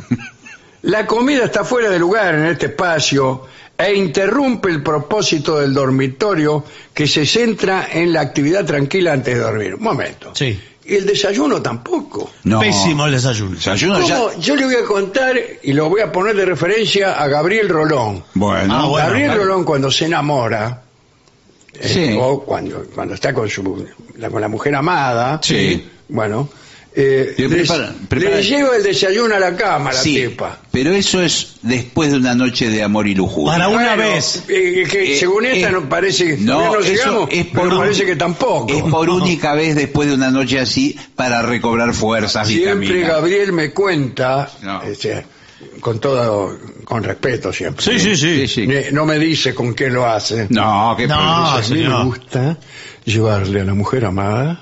Speaker 1: la comida está fuera de lugar en este espacio e interrumpe el propósito del dormitorio que se centra en la actividad tranquila antes de dormir. Un momento.
Speaker 2: Sí.
Speaker 1: Y el desayuno tampoco.
Speaker 3: No.
Speaker 2: Pésimo el desayuno.
Speaker 3: Desayuno ya-
Speaker 1: ¿Cómo? Yo le voy a contar y lo voy a poner de referencia a Gabriel Rolón.
Speaker 3: Bueno,
Speaker 2: Ah, bueno.
Speaker 1: Gabriel
Speaker 2: claro.
Speaker 1: Rolón cuando se enamora, eh,
Speaker 3: Sí.
Speaker 1: o cuando, cuando está con, su, la, con la mujer amada,
Speaker 3: Sí.
Speaker 1: bueno, eh,
Speaker 3: Le
Speaker 1: les-
Speaker 3: prepara- prepara-
Speaker 1: le lleva el desayuno a la cama a la
Speaker 3: sí,
Speaker 1: tipa.
Speaker 3: pero eso es después de una noche de amor y lujuria.
Speaker 2: Para una
Speaker 1: Bueno,
Speaker 2: vez.
Speaker 1: eh, que
Speaker 3: Eh,
Speaker 1: según esta
Speaker 3: eh,
Speaker 1: no parece,
Speaker 3: no,
Speaker 1: todavía no
Speaker 3: eso
Speaker 1: llegamos,
Speaker 3: es por
Speaker 1: pero
Speaker 3: un-
Speaker 1: parece que tampoco.
Speaker 3: Es por única vez después de una noche así para recobrar fuerzas,
Speaker 1: Siempre
Speaker 3: vitaminas.
Speaker 1: Gabriel me cuenta,
Speaker 3: No.
Speaker 1: o sea, con todo, con respeto siempre.
Speaker 2: Sí, sí, sí.
Speaker 3: Sí, sí.
Speaker 1: Eh, No me dice con qué lo hace.
Speaker 3: No, qué
Speaker 2: No,
Speaker 3: problema.
Speaker 1: a mí me
Speaker 2: señor.
Speaker 1: gusta llevarle a la mujer amada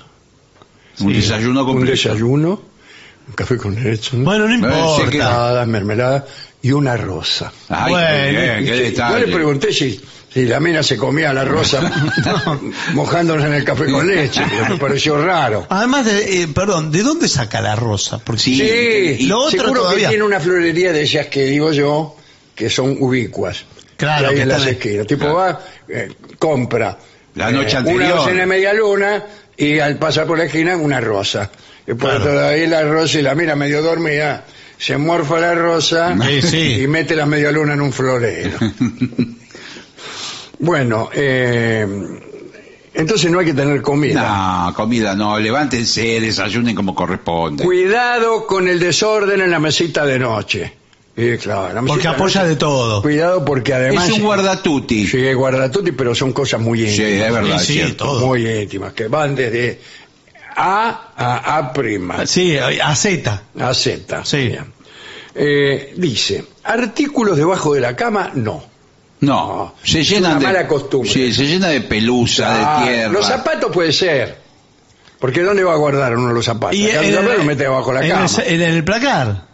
Speaker 3: un desayuno
Speaker 1: un
Speaker 3: completo.
Speaker 1: desayuno, un café con leche, ¿no?
Speaker 2: Bueno, no
Speaker 3: Bueno, se
Speaker 2: importa.
Speaker 3: queda-
Speaker 1: mermelada, mermelada y una rosa.
Speaker 3: Ay,
Speaker 2: Bueno,
Speaker 3: qué, bien, qué
Speaker 1: Sí,
Speaker 3: detalle.
Speaker 1: Yo le pregunté si, si la mina se comía
Speaker 3: [LAUGHS]
Speaker 1: la rosa [LAUGHS] mojándola en el café con leche, pero me pareció raro.
Speaker 2: Además, de, eh, perdón, ¿de dónde saca la rosa? Porque
Speaker 3: Sí.
Speaker 1: Sí,
Speaker 2: y lo otro
Speaker 1: seguro
Speaker 2: todavía.
Speaker 1: que tiene una florería de esas que digo yo, que son ubicuas.
Speaker 2: Claro,
Speaker 1: que hay
Speaker 2: que
Speaker 1: en las
Speaker 2: están-
Speaker 1: esquinas. Tipo
Speaker 3: Claro.
Speaker 1: va, eh, compra. eh,
Speaker 3: La noche
Speaker 1: Una
Speaker 3: anterior.
Speaker 1: docena de media luna y al pasar por la esquina una rosa. Y por
Speaker 2: Claro.
Speaker 1: todavía la rosa y la mira medio dormida. Se morfa la rosa
Speaker 2: Sí, sí.
Speaker 1: y mete la media luna en un florero. [LAUGHS] bueno, eh, entonces no hay que tener comida.
Speaker 3: No, comida no, levántense, desayunen como corresponde.
Speaker 1: Cuidado con el desorden en la mesita de noche. Y claro, la mesita
Speaker 2: porque
Speaker 1: de
Speaker 2: apoya
Speaker 1: noche-
Speaker 2: de todo.
Speaker 1: Cuidado porque además...
Speaker 3: es un guardatuti.
Speaker 1: Sí, es guardatuti, pero son cosas muy
Speaker 3: Sí,
Speaker 1: íntimas.
Speaker 3: es verdad,
Speaker 2: Sí, sí,
Speaker 3: es cierto.
Speaker 2: todo.
Speaker 1: Muy íntimas, que van desde A a A prima,
Speaker 2: Sí, a Z.
Speaker 1: a Z.
Speaker 2: Sí.
Speaker 1: Bien. Eh, dice, artículos debajo de la cama, no.
Speaker 3: No, se
Speaker 1: Es
Speaker 3: llenan
Speaker 1: una
Speaker 3: de
Speaker 1: mala costumbre.
Speaker 3: Sí, se llena de pelusa,
Speaker 1: Ah,
Speaker 3: de tierra.
Speaker 1: Los zapatos puede ser. Porque ¿dónde va a guardar uno los zapatos? Acá
Speaker 2: en
Speaker 1: el hombre
Speaker 2: el-
Speaker 1: los mete debajo de la
Speaker 2: en
Speaker 1: cama.
Speaker 2: el- en el placar.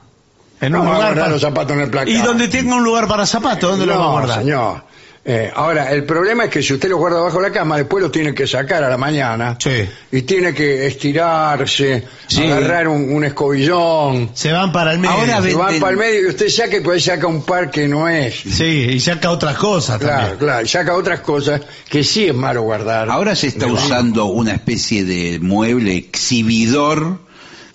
Speaker 2: En
Speaker 1: No
Speaker 2: un
Speaker 1: va a
Speaker 2: lugar
Speaker 1: guardar
Speaker 2: para-
Speaker 1: los zapatos en el placar.
Speaker 2: Y donde tenga un lugar para zapatos, ¿dónde
Speaker 1: no,
Speaker 2: los va a guardar?
Speaker 1: señor. Eh, ahora, el problema es que si usted lo guarda bajo la cama, después lo tiene que sacar a la mañana y tiene que estirarse,
Speaker 2: Sí.
Speaker 1: agarrar un, un escobillón.
Speaker 2: Se van para el medio.
Speaker 1: Ahora van para el medio y usted saca y por ahí saca un par que no es.
Speaker 2: Sí, y saca otras cosas
Speaker 1: Claro,
Speaker 2: también.
Speaker 1: claro, y saca otras cosas que sí es malo guardar.
Speaker 3: Ahora se está
Speaker 1: Le va-
Speaker 3: usando una especie de mueble exhibidor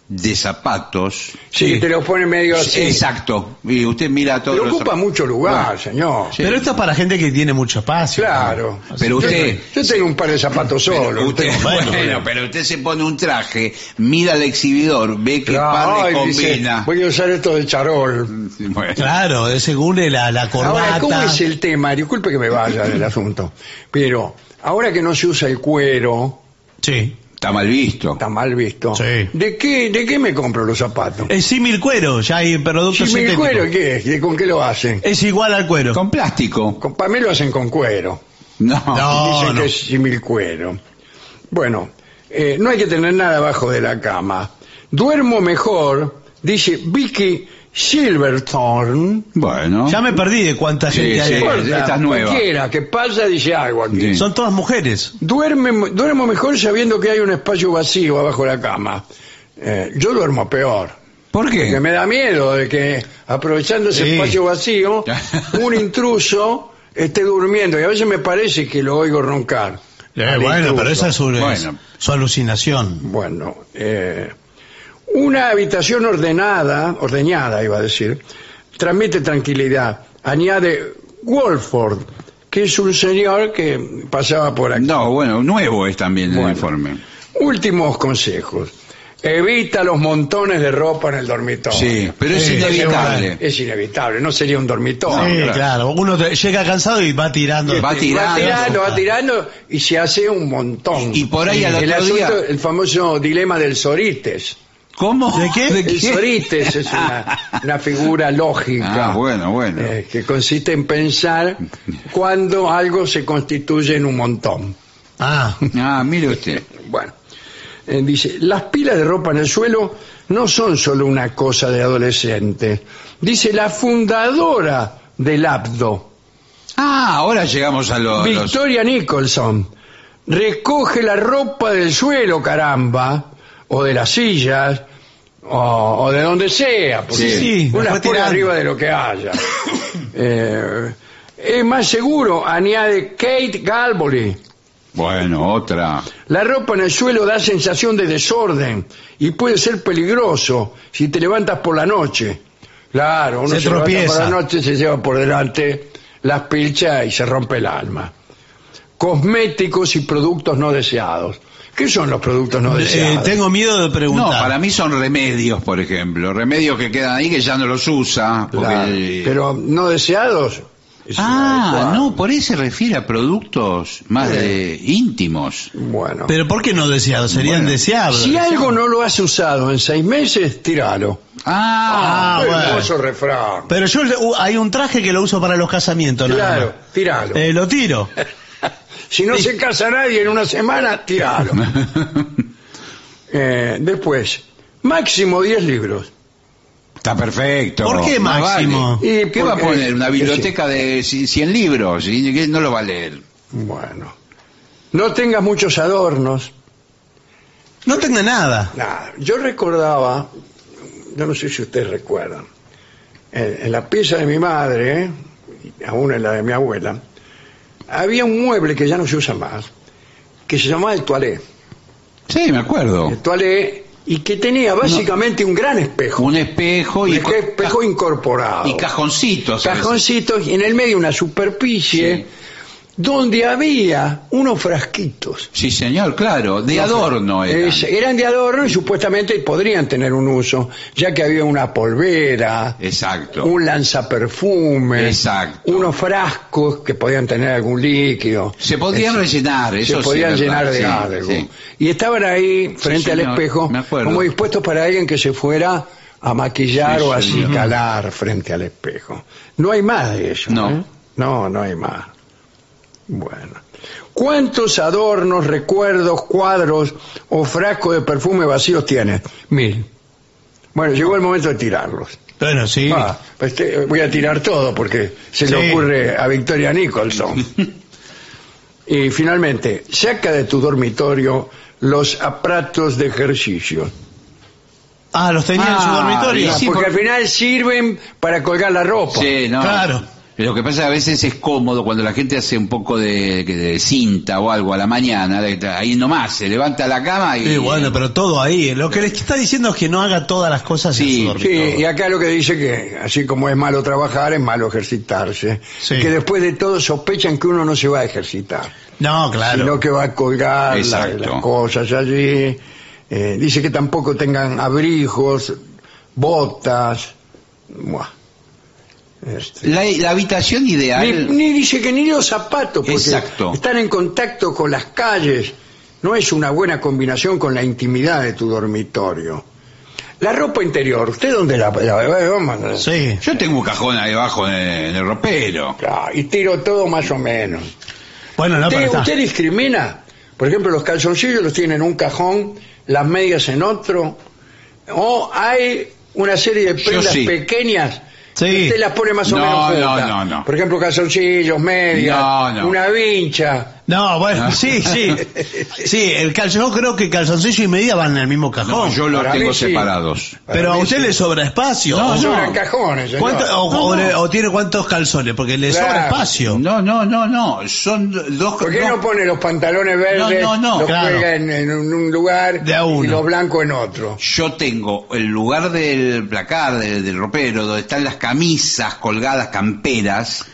Speaker 3: de zapatos.
Speaker 1: Sí, te lo pone medio así.
Speaker 3: Exacto. Y usted mira todo.
Speaker 1: Pero ocupa mucho lugar, señor.
Speaker 2: Pero esto es para gente que tiene mucho espacio.
Speaker 1: Claro.
Speaker 3: Pero
Speaker 1: Yo-
Speaker 3: usted-
Speaker 1: Yo, tengo un par de zapatos solo.
Speaker 3: Usted,
Speaker 1: tengo-
Speaker 3: bueno,
Speaker 2: eh,
Speaker 3: pero usted se pone un traje, mira al exhibidor, ve qué
Speaker 1: Claro,
Speaker 3: par le
Speaker 1: ay, dice,
Speaker 3: combina.
Speaker 1: voy a usar esto de charol.
Speaker 3: Bueno.
Speaker 2: Claro, es según la, la corbata.
Speaker 1: Ahora, ¿cómo es el tema? Disculpe que me vaya del asunto. Pero ahora que no se usa el cuero,
Speaker 2: Sí.
Speaker 3: Está mal visto.
Speaker 1: está mal visto.
Speaker 2: Sí.
Speaker 1: ¿De qué, de qué me compro los zapatos?
Speaker 2: Es símil cuero, ya hay productos
Speaker 1: Si el
Speaker 2: sintéticos.
Speaker 1: cuero, ¿qué es? ¿Y ¿Con qué lo hacen?
Speaker 2: Es igual al cuero.
Speaker 3: Con plástico.
Speaker 1: Con, para mí lo hacen con cuero.
Speaker 3: No.
Speaker 2: No.
Speaker 1: Dicen que es simil cuero. Bueno, eh, no hay que tener nada abajo de la cama. Duermo mejor, dice Vicky Silverthorne.
Speaker 3: Bueno.
Speaker 2: Ya me perdí de cuánta
Speaker 3: Sí,
Speaker 2: gente
Speaker 3: sí.
Speaker 2: hay.
Speaker 3: Bueno. esta es nueva.
Speaker 1: Cualquiera que pasa dice algo aquí.
Speaker 3: Sí.
Speaker 2: Son todas mujeres.
Speaker 1: Duerme, duermo mejor sabiendo que hay un espacio vacío abajo de la cama. Eh, yo duermo peor.
Speaker 3: ¿Por
Speaker 1: Porque
Speaker 3: qué?
Speaker 1: me da miedo de que aprovechando ese
Speaker 2: Sí.
Speaker 1: espacio vacío, un intruso esté durmiendo. Y a veces me parece que lo oigo roncar. al
Speaker 2: eh, bueno,
Speaker 1: intruso.
Speaker 2: pero esa es su, es
Speaker 3: Bueno.
Speaker 2: su alucinación.
Speaker 1: Bueno, eh, una habitación ordenada, ordeñada iba a decir, transmite tranquilidad. Añade Wolford, que es un señor que pasaba por aquí.
Speaker 3: No, bueno, nuevo es también
Speaker 1: Bueno.
Speaker 3: el informe.
Speaker 1: Últimos consejos. Evita los montones de ropa en el dormitorio.
Speaker 3: Sí, pero es
Speaker 2: Sí,
Speaker 3: inevitable.
Speaker 1: Es inevitable, no sería un dormitorio.
Speaker 2: sí,
Speaker 3: claro.
Speaker 2: claro. Uno te- llega cansado y va tirando.
Speaker 3: Va
Speaker 1: este, Va
Speaker 3: tirando.
Speaker 1: tirando, va tirando y se hace un montón.
Speaker 3: Y por ahí al
Speaker 1: el
Speaker 3: otro día-
Speaker 1: asunto, el famoso dilema del Sorites.
Speaker 3: ¿Cómo?
Speaker 2: ¿De qué?
Speaker 1: El Sorites es una, una figura lógica
Speaker 3: Ah, bueno, bueno.
Speaker 1: eh, que consiste en pensar cuando algo se constituye en un montón.
Speaker 2: Ah,
Speaker 3: Ah, mire usted.
Speaker 1: Bueno, eh, dice, las pilas de ropa en el suelo no son solo una cosa de adolescente. Dice la fundadora del APDO,
Speaker 3: Ah, ahora llegamos a lo- los...
Speaker 1: Victoria Nicholson. Recoge la ropa del suelo, caramba, o de las sillas, o, o de donde sea, porque
Speaker 3: Sí,
Speaker 2: sí, la
Speaker 1: una
Speaker 2: fue
Speaker 1: pone
Speaker 2: tirando.
Speaker 1: arriba de lo que haya. Eh, es más seguro, añade Kate Galboli.
Speaker 3: Bueno, otra.
Speaker 1: La ropa en el suelo da sensación de desorden y puede ser peligroso si te levantas por la noche. Claro, uno se,
Speaker 2: Se
Speaker 1: levanta por
Speaker 2: tropieza.
Speaker 1: la noche, se lleva por delante las pilchas y se rompe el alma. Cosméticos y productos no deseados. ¿Qué son los productos no
Speaker 2: eh,
Speaker 1: deseados?
Speaker 2: tengo miedo de
Speaker 3: No,
Speaker 2: preguntar.
Speaker 3: para mí son remedios, por ejemplo. Remedios que quedan ahí que ya no los usa. porque-
Speaker 1: Claro, Pero no deseados. es
Speaker 3: Ah,
Speaker 1: inadecuado.
Speaker 3: no, por ahí se refiere a productos más
Speaker 1: Sí.
Speaker 3: de íntimos.
Speaker 1: Bueno.
Speaker 2: Pero ¿por qué no deseado? Serían
Speaker 3: Bueno,
Speaker 2: deseables.
Speaker 1: si algo no lo has usado en seis meses, tíralo.
Speaker 3: Ah,
Speaker 2: Ah,
Speaker 1: Qué
Speaker 2: bueno.
Speaker 1: Hermoso refrán.
Speaker 2: Pero yo uh, hay un traje que lo uso para los casamientos. nada
Speaker 1: Claro,
Speaker 2: más.
Speaker 1: tíralo.
Speaker 2: Eh, lo tiro.
Speaker 1: [LAUGHS] Si no se casa nadie en una semana, tiralo. [LAUGHS] Eh, después, máximo 10 libros.
Speaker 3: está perfecto.
Speaker 2: ¿Por qué
Speaker 3: Más
Speaker 2: máximo?
Speaker 3: vale.
Speaker 1: Y
Speaker 3: ¿Qué va a
Speaker 1: porque-
Speaker 3: poner? Una
Speaker 1: que sí.
Speaker 3: biblioteca de ci- 100 libros. y que No lo va a leer.
Speaker 1: Bueno. No tengas muchos adornos.
Speaker 2: No tenga nada.
Speaker 1: Nada. Yo recordaba, yo no sé si ustedes recuerdan, en, en la pieza de mi madre, y aún en la de mi abuela, había un mueble que ya no se usa más, que se llamaba el toalé.
Speaker 3: Sí, me acuerdo.
Speaker 1: El toalé, y que tenía básicamente un gran espejo.
Speaker 3: Un espejo
Speaker 1: Un
Speaker 3: y,
Speaker 1: espejo incorporado.
Speaker 3: y cajoncitos. a veces.
Speaker 1: cajoncitos y en el medio una superficie
Speaker 3: Sí.
Speaker 1: donde había unos frasquitos.
Speaker 3: Sí, señor, claro. De adorno eran.
Speaker 1: Es- eran de adorno y supuestamente podrían tener un uso, ya que había una polvera,
Speaker 3: Exacto.
Speaker 1: un lanzaperfume,
Speaker 3: Exacto.
Speaker 1: unos frascos que podían tener algún líquido.
Speaker 3: Se podían
Speaker 1: Es-
Speaker 3: rellenar,
Speaker 1: se
Speaker 3: eso sí,
Speaker 1: podían
Speaker 3: ¿verdad?
Speaker 1: llenar de
Speaker 3: Sí,
Speaker 1: algo.
Speaker 3: sí.
Speaker 1: Y estaban ahí frente al
Speaker 3: señor,
Speaker 1: espejo
Speaker 3: me acuerdo.
Speaker 1: como dispuestos para alguien que se fuera a maquillar
Speaker 3: Sí,
Speaker 1: o a
Speaker 3: señor.
Speaker 1: acicalar frente al espejo. No hay más de eso.
Speaker 3: No.
Speaker 1: ¿eh? No, no hay más. Bueno. ¿Cuántos adornos, recuerdos, cuadros o frascos de perfume vacíos tienes? Mil. Bueno, llegó el momento de tirarlos.
Speaker 2: Bueno, sí.
Speaker 1: Ah, pues te- voy a tirar todo porque se
Speaker 2: Sí.
Speaker 1: le ocurre a
Speaker 2: [LAUGHS]
Speaker 1: Victoria Nicholson. y finalmente, saca de tu dormitorio los aparatos de ejercicio.
Speaker 2: Ah, los tenía en su
Speaker 3: Ah,
Speaker 2: dormitorio.
Speaker 3: y sí,
Speaker 1: porque
Speaker 3: por-
Speaker 1: al final sirven para colgar la ropa.
Speaker 3: Sí, no.
Speaker 2: Claro.
Speaker 3: Lo que pasa es que a veces es cómodo cuando la gente hace un poco de, que de cinta o algo a la mañana, de- ahí nomás, se levanta la cama y...
Speaker 2: Sí, bueno, pero todo ahí. Lo que les está diciendo es que no haga todas las cosas en
Speaker 3: Sí,
Speaker 2: su
Speaker 1: Sí,
Speaker 2: dormitorio.
Speaker 1: y acá lo que dice que así como es malo trabajar, es malo ejercitarse.
Speaker 2: Sí.
Speaker 1: Y Que después de todo sospechan que uno no se va a ejercitar,
Speaker 2: No, claro.
Speaker 1: sino que va a colgar la-
Speaker 3: Exacto.
Speaker 1: las cosas allí. Eh, dice que tampoco tengan abrigos, botas. Buah. Este.
Speaker 3: La, la habitación
Speaker 1: Ni,
Speaker 3: ideal...
Speaker 1: ni dice que ni los zapatos, porque
Speaker 3: Exacto.
Speaker 1: están en contacto con las calles. No es una buena combinación con la intimidad de tu dormitorio. La ropa interior, ¿usted dónde la, la, la-
Speaker 2: Sí.
Speaker 3: Yo tengo un cajón ahí abajo en el, en el ropero.
Speaker 1: Claro, y tiro todo más o menos.
Speaker 2: Bueno, no,
Speaker 1: ¿Usted,
Speaker 2: pero está.
Speaker 1: usted discrimina? Por ejemplo, los calzoncillos los tienen en un cajón, las medias en otro. O hay una serie de prendas
Speaker 3: sí.
Speaker 1: pequeñas.
Speaker 2: Sí.
Speaker 1: que Usted las pone más o
Speaker 3: No,
Speaker 1: menos
Speaker 3: no,
Speaker 1: juntas.
Speaker 3: no, no.
Speaker 1: Por ejemplo, calzoncillos, medias,
Speaker 3: No, no.
Speaker 1: una vincha.
Speaker 2: No,
Speaker 3: Ah.
Speaker 2: bueno, sí, sí. Sí, el calzón, yo creo que calzoncillo y media van en el mismo
Speaker 3: No,
Speaker 2: cajón.
Speaker 3: yo los
Speaker 1: para
Speaker 3: tengo
Speaker 1: mí sí.
Speaker 3: separados.
Speaker 2: pero
Speaker 1: Para
Speaker 2: a
Speaker 1: mí
Speaker 2: usted
Speaker 1: sí.
Speaker 2: le sobra espacio.
Speaker 3: No,
Speaker 2: ¿o
Speaker 3: no.
Speaker 1: Sobran cajones. señor.
Speaker 2: ¿Cuánto- o, o le- o tiene cuántos calzones? Porque le
Speaker 1: Claro.
Speaker 2: sobra espacio.
Speaker 3: No, no, no, no. Son do- dos...
Speaker 1: ¿Por qué no.
Speaker 3: dos-
Speaker 1: pone los pantalones verdes,
Speaker 3: No, no, no,
Speaker 1: los
Speaker 2: claro.
Speaker 1: cuelga en, en un lugar
Speaker 2: De a uno.
Speaker 1: y los blancos en otro?
Speaker 3: Yo tengo el lugar del placar, del, del ropero, donde están las camisas colgadas, camperas.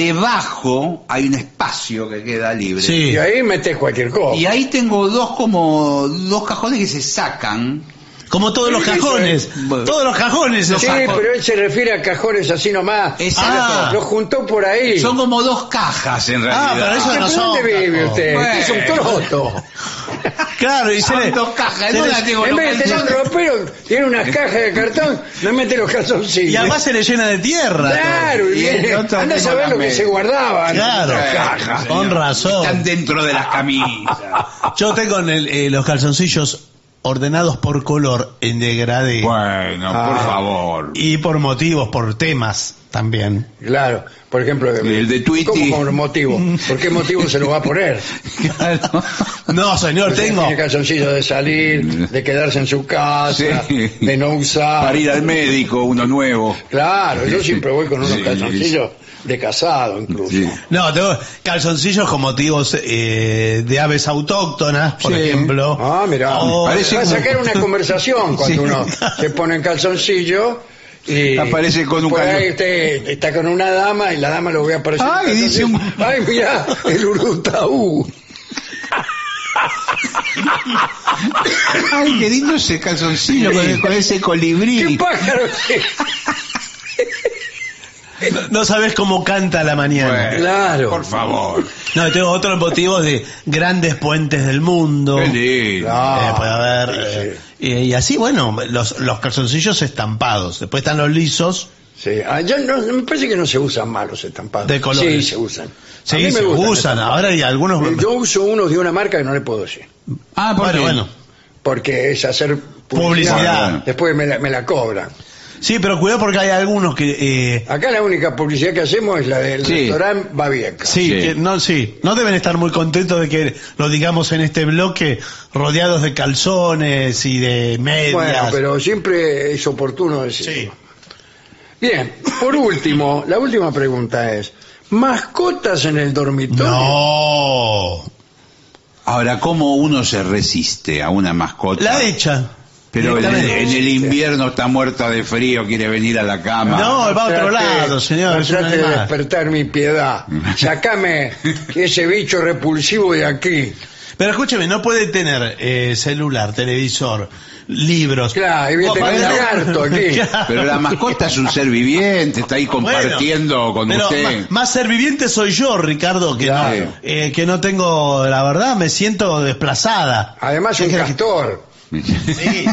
Speaker 3: Debajo hay un espacio que queda libre.
Speaker 2: Sí.
Speaker 1: Y ahí metes cualquier cosa.
Speaker 3: Y ahí tengo dos como dos cajones que se sacan.
Speaker 2: Como todos los
Speaker 1: Sí,
Speaker 2: cajones.
Speaker 3: bueno.
Speaker 2: Todos los cajones.
Speaker 3: Los
Speaker 1: Sí,
Speaker 2: esos.
Speaker 3: cajones.
Speaker 1: pero él se refiere a cajones así nomás.
Speaker 3: Exacto.
Speaker 2: Ah.
Speaker 1: Lo juntó por ahí.
Speaker 3: Son como dos cajas en realidad.
Speaker 2: Ah, pero eso
Speaker 1: ¿Usted
Speaker 2: no
Speaker 1: por
Speaker 2: son.
Speaker 1: ¿Dónde vive
Speaker 2: cajones.
Speaker 1: usted?
Speaker 3: Bueno.
Speaker 1: Usted es un troto.
Speaker 2: [LAUGHS] Claro, y se
Speaker 3: Son
Speaker 2: le-
Speaker 3: dos cajas,
Speaker 2: se
Speaker 3: no
Speaker 2: le-
Speaker 3: la tengo
Speaker 1: en
Speaker 3: los
Speaker 1: vez de tener un
Speaker 3: calzones.
Speaker 1: ropero, tiene unas cajas de cartón, le mete los calzoncillos.
Speaker 2: Y además se le llena de tierra. todo.
Speaker 1: Claro, y
Speaker 3: Y el
Speaker 1: viene-
Speaker 3: otro
Speaker 1: anda a
Speaker 3: tengo
Speaker 1: saber lo que
Speaker 3: también.
Speaker 1: se guardaba. en
Speaker 2: Claro.
Speaker 1: las
Speaker 3: Cajas,
Speaker 1: cajas.
Speaker 3: señor.
Speaker 2: Con razón.
Speaker 3: Están dentro de las
Speaker 1: Ah.
Speaker 3: camisas.
Speaker 2: Yo tengo en el- eh, los calzoncillos ordenados por color en degradé.
Speaker 3: Bueno, por
Speaker 1: Ah.
Speaker 3: favor.
Speaker 2: Y por motivos, por temas también.
Speaker 1: Claro, por ejemplo,
Speaker 3: El de Tweety.
Speaker 1: ¿Cómo con motivo? ¿Por qué motivo se lo va a poner?
Speaker 3: [LAUGHS] Claro.
Speaker 2: No, señor,
Speaker 1: Porque
Speaker 2: tengo.
Speaker 1: Tiene calzoncillos de salir, de quedarse en su casa,
Speaker 3: Sí.
Speaker 1: de no usar.
Speaker 3: Para ir al médico, uno nuevo.
Speaker 1: Claro, yo siempre voy con unos
Speaker 3: Sí,
Speaker 1: calzoncillos de casado incluso.
Speaker 3: Sí.
Speaker 2: No, tengo calzoncillos con motivos eh, de aves autóctonas, por
Speaker 3: Sí.
Speaker 2: ejemplo. Oh,
Speaker 1: Ah, mira,
Speaker 2: O-
Speaker 3: Parece
Speaker 1: va a
Speaker 3: como- [LAUGHS]
Speaker 1: sacar una
Speaker 2: [LAUGHS]
Speaker 1: conversación cuando
Speaker 3: Sí. [LAUGHS]
Speaker 1: uno se pone en calzoncillo y
Speaker 3: Aparece con un
Speaker 1: por
Speaker 3: calzon-
Speaker 1: ahí usted está con una dama y la dama lo ve aparecer. en
Speaker 3: Ay, dice un-
Speaker 1: [LAUGHS] calzoncillo. Ay, mira, el uh. urutaú.
Speaker 3: Ay, qué lindo ese calzoncillo
Speaker 2: Sí.
Speaker 3: con, con ese
Speaker 1: ¿Qué
Speaker 3: colibrí.
Speaker 1: pájaro es?
Speaker 2: No sabes cómo canta a la mañana.
Speaker 3: Bueno,
Speaker 1: Claro.
Speaker 3: Por favor.
Speaker 2: No, tengo otros motivos de grandes puentes del mundo.
Speaker 3: Qué lindo.
Speaker 2: Eh, puede haber,
Speaker 1: sí,
Speaker 2: eh, eh, y así, bueno, los, los calzoncillos estampados. Después están los lisos.
Speaker 1: sí. Ah, yo no- me parece que no se usan mal los estampados.
Speaker 2: De colores.
Speaker 1: Sí, se usan. A mí
Speaker 2: Sí,
Speaker 1: me
Speaker 2: se
Speaker 1: gustan
Speaker 2: usan. Ahora hay algunos.
Speaker 1: los- Yo uso unos de una marca que no le puedo decir.
Speaker 3: Ah, ¿por
Speaker 2: bueno,
Speaker 3: qué?
Speaker 2: bueno.
Speaker 1: Porque es hacer
Speaker 2: Publicidad.
Speaker 1: Después me la- me la cobran.
Speaker 2: Sí, pero cuidado porque hay algunos que. eh,
Speaker 1: Acá la única publicidad que hacemos es la del
Speaker 3: Sí.
Speaker 1: restaurante Babieca.
Speaker 2: sí,
Speaker 3: Sí.
Speaker 2: que no, sí. No deben estar muy contentos de que lo digamos en este bloque, rodeados de calzones y de medias.
Speaker 1: Bueno, pero siempre es oportuno decirlo.
Speaker 2: Sí.
Speaker 1: Bien, por último, la última pregunta es, ¿mascotas en el dormitorio?
Speaker 2: No.
Speaker 3: Ahora, ¿cómo uno se resiste a una mascota?
Speaker 2: La hecha.
Speaker 3: Pero en el,
Speaker 2: Directamente.
Speaker 3: en el invierno está muerta de frío, quiere venir a la cama.
Speaker 2: No, va a otro
Speaker 1: Trate-
Speaker 2: lado, señor.
Speaker 1: no
Speaker 2: es un
Speaker 1: trate de
Speaker 2: animal.
Speaker 1: despertar mi piedad. [LAUGHS] Sacame ese bicho repulsivo de aquí.
Speaker 2: Pero escúcheme, no puede tener eh, celular, televisor, libros.
Speaker 1: Claro, y voy a tener
Speaker 2: Bueno, [LAUGHS]
Speaker 1: lagarto aquí.
Speaker 2: claro.
Speaker 3: Pero la mascota es un ser viviente, está ahí
Speaker 2: Bueno,
Speaker 3: compartiendo con
Speaker 2: pero
Speaker 3: usted.
Speaker 2: Más, más serviviente soy yo, Ricardo, que,
Speaker 1: Claro.
Speaker 2: no, eh, que no tengo, la verdad, me siento desplazada.
Speaker 1: Además, un
Speaker 2: ¿Qué querés que-
Speaker 1: castor.
Speaker 2: [LAUGHS] Sí.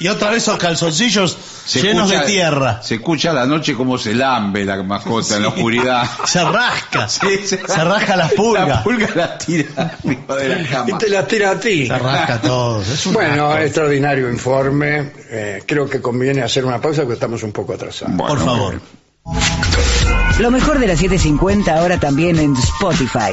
Speaker 2: Y otra vez esos calzoncillos
Speaker 3: Se
Speaker 2: llenos de
Speaker 3: escucha-
Speaker 2: tierra.
Speaker 3: Se escucha a la noche como se lambe la mascota en la oscuridad.
Speaker 2: [LAUGHS] Se rasca.
Speaker 3: Sí,
Speaker 2: Se rasca las pulgas.
Speaker 3: La pulga la tira arriba de la
Speaker 1: Y
Speaker 3: cama.
Speaker 1: te las tira a ti.
Speaker 2: Se rasca todo. Es un
Speaker 1: Bueno,
Speaker 2: asco.
Speaker 1: extraordinario informe. Eh, creo que conviene hacer una pausa porque estamos un poco atrasados.
Speaker 3: Bueno,
Speaker 2: por favor.
Speaker 4: Lo mejor de la 750 ahora también en Spotify.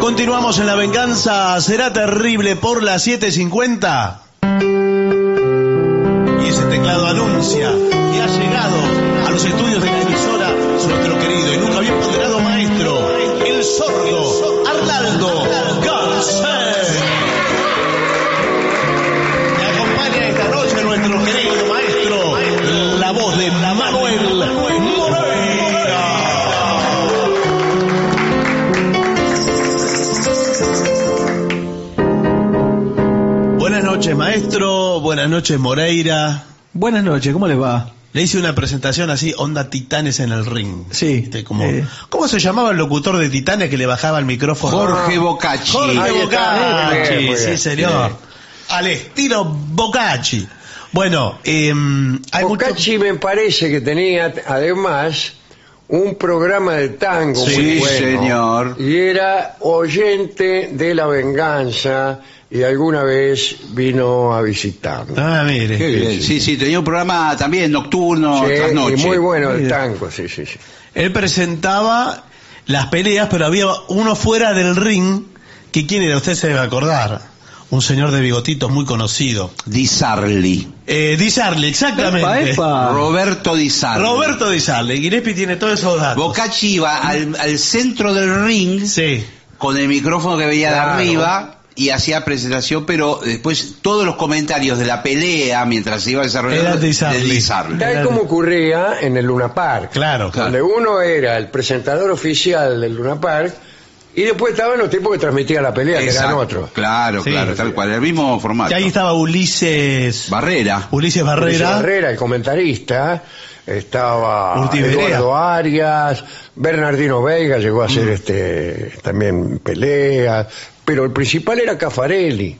Speaker 2: Continuamos en La Venganza Será Terrible por las 7.50. Y ese teclado anuncia que ha llegado a los estudios de la emisora nuestro querido y nunca bien ponderado maestro, el sordo Arnaldo Garcés. Me acompaña esta noche nuestro querido maestro, la voz de Manuel Moreira. Buenas noches, maestro. Buenas noches, Moreira.
Speaker 10: Buenas noches, ¿cómo les va?
Speaker 2: Le hice una presentación así, onda Titanes en el ring.
Speaker 10: Sí.
Speaker 2: Este, como-
Speaker 10: Eh.
Speaker 2: ¿Cómo se llamaba el locutor de Titanes que le bajaba el micrófono?
Speaker 3: Jorge Bocacci.
Speaker 2: Jorge
Speaker 1: Ahí está,
Speaker 2: Bocacci,
Speaker 1: muy bien, muy
Speaker 2: sí
Speaker 1: bien.
Speaker 2: señor. Al estilo Bocacci. Bueno, eh, hay mucho-
Speaker 1: Bocacci me parece que tenía además un programa de tango muy
Speaker 3: Sí,
Speaker 1: bueno.
Speaker 3: señor.
Speaker 1: Y era oyente de la venganza y alguna vez vino a visitarnos.
Speaker 2: Ah, mire.
Speaker 3: Qué bien. Sí, sí, tenía un programa también nocturno,
Speaker 1: Sí,
Speaker 3: tras
Speaker 1: y
Speaker 3: noche.
Speaker 1: muy bueno el tango, sí, sí, sí.
Speaker 2: Él presentaba las peleas, pero había uno fuera del ring que quién era, usted se debe acordar. Un señor de bigotitos muy conocido.
Speaker 3: Di Sarli.
Speaker 2: Eh, Di Sarli, exactamente.
Speaker 3: Roberto Di Sarli.
Speaker 2: Roberto Di Sarli. Gillespie tiene todos esos datos.
Speaker 3: Bocacci iba al, al centro del ring
Speaker 2: Sí.
Speaker 3: con el micrófono que veía
Speaker 1: Claro.
Speaker 3: de arriba y hacía presentación, pero después todos los comentarios de la pelea mientras se iba
Speaker 2: Era
Speaker 3: desarrollando
Speaker 2: Di Sarli.
Speaker 3: de Di Sarli.
Speaker 1: Tal como ocurría en el Luna Park.
Speaker 2: Claro.
Speaker 3: Claro.
Speaker 1: Donde uno era el presentador oficial del Luna Park y después estaban los tipos que transmitían la pelea, que eran
Speaker 3: Exacto.
Speaker 1: otros.
Speaker 3: Claro,
Speaker 2: Sí.
Speaker 3: claro, tal cual, el mismo formato.
Speaker 2: Y ahí estaba Ulises.
Speaker 3: Barrera.
Speaker 2: Ulises
Speaker 1: Luis
Speaker 2: Barrera.
Speaker 1: Herrera, el comentarista, estaba
Speaker 2: Urtiberea.
Speaker 1: Eduardo Arias, Bernardino Veiga llegó a
Speaker 2: Mm.
Speaker 1: hacer este también peleas, pero el principal era Cafarelli,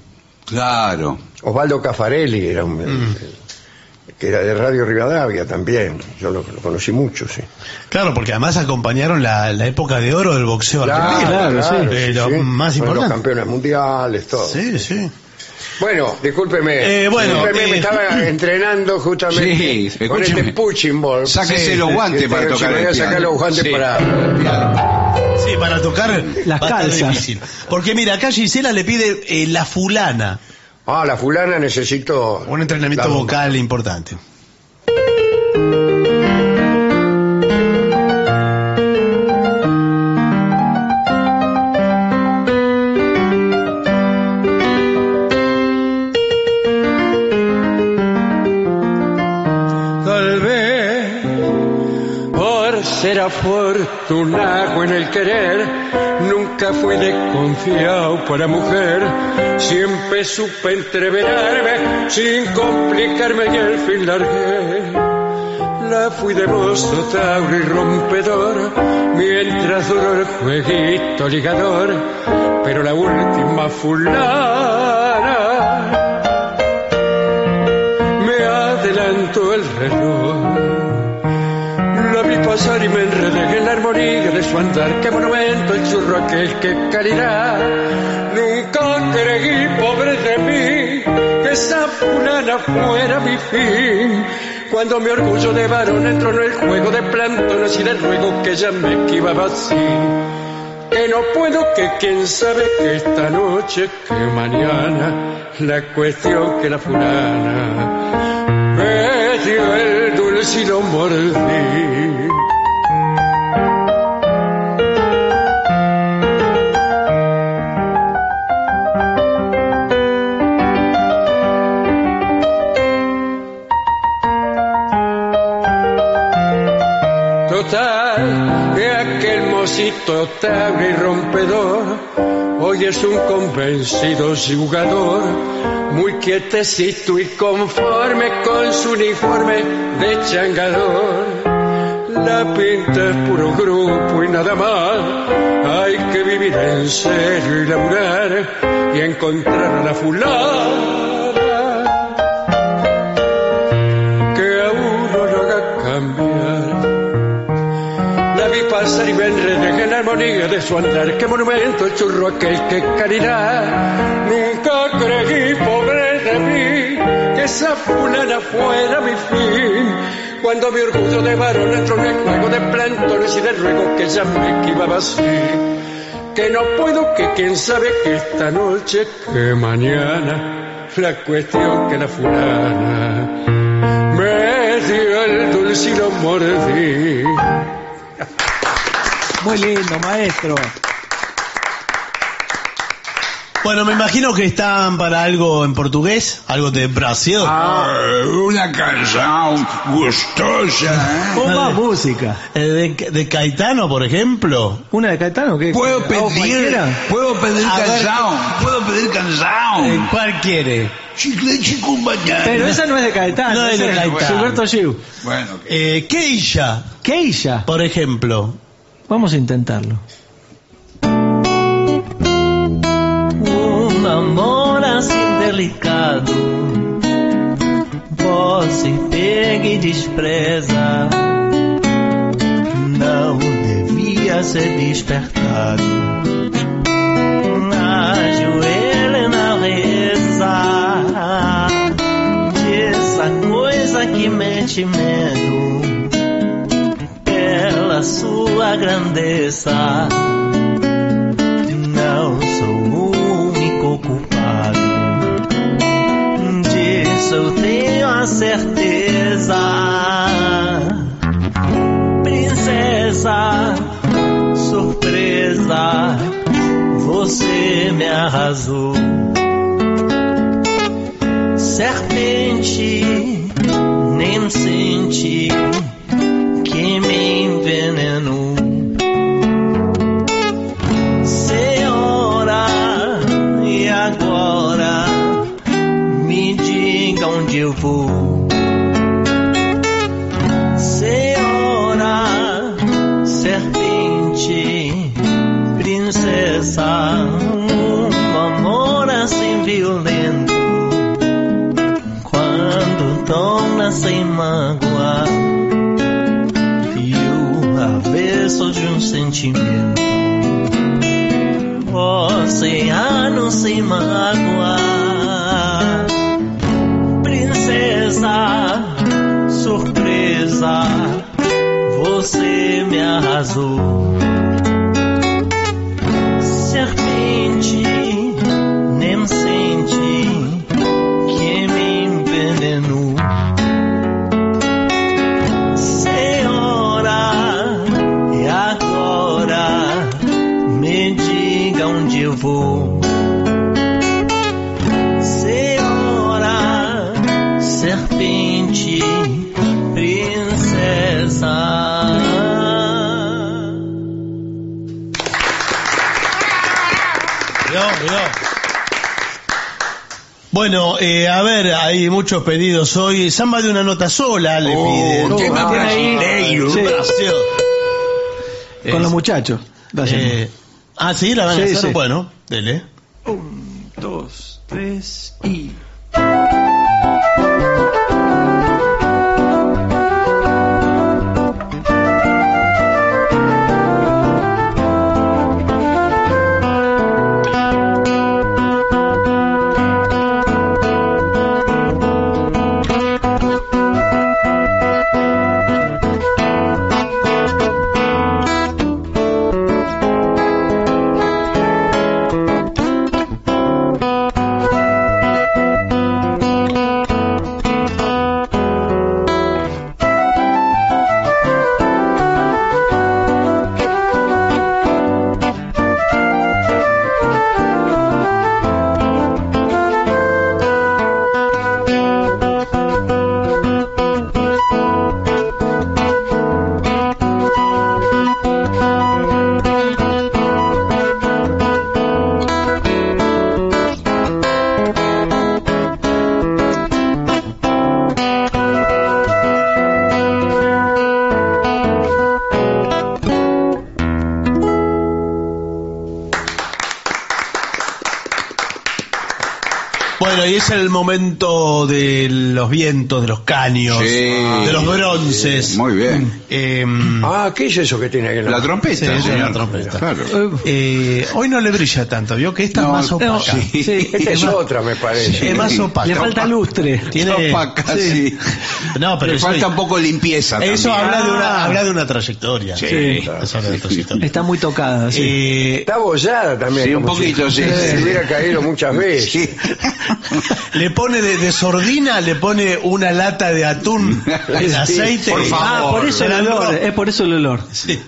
Speaker 3: Claro.
Speaker 1: Osvaldo Cafarelli era un-
Speaker 2: Mm.
Speaker 1: que era de Radio Rivadavia también, yo lo, lo conocí mucho, sí.
Speaker 2: Claro, porque además acompañaron la, la época de oro del boxeo argentino.
Speaker 1: claro,
Speaker 2: Eh,
Speaker 1: sí,
Speaker 2: lo
Speaker 1: sí.
Speaker 2: más
Speaker 1: Fueron Los
Speaker 2: importante.
Speaker 1: campeones mundiales, todo.
Speaker 2: Sí, sí.
Speaker 1: Bueno, discúlpeme.
Speaker 2: Eh, bueno,
Speaker 1: Discúlpeme, me
Speaker 2: eh, [LAUGHS]
Speaker 1: estaba entrenando justamente
Speaker 3: Sí,
Speaker 1: con
Speaker 3: escúcheme.
Speaker 1: este punching ball.
Speaker 3: Sáquese
Speaker 1: Sí,
Speaker 3: los
Speaker 1: sí,
Speaker 3: guantes
Speaker 1: sí,
Speaker 3: para
Speaker 1: sí,
Speaker 3: tocar
Speaker 1: me voy
Speaker 3: el
Speaker 1: a sacar
Speaker 3: piano.
Speaker 1: los guantes
Speaker 3: Sí.
Speaker 1: para...
Speaker 2: Sí, para tocar
Speaker 10: Las
Speaker 2: va a estar
Speaker 10: calzas.
Speaker 2: difícil. Porque mira, acá Gisela le pide eh, la fulana,
Speaker 1: Ah, la fulana necesito...
Speaker 2: un entrenamiento
Speaker 1: la-
Speaker 2: vocal importante.
Speaker 1: Tal vez por ser afortunado en el querer, nunca fui desconfiado para mujer. Siempre supe entreverarme sin complicarme y al fin largué. La fui de mozo, tauro y rompedor, mientras duró el jueguito ligador. Pero la última fulana me adelantó el reloj. La vi pasar y me enredé en la armonía de su andar. Qué monumento el churro aquel que caerá. Nunca creí, pobre de mí, que esa fulana fuera mi fin. Cuando mi orgullo de varón entró en el juego de plantones y de ruego que ella me esquivaba así. Que no puedo, que quién sabe que esta noche, que mañana, la cuestión que la fulana me dio el dulce y lo mordí.
Speaker 11: notar que aquel mocito tabla y rompedor hoy es un convencido jugador, muy quietecito y conforme con su uniforme de changador. La pinta es puro grupo y nada más. Hay que vivir en serio y laburar y encontrar a la fulana que a uno lo haga cambiar. La vi pasar y me enredé en la armonía de su andar. Qué monumento churro aquel que caridad. Nunca creí, pobre de mí, que esa fulana fuera mi fin. Cuando mi orgullo de varón entró en el juego de plantones y de ruego que ya me esquivaba así. Que no puedo, que quién sabe que esta noche, que mañana, la cuestión que la fulana me dio el dulce y lo mordí.
Speaker 10: Muy lindo, maestro.
Speaker 2: Bueno, me imagino que están para algo en portugués, algo de Brasil.
Speaker 1: Ah,
Speaker 7: una canción gustosa.
Speaker 10: Con más música.
Speaker 2: Eh, de, de Caetano, por ejemplo.
Speaker 10: ¿Una de Caetano? ¿Qué?
Speaker 7: Puedo
Speaker 10: ¿O
Speaker 7: pedir,
Speaker 10: cualquiera?
Speaker 7: puedo pedir
Speaker 2: A ver.
Speaker 7: canción, puedo pedir
Speaker 2: Eh,
Speaker 7: canción.
Speaker 2: ¿Cuál quiere?
Speaker 7: Chicle chicumbaya.
Speaker 10: Pero esa no es de Caetano.
Speaker 2: No es de
Speaker 10: esa
Speaker 2: Caetano.
Speaker 10: Gilberto Gil.
Speaker 7: Bueno,
Speaker 2: Eh, Keisha,
Speaker 10: Keisha.
Speaker 2: por ejemplo.
Speaker 10: Vamos a intentarlo. Um amor assim delicado Você pega e despreza Não devia ser despertado Na joelha e na reza Dessa coisa que mete medo pela sua grandeza. Não sou o único culpado. Disso eu tenho a certeza. Princesa, surpresa, você me arrasou. Serpente, nem senti que me envenenou. Senhora, e agora me diga onde eu vou. Senhora, serpente, princesa, um amor assim violento. Quando torna sem mágoa e o avesso de um sentimento. Oceano sem mágoa, princesa, surpresa, você me arrasou. Serpente, nem sente que me envenenou. Senhora, e agora me diga onde eu vou. Senhora, serpente, princesa.
Speaker 2: Mirá, mirá. Bueno, eh, a ver, hay muchos pedidos hoy. Samba de una nota sola le
Speaker 7: Oh,
Speaker 2: piden.
Speaker 7: tema
Speaker 1: ah,
Speaker 7: brasileiro.
Speaker 10: Oh, Sí.
Speaker 2: Brasil.
Speaker 10: Con
Speaker 2: Es-
Speaker 10: los muchachos. Gracias.
Speaker 2: eh, ah, sí, la van a
Speaker 10: Sí,
Speaker 2: hacer.
Speaker 10: sí.
Speaker 2: Bueno, dele.
Speaker 10: dos, tres y.
Speaker 2: es el momento de los vientos, de los caños,
Speaker 3: Sí.
Speaker 2: de los bronces. Mm. Eh,
Speaker 3: Muy bien.
Speaker 1: ah, ¿qué es eso que tiene que
Speaker 3: La trompeta,
Speaker 2: Sí, es
Speaker 3: señor.
Speaker 2: la trompeta.
Speaker 3: Claro.
Speaker 2: Eh, hoy no le brilla tanto, vio que esta
Speaker 3: No,
Speaker 2: es más
Speaker 3: no,
Speaker 2: opaca.
Speaker 3: sí.
Speaker 1: Esta es otra, me parece.
Speaker 2: Es más opaca.
Speaker 7: Le falta lustre.
Speaker 2: Tiene-
Speaker 3: Opaca, sí.
Speaker 2: No, pero
Speaker 3: Le
Speaker 2: eso,
Speaker 3: falta un poco limpieza.
Speaker 2: eso
Speaker 3: también.
Speaker 2: habla, de una,
Speaker 7: Ah.
Speaker 2: habla de una trayectoria.
Speaker 3: Sí.
Speaker 2: Eso habla de una trayectoria.
Speaker 7: Está muy tocada, sí.
Speaker 2: Eh,
Speaker 1: Está bollada también.
Speaker 3: Sí, un
Speaker 1: como
Speaker 3: poquito,
Speaker 1: si,
Speaker 3: sí,
Speaker 1: si
Speaker 3: sí.
Speaker 1: hubiera caído muchas veces.
Speaker 3: Sí.
Speaker 2: le pone de, de sordina, le pone una lata de
Speaker 1: [LAUGHS]
Speaker 2: atún en aceite.
Speaker 3: por favor.
Speaker 7: Ah, por eso el
Speaker 2: Pero
Speaker 7: olor.
Speaker 2: no.
Speaker 7: Es por eso el olor.
Speaker 2: Sí.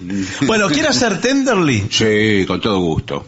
Speaker 2: Bueno, ¿quiere hacer tenderly?
Speaker 3: Sí, con todo gusto.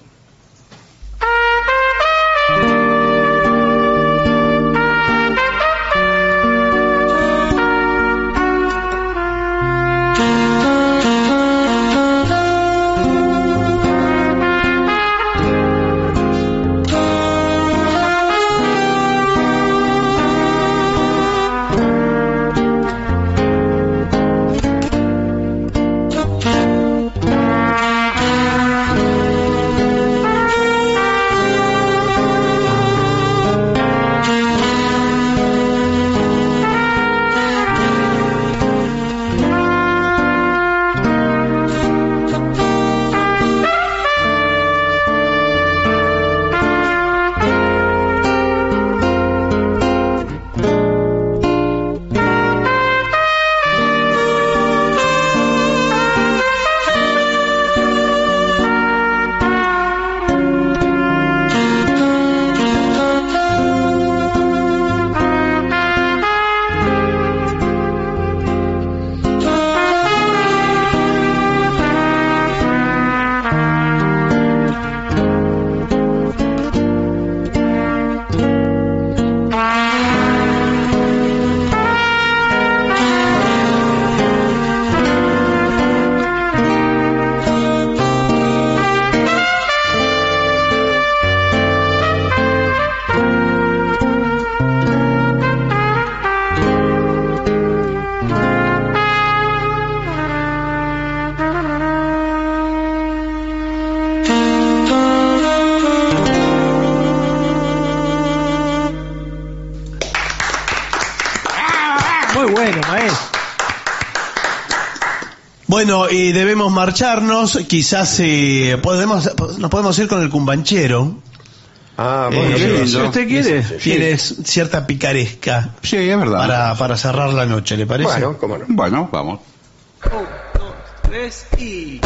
Speaker 7: Muy bueno, maestro.
Speaker 2: Bueno, eh, debemos marcharnos. Quizás eh, podemos, nos podemos ir con el cumbanchero.
Speaker 1: Ah,
Speaker 2: Eh,
Speaker 1: bueno,
Speaker 3: qué
Speaker 1: sí.
Speaker 3: lindo.
Speaker 7: Si usted quiere.
Speaker 2: Tiene cierta picaresca
Speaker 3: Sí, es verdad.
Speaker 2: para, para cerrar la noche, ¿le parece?
Speaker 1: bueno, cómo no.
Speaker 3: Bueno, vamos.
Speaker 7: Un, dos, tres y.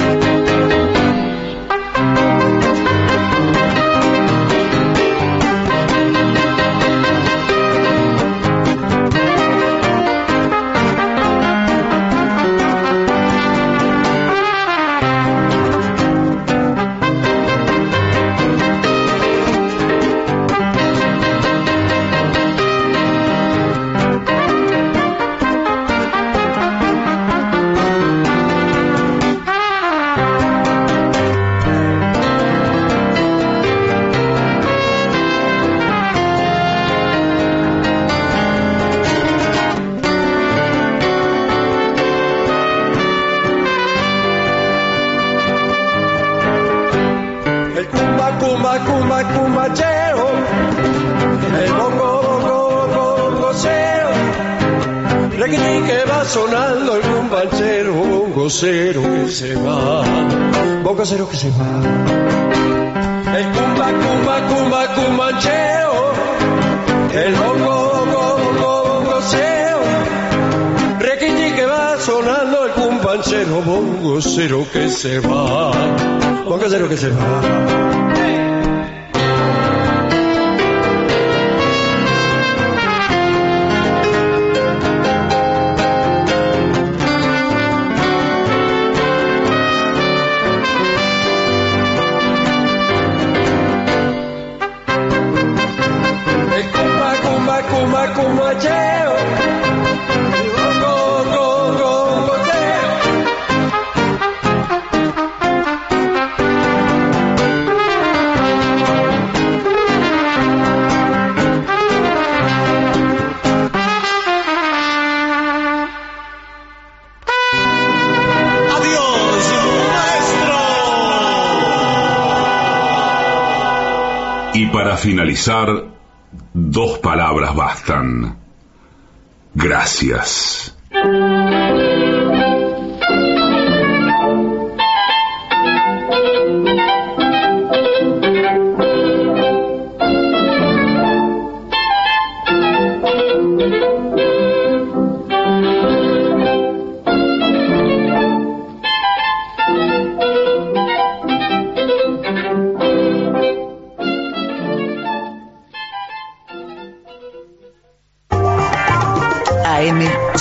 Speaker 11: El cumba, cumba, cumba, cumbachero. El bongo, bongo, bongo, bongocero. Requitín que va sonando el cumbachero. Bongocero que se va. Bongocero que se va. El cumba, cumba, cumba, cumbachero. El bongo, bongo, bongo, bongocero. Requiti que va sonando el cumbanchero, bongocero que se va, bongocero que se va. El cumba, cumba, cumba, cumbacheo. El bongo, bongo, bongocero.
Speaker 2: ¡Adiós, maestro!
Speaker 5: Y para finalizar, Dos palabras bastan. Gracias.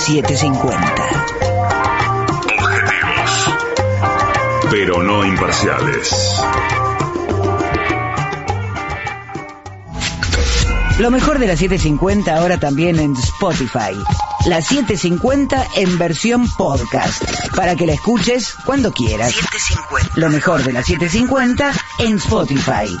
Speaker 4: AM750.
Speaker 5: Objetivos. Pero no imparciales.
Speaker 4: Lo mejor de la 750 ahora también en Spotify. La 750 en versión podcast. Para que la escuches cuando quieras. Lo mejor de la 750 en Spotify.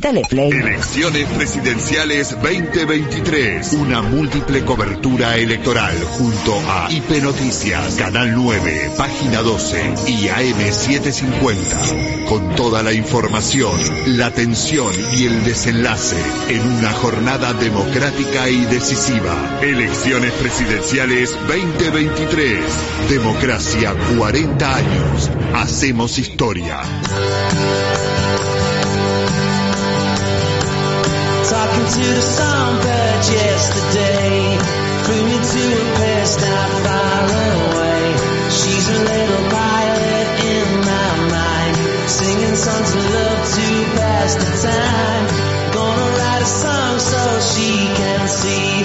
Speaker 4: Dale play.
Speaker 12: Elecciones presidenciales 2023. Una múltiple cobertura electoral junto a IP Noticias, Canal 9, Página 12 y AM750. Con toda la información, la atención y el desenlace en una jornada democrática y decisiva. Elecciones presidenciales 2023. Democracia 40 años. Hacemos historia.
Speaker 10: Talking to the songbird yesterday Flew me to a place not far away She's a little violet in my mind Singing songs of love to pass the time Gonna write a song so she can see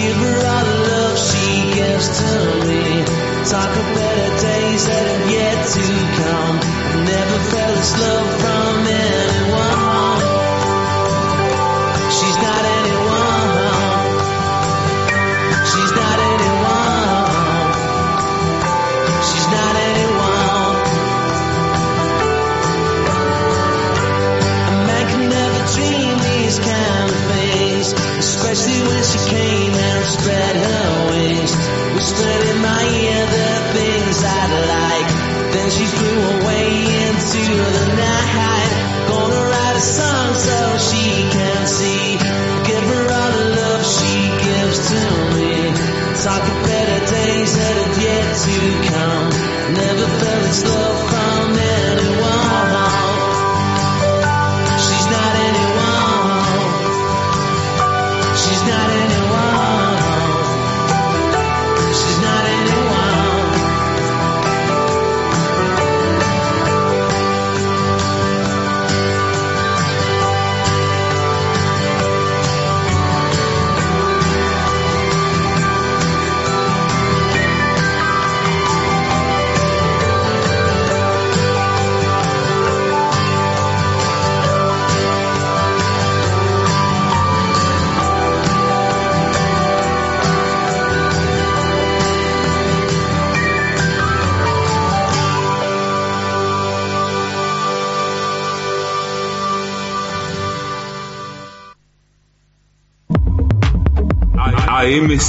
Speaker 10: Give her all the love she gives to me Talk of better days that have yet to come I've never felt this love from anyone She's not anyone. She's not anyone. She's not anyone. A man can never dream these kind of things, especially when she came and spread her wings. Whispered in my ear the things I'd like. Then she flew away into the night. Gonna write a song so she can see. Give her all the love she gives to me. Talk of better days that have yet to come. Never felt this love from anyone. She's not anyone. She's not anyone. She's not anyone.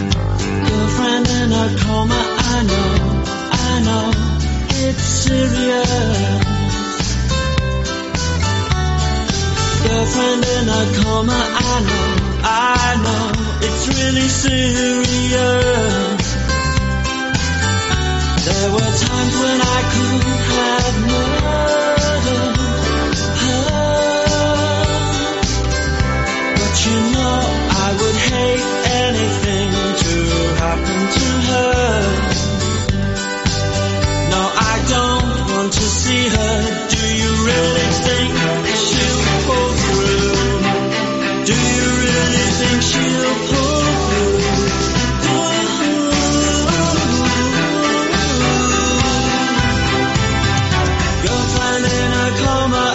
Speaker 10: girlfriend in a coma. I know, I know, it's serious. Girlfriend in a coma. I know, I know, it's really serious. There were times when I could have murdered her. But you know I would hate anything to happen to her. No, I don't want to see her. Do you really think she'll pull through? Do you really think she'll pull through? You'll find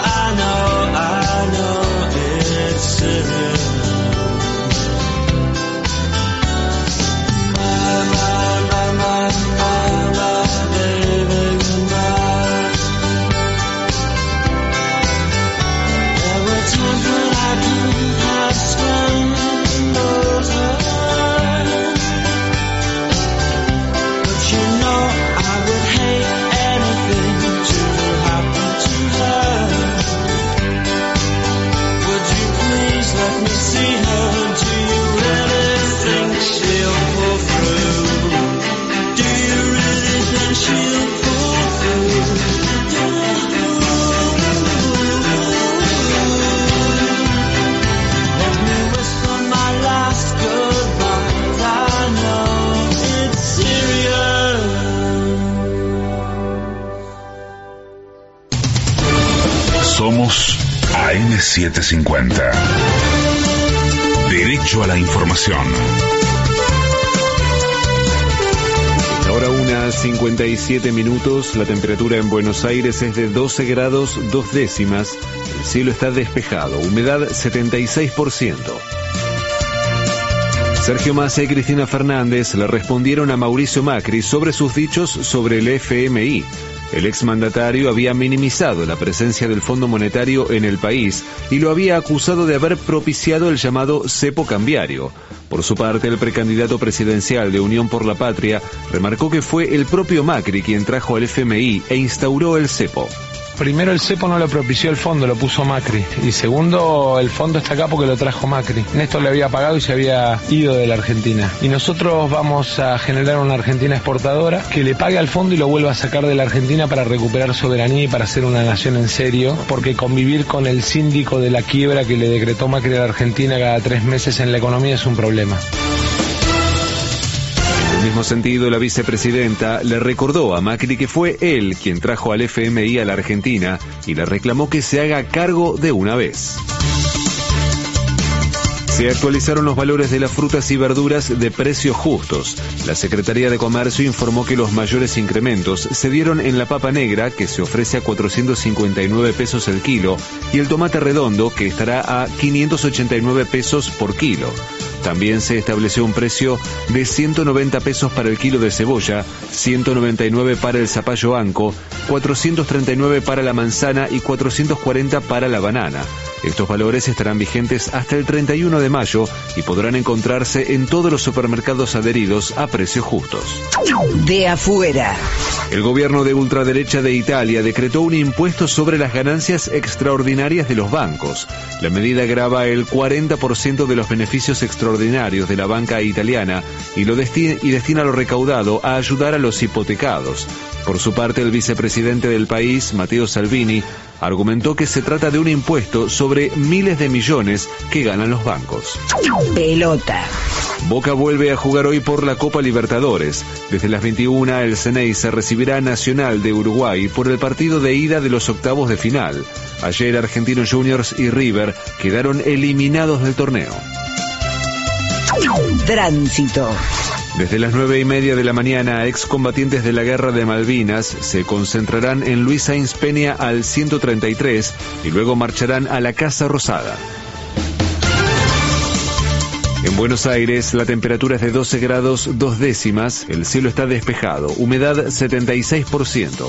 Speaker 5: 750. Derecho a la información.
Speaker 13: Ahora unas 57 minutos, la temperatura en Buenos Aires es de 12 grados dos décimas, el cielo está despejado, humedad 76%. Sergio Massa y Cristina Fernández le respondieron a Mauricio Macri sobre sus dichos sobre el FMI. El exmandatario había minimizado la presencia del Fondo Monetario en el país y lo había acusado de haber propiciado el llamado cepo cambiario. Por su parte, el precandidato presidencial de Unión por la Patria remarcó que fue el propio Macri quien trajo al FMI e instauró el cepo.
Speaker 14: Primero, el cepo no lo propició el fondo, lo puso Macri. Y segundo, el fondo está acá porque lo trajo Macri. Néstor le había pagado y se había ido de la Argentina. Y nosotros vamos a generar una Argentina exportadora que le pague al fondo y lo vuelva a sacar de la Argentina para recuperar soberanía y para ser una nación en serio. Porque convivir con el síndico de la quiebra que le decretó Macri a la Argentina cada tres meses en la economía es un problema.
Speaker 13: En el mismo sentido, la vicepresidenta le recordó a Macri que fue él quien trajo al FMI a la Argentina y le reclamó que se haga cargo de una vez. Se actualizaron los valores de las frutas y verduras de precios justos. La Secretaría de Comercio informó que los mayores incrementos se dieron en la papa negra, que se ofrece a 459 pesos el kilo, y el tomate redondo, que estará a 589 pesos por kilo. También se estableció un precio de 190 pesos para el kilo de cebolla, 199 para el zapallo anco, 439 para la manzana y 440 para la banana. Estos valores estarán vigentes hasta el 31 de mayo y podrán encontrarse en todos los supermercados adheridos a precios justos.
Speaker 4: De afuera.
Speaker 13: El gobierno de ultraderecha de Italia decretó un impuesto sobre las ganancias extraordinarias de los bancos. La medida grava el 40% de los beneficios extraordinarios de la banca italiana y, lo desti- y destina lo recaudado a ayudar a los hipotecados. Por su parte, el vicepresidente del país, Matteo Salvini, argumentó que se trata de un impuesto sobre miles de millones que ganan los bancos.
Speaker 4: Pelota.
Speaker 13: Boca vuelve a jugar hoy por la Copa Libertadores. Desde las 21 el Ceneice recibirá a Nacional de Uruguay por el partido de ida de los octavos de final. Ayer Argentinos Juniors y River quedaron eliminados del torneo.
Speaker 4: Tránsito.
Speaker 13: Desde las nueve y media de la mañana, excombatientes de la Guerra de Malvinas se concentrarán en Luis Sainz Peña al 133 y luego marcharán a la Casa Rosada. En Buenos Aires, la temperatura es de 12 grados dos décimas, el cielo está despejado, humedad 76%.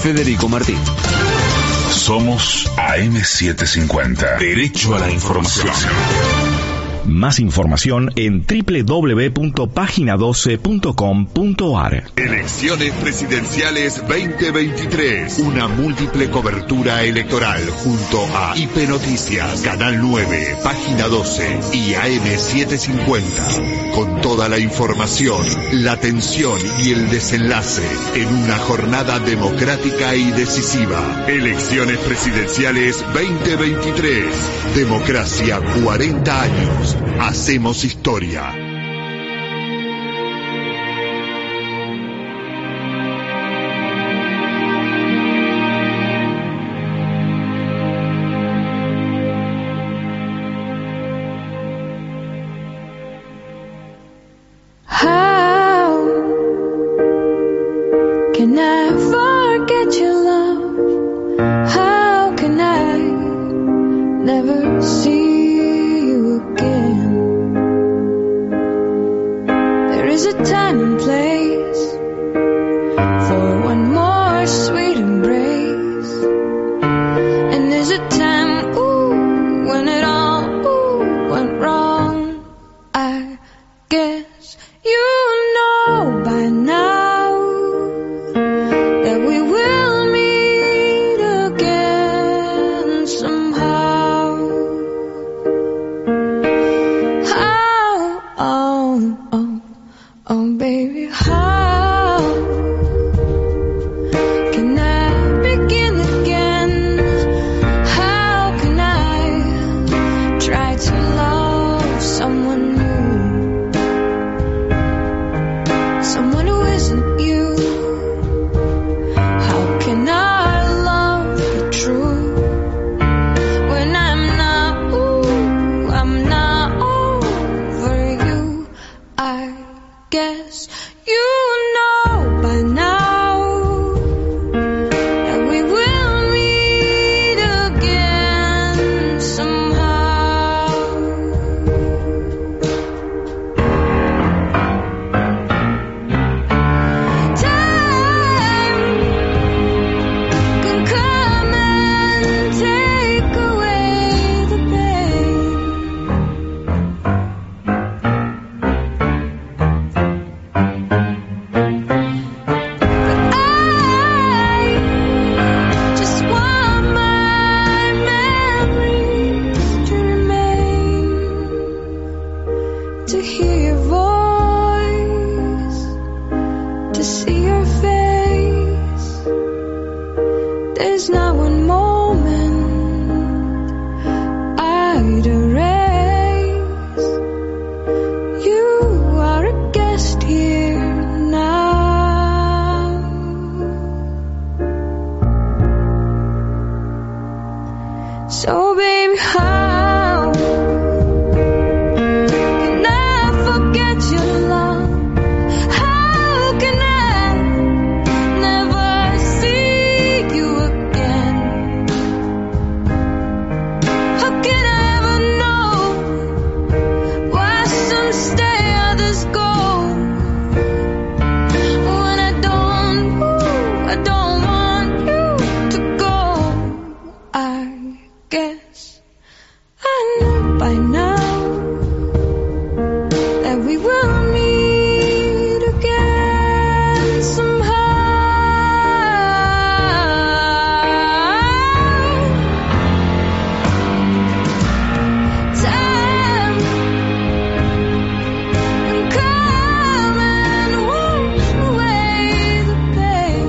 Speaker 13: Federico Martín.
Speaker 5: Somos AM750. Derecho a la información.
Speaker 15: Más información en www.pagina12.com.ar.
Speaker 12: Elecciones presidenciales 2023. Una múltiple cobertura electoral junto a IP Noticias, Canal 9, Página 12 y AM750. Con toda la información, la atención y el desenlace en una jornada democrática y decisiva. Elecciones presidenciales 2023. Democracia 40 años. Hacemos historia.
Speaker 6: How can I forget your love? How can I never see you again? There is a time and place for one more sweet embrace, and there's a time ooh, when it all ooh, went wrong. I guess. You know by now that we will meet again somehow. oh, So baby, how can I forget your love? How can I never see you again? How can I ever know why some stay, others go? When I don't, I don't want you to go. I guess I know by now that we will meet again somehow. Time can come and wash away the pain.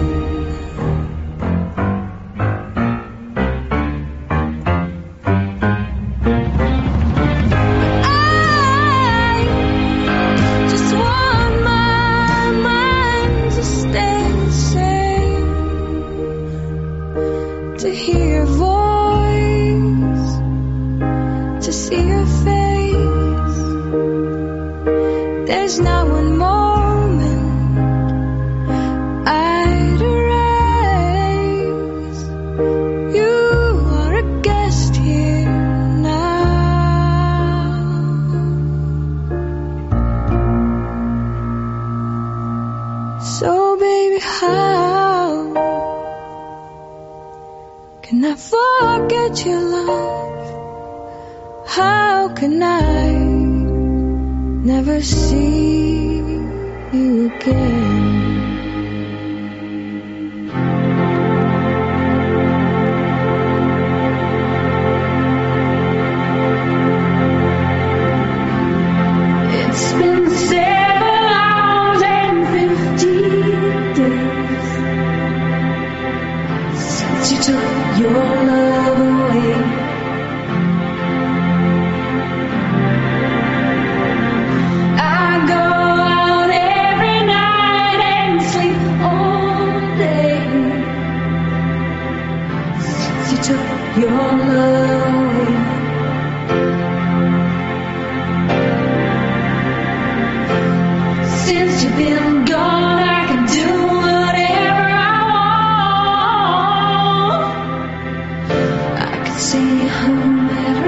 Speaker 6: Just want my mind to stay the same. To hear your voice, to see your face. There's not one moment I'd erase. You are a guest here now. So baby, how can I forget your love? How can I never see you again? It's been seven hours and fifteen days since you took your love away. I go out every night and sleep all day since you took your love away. Since you've been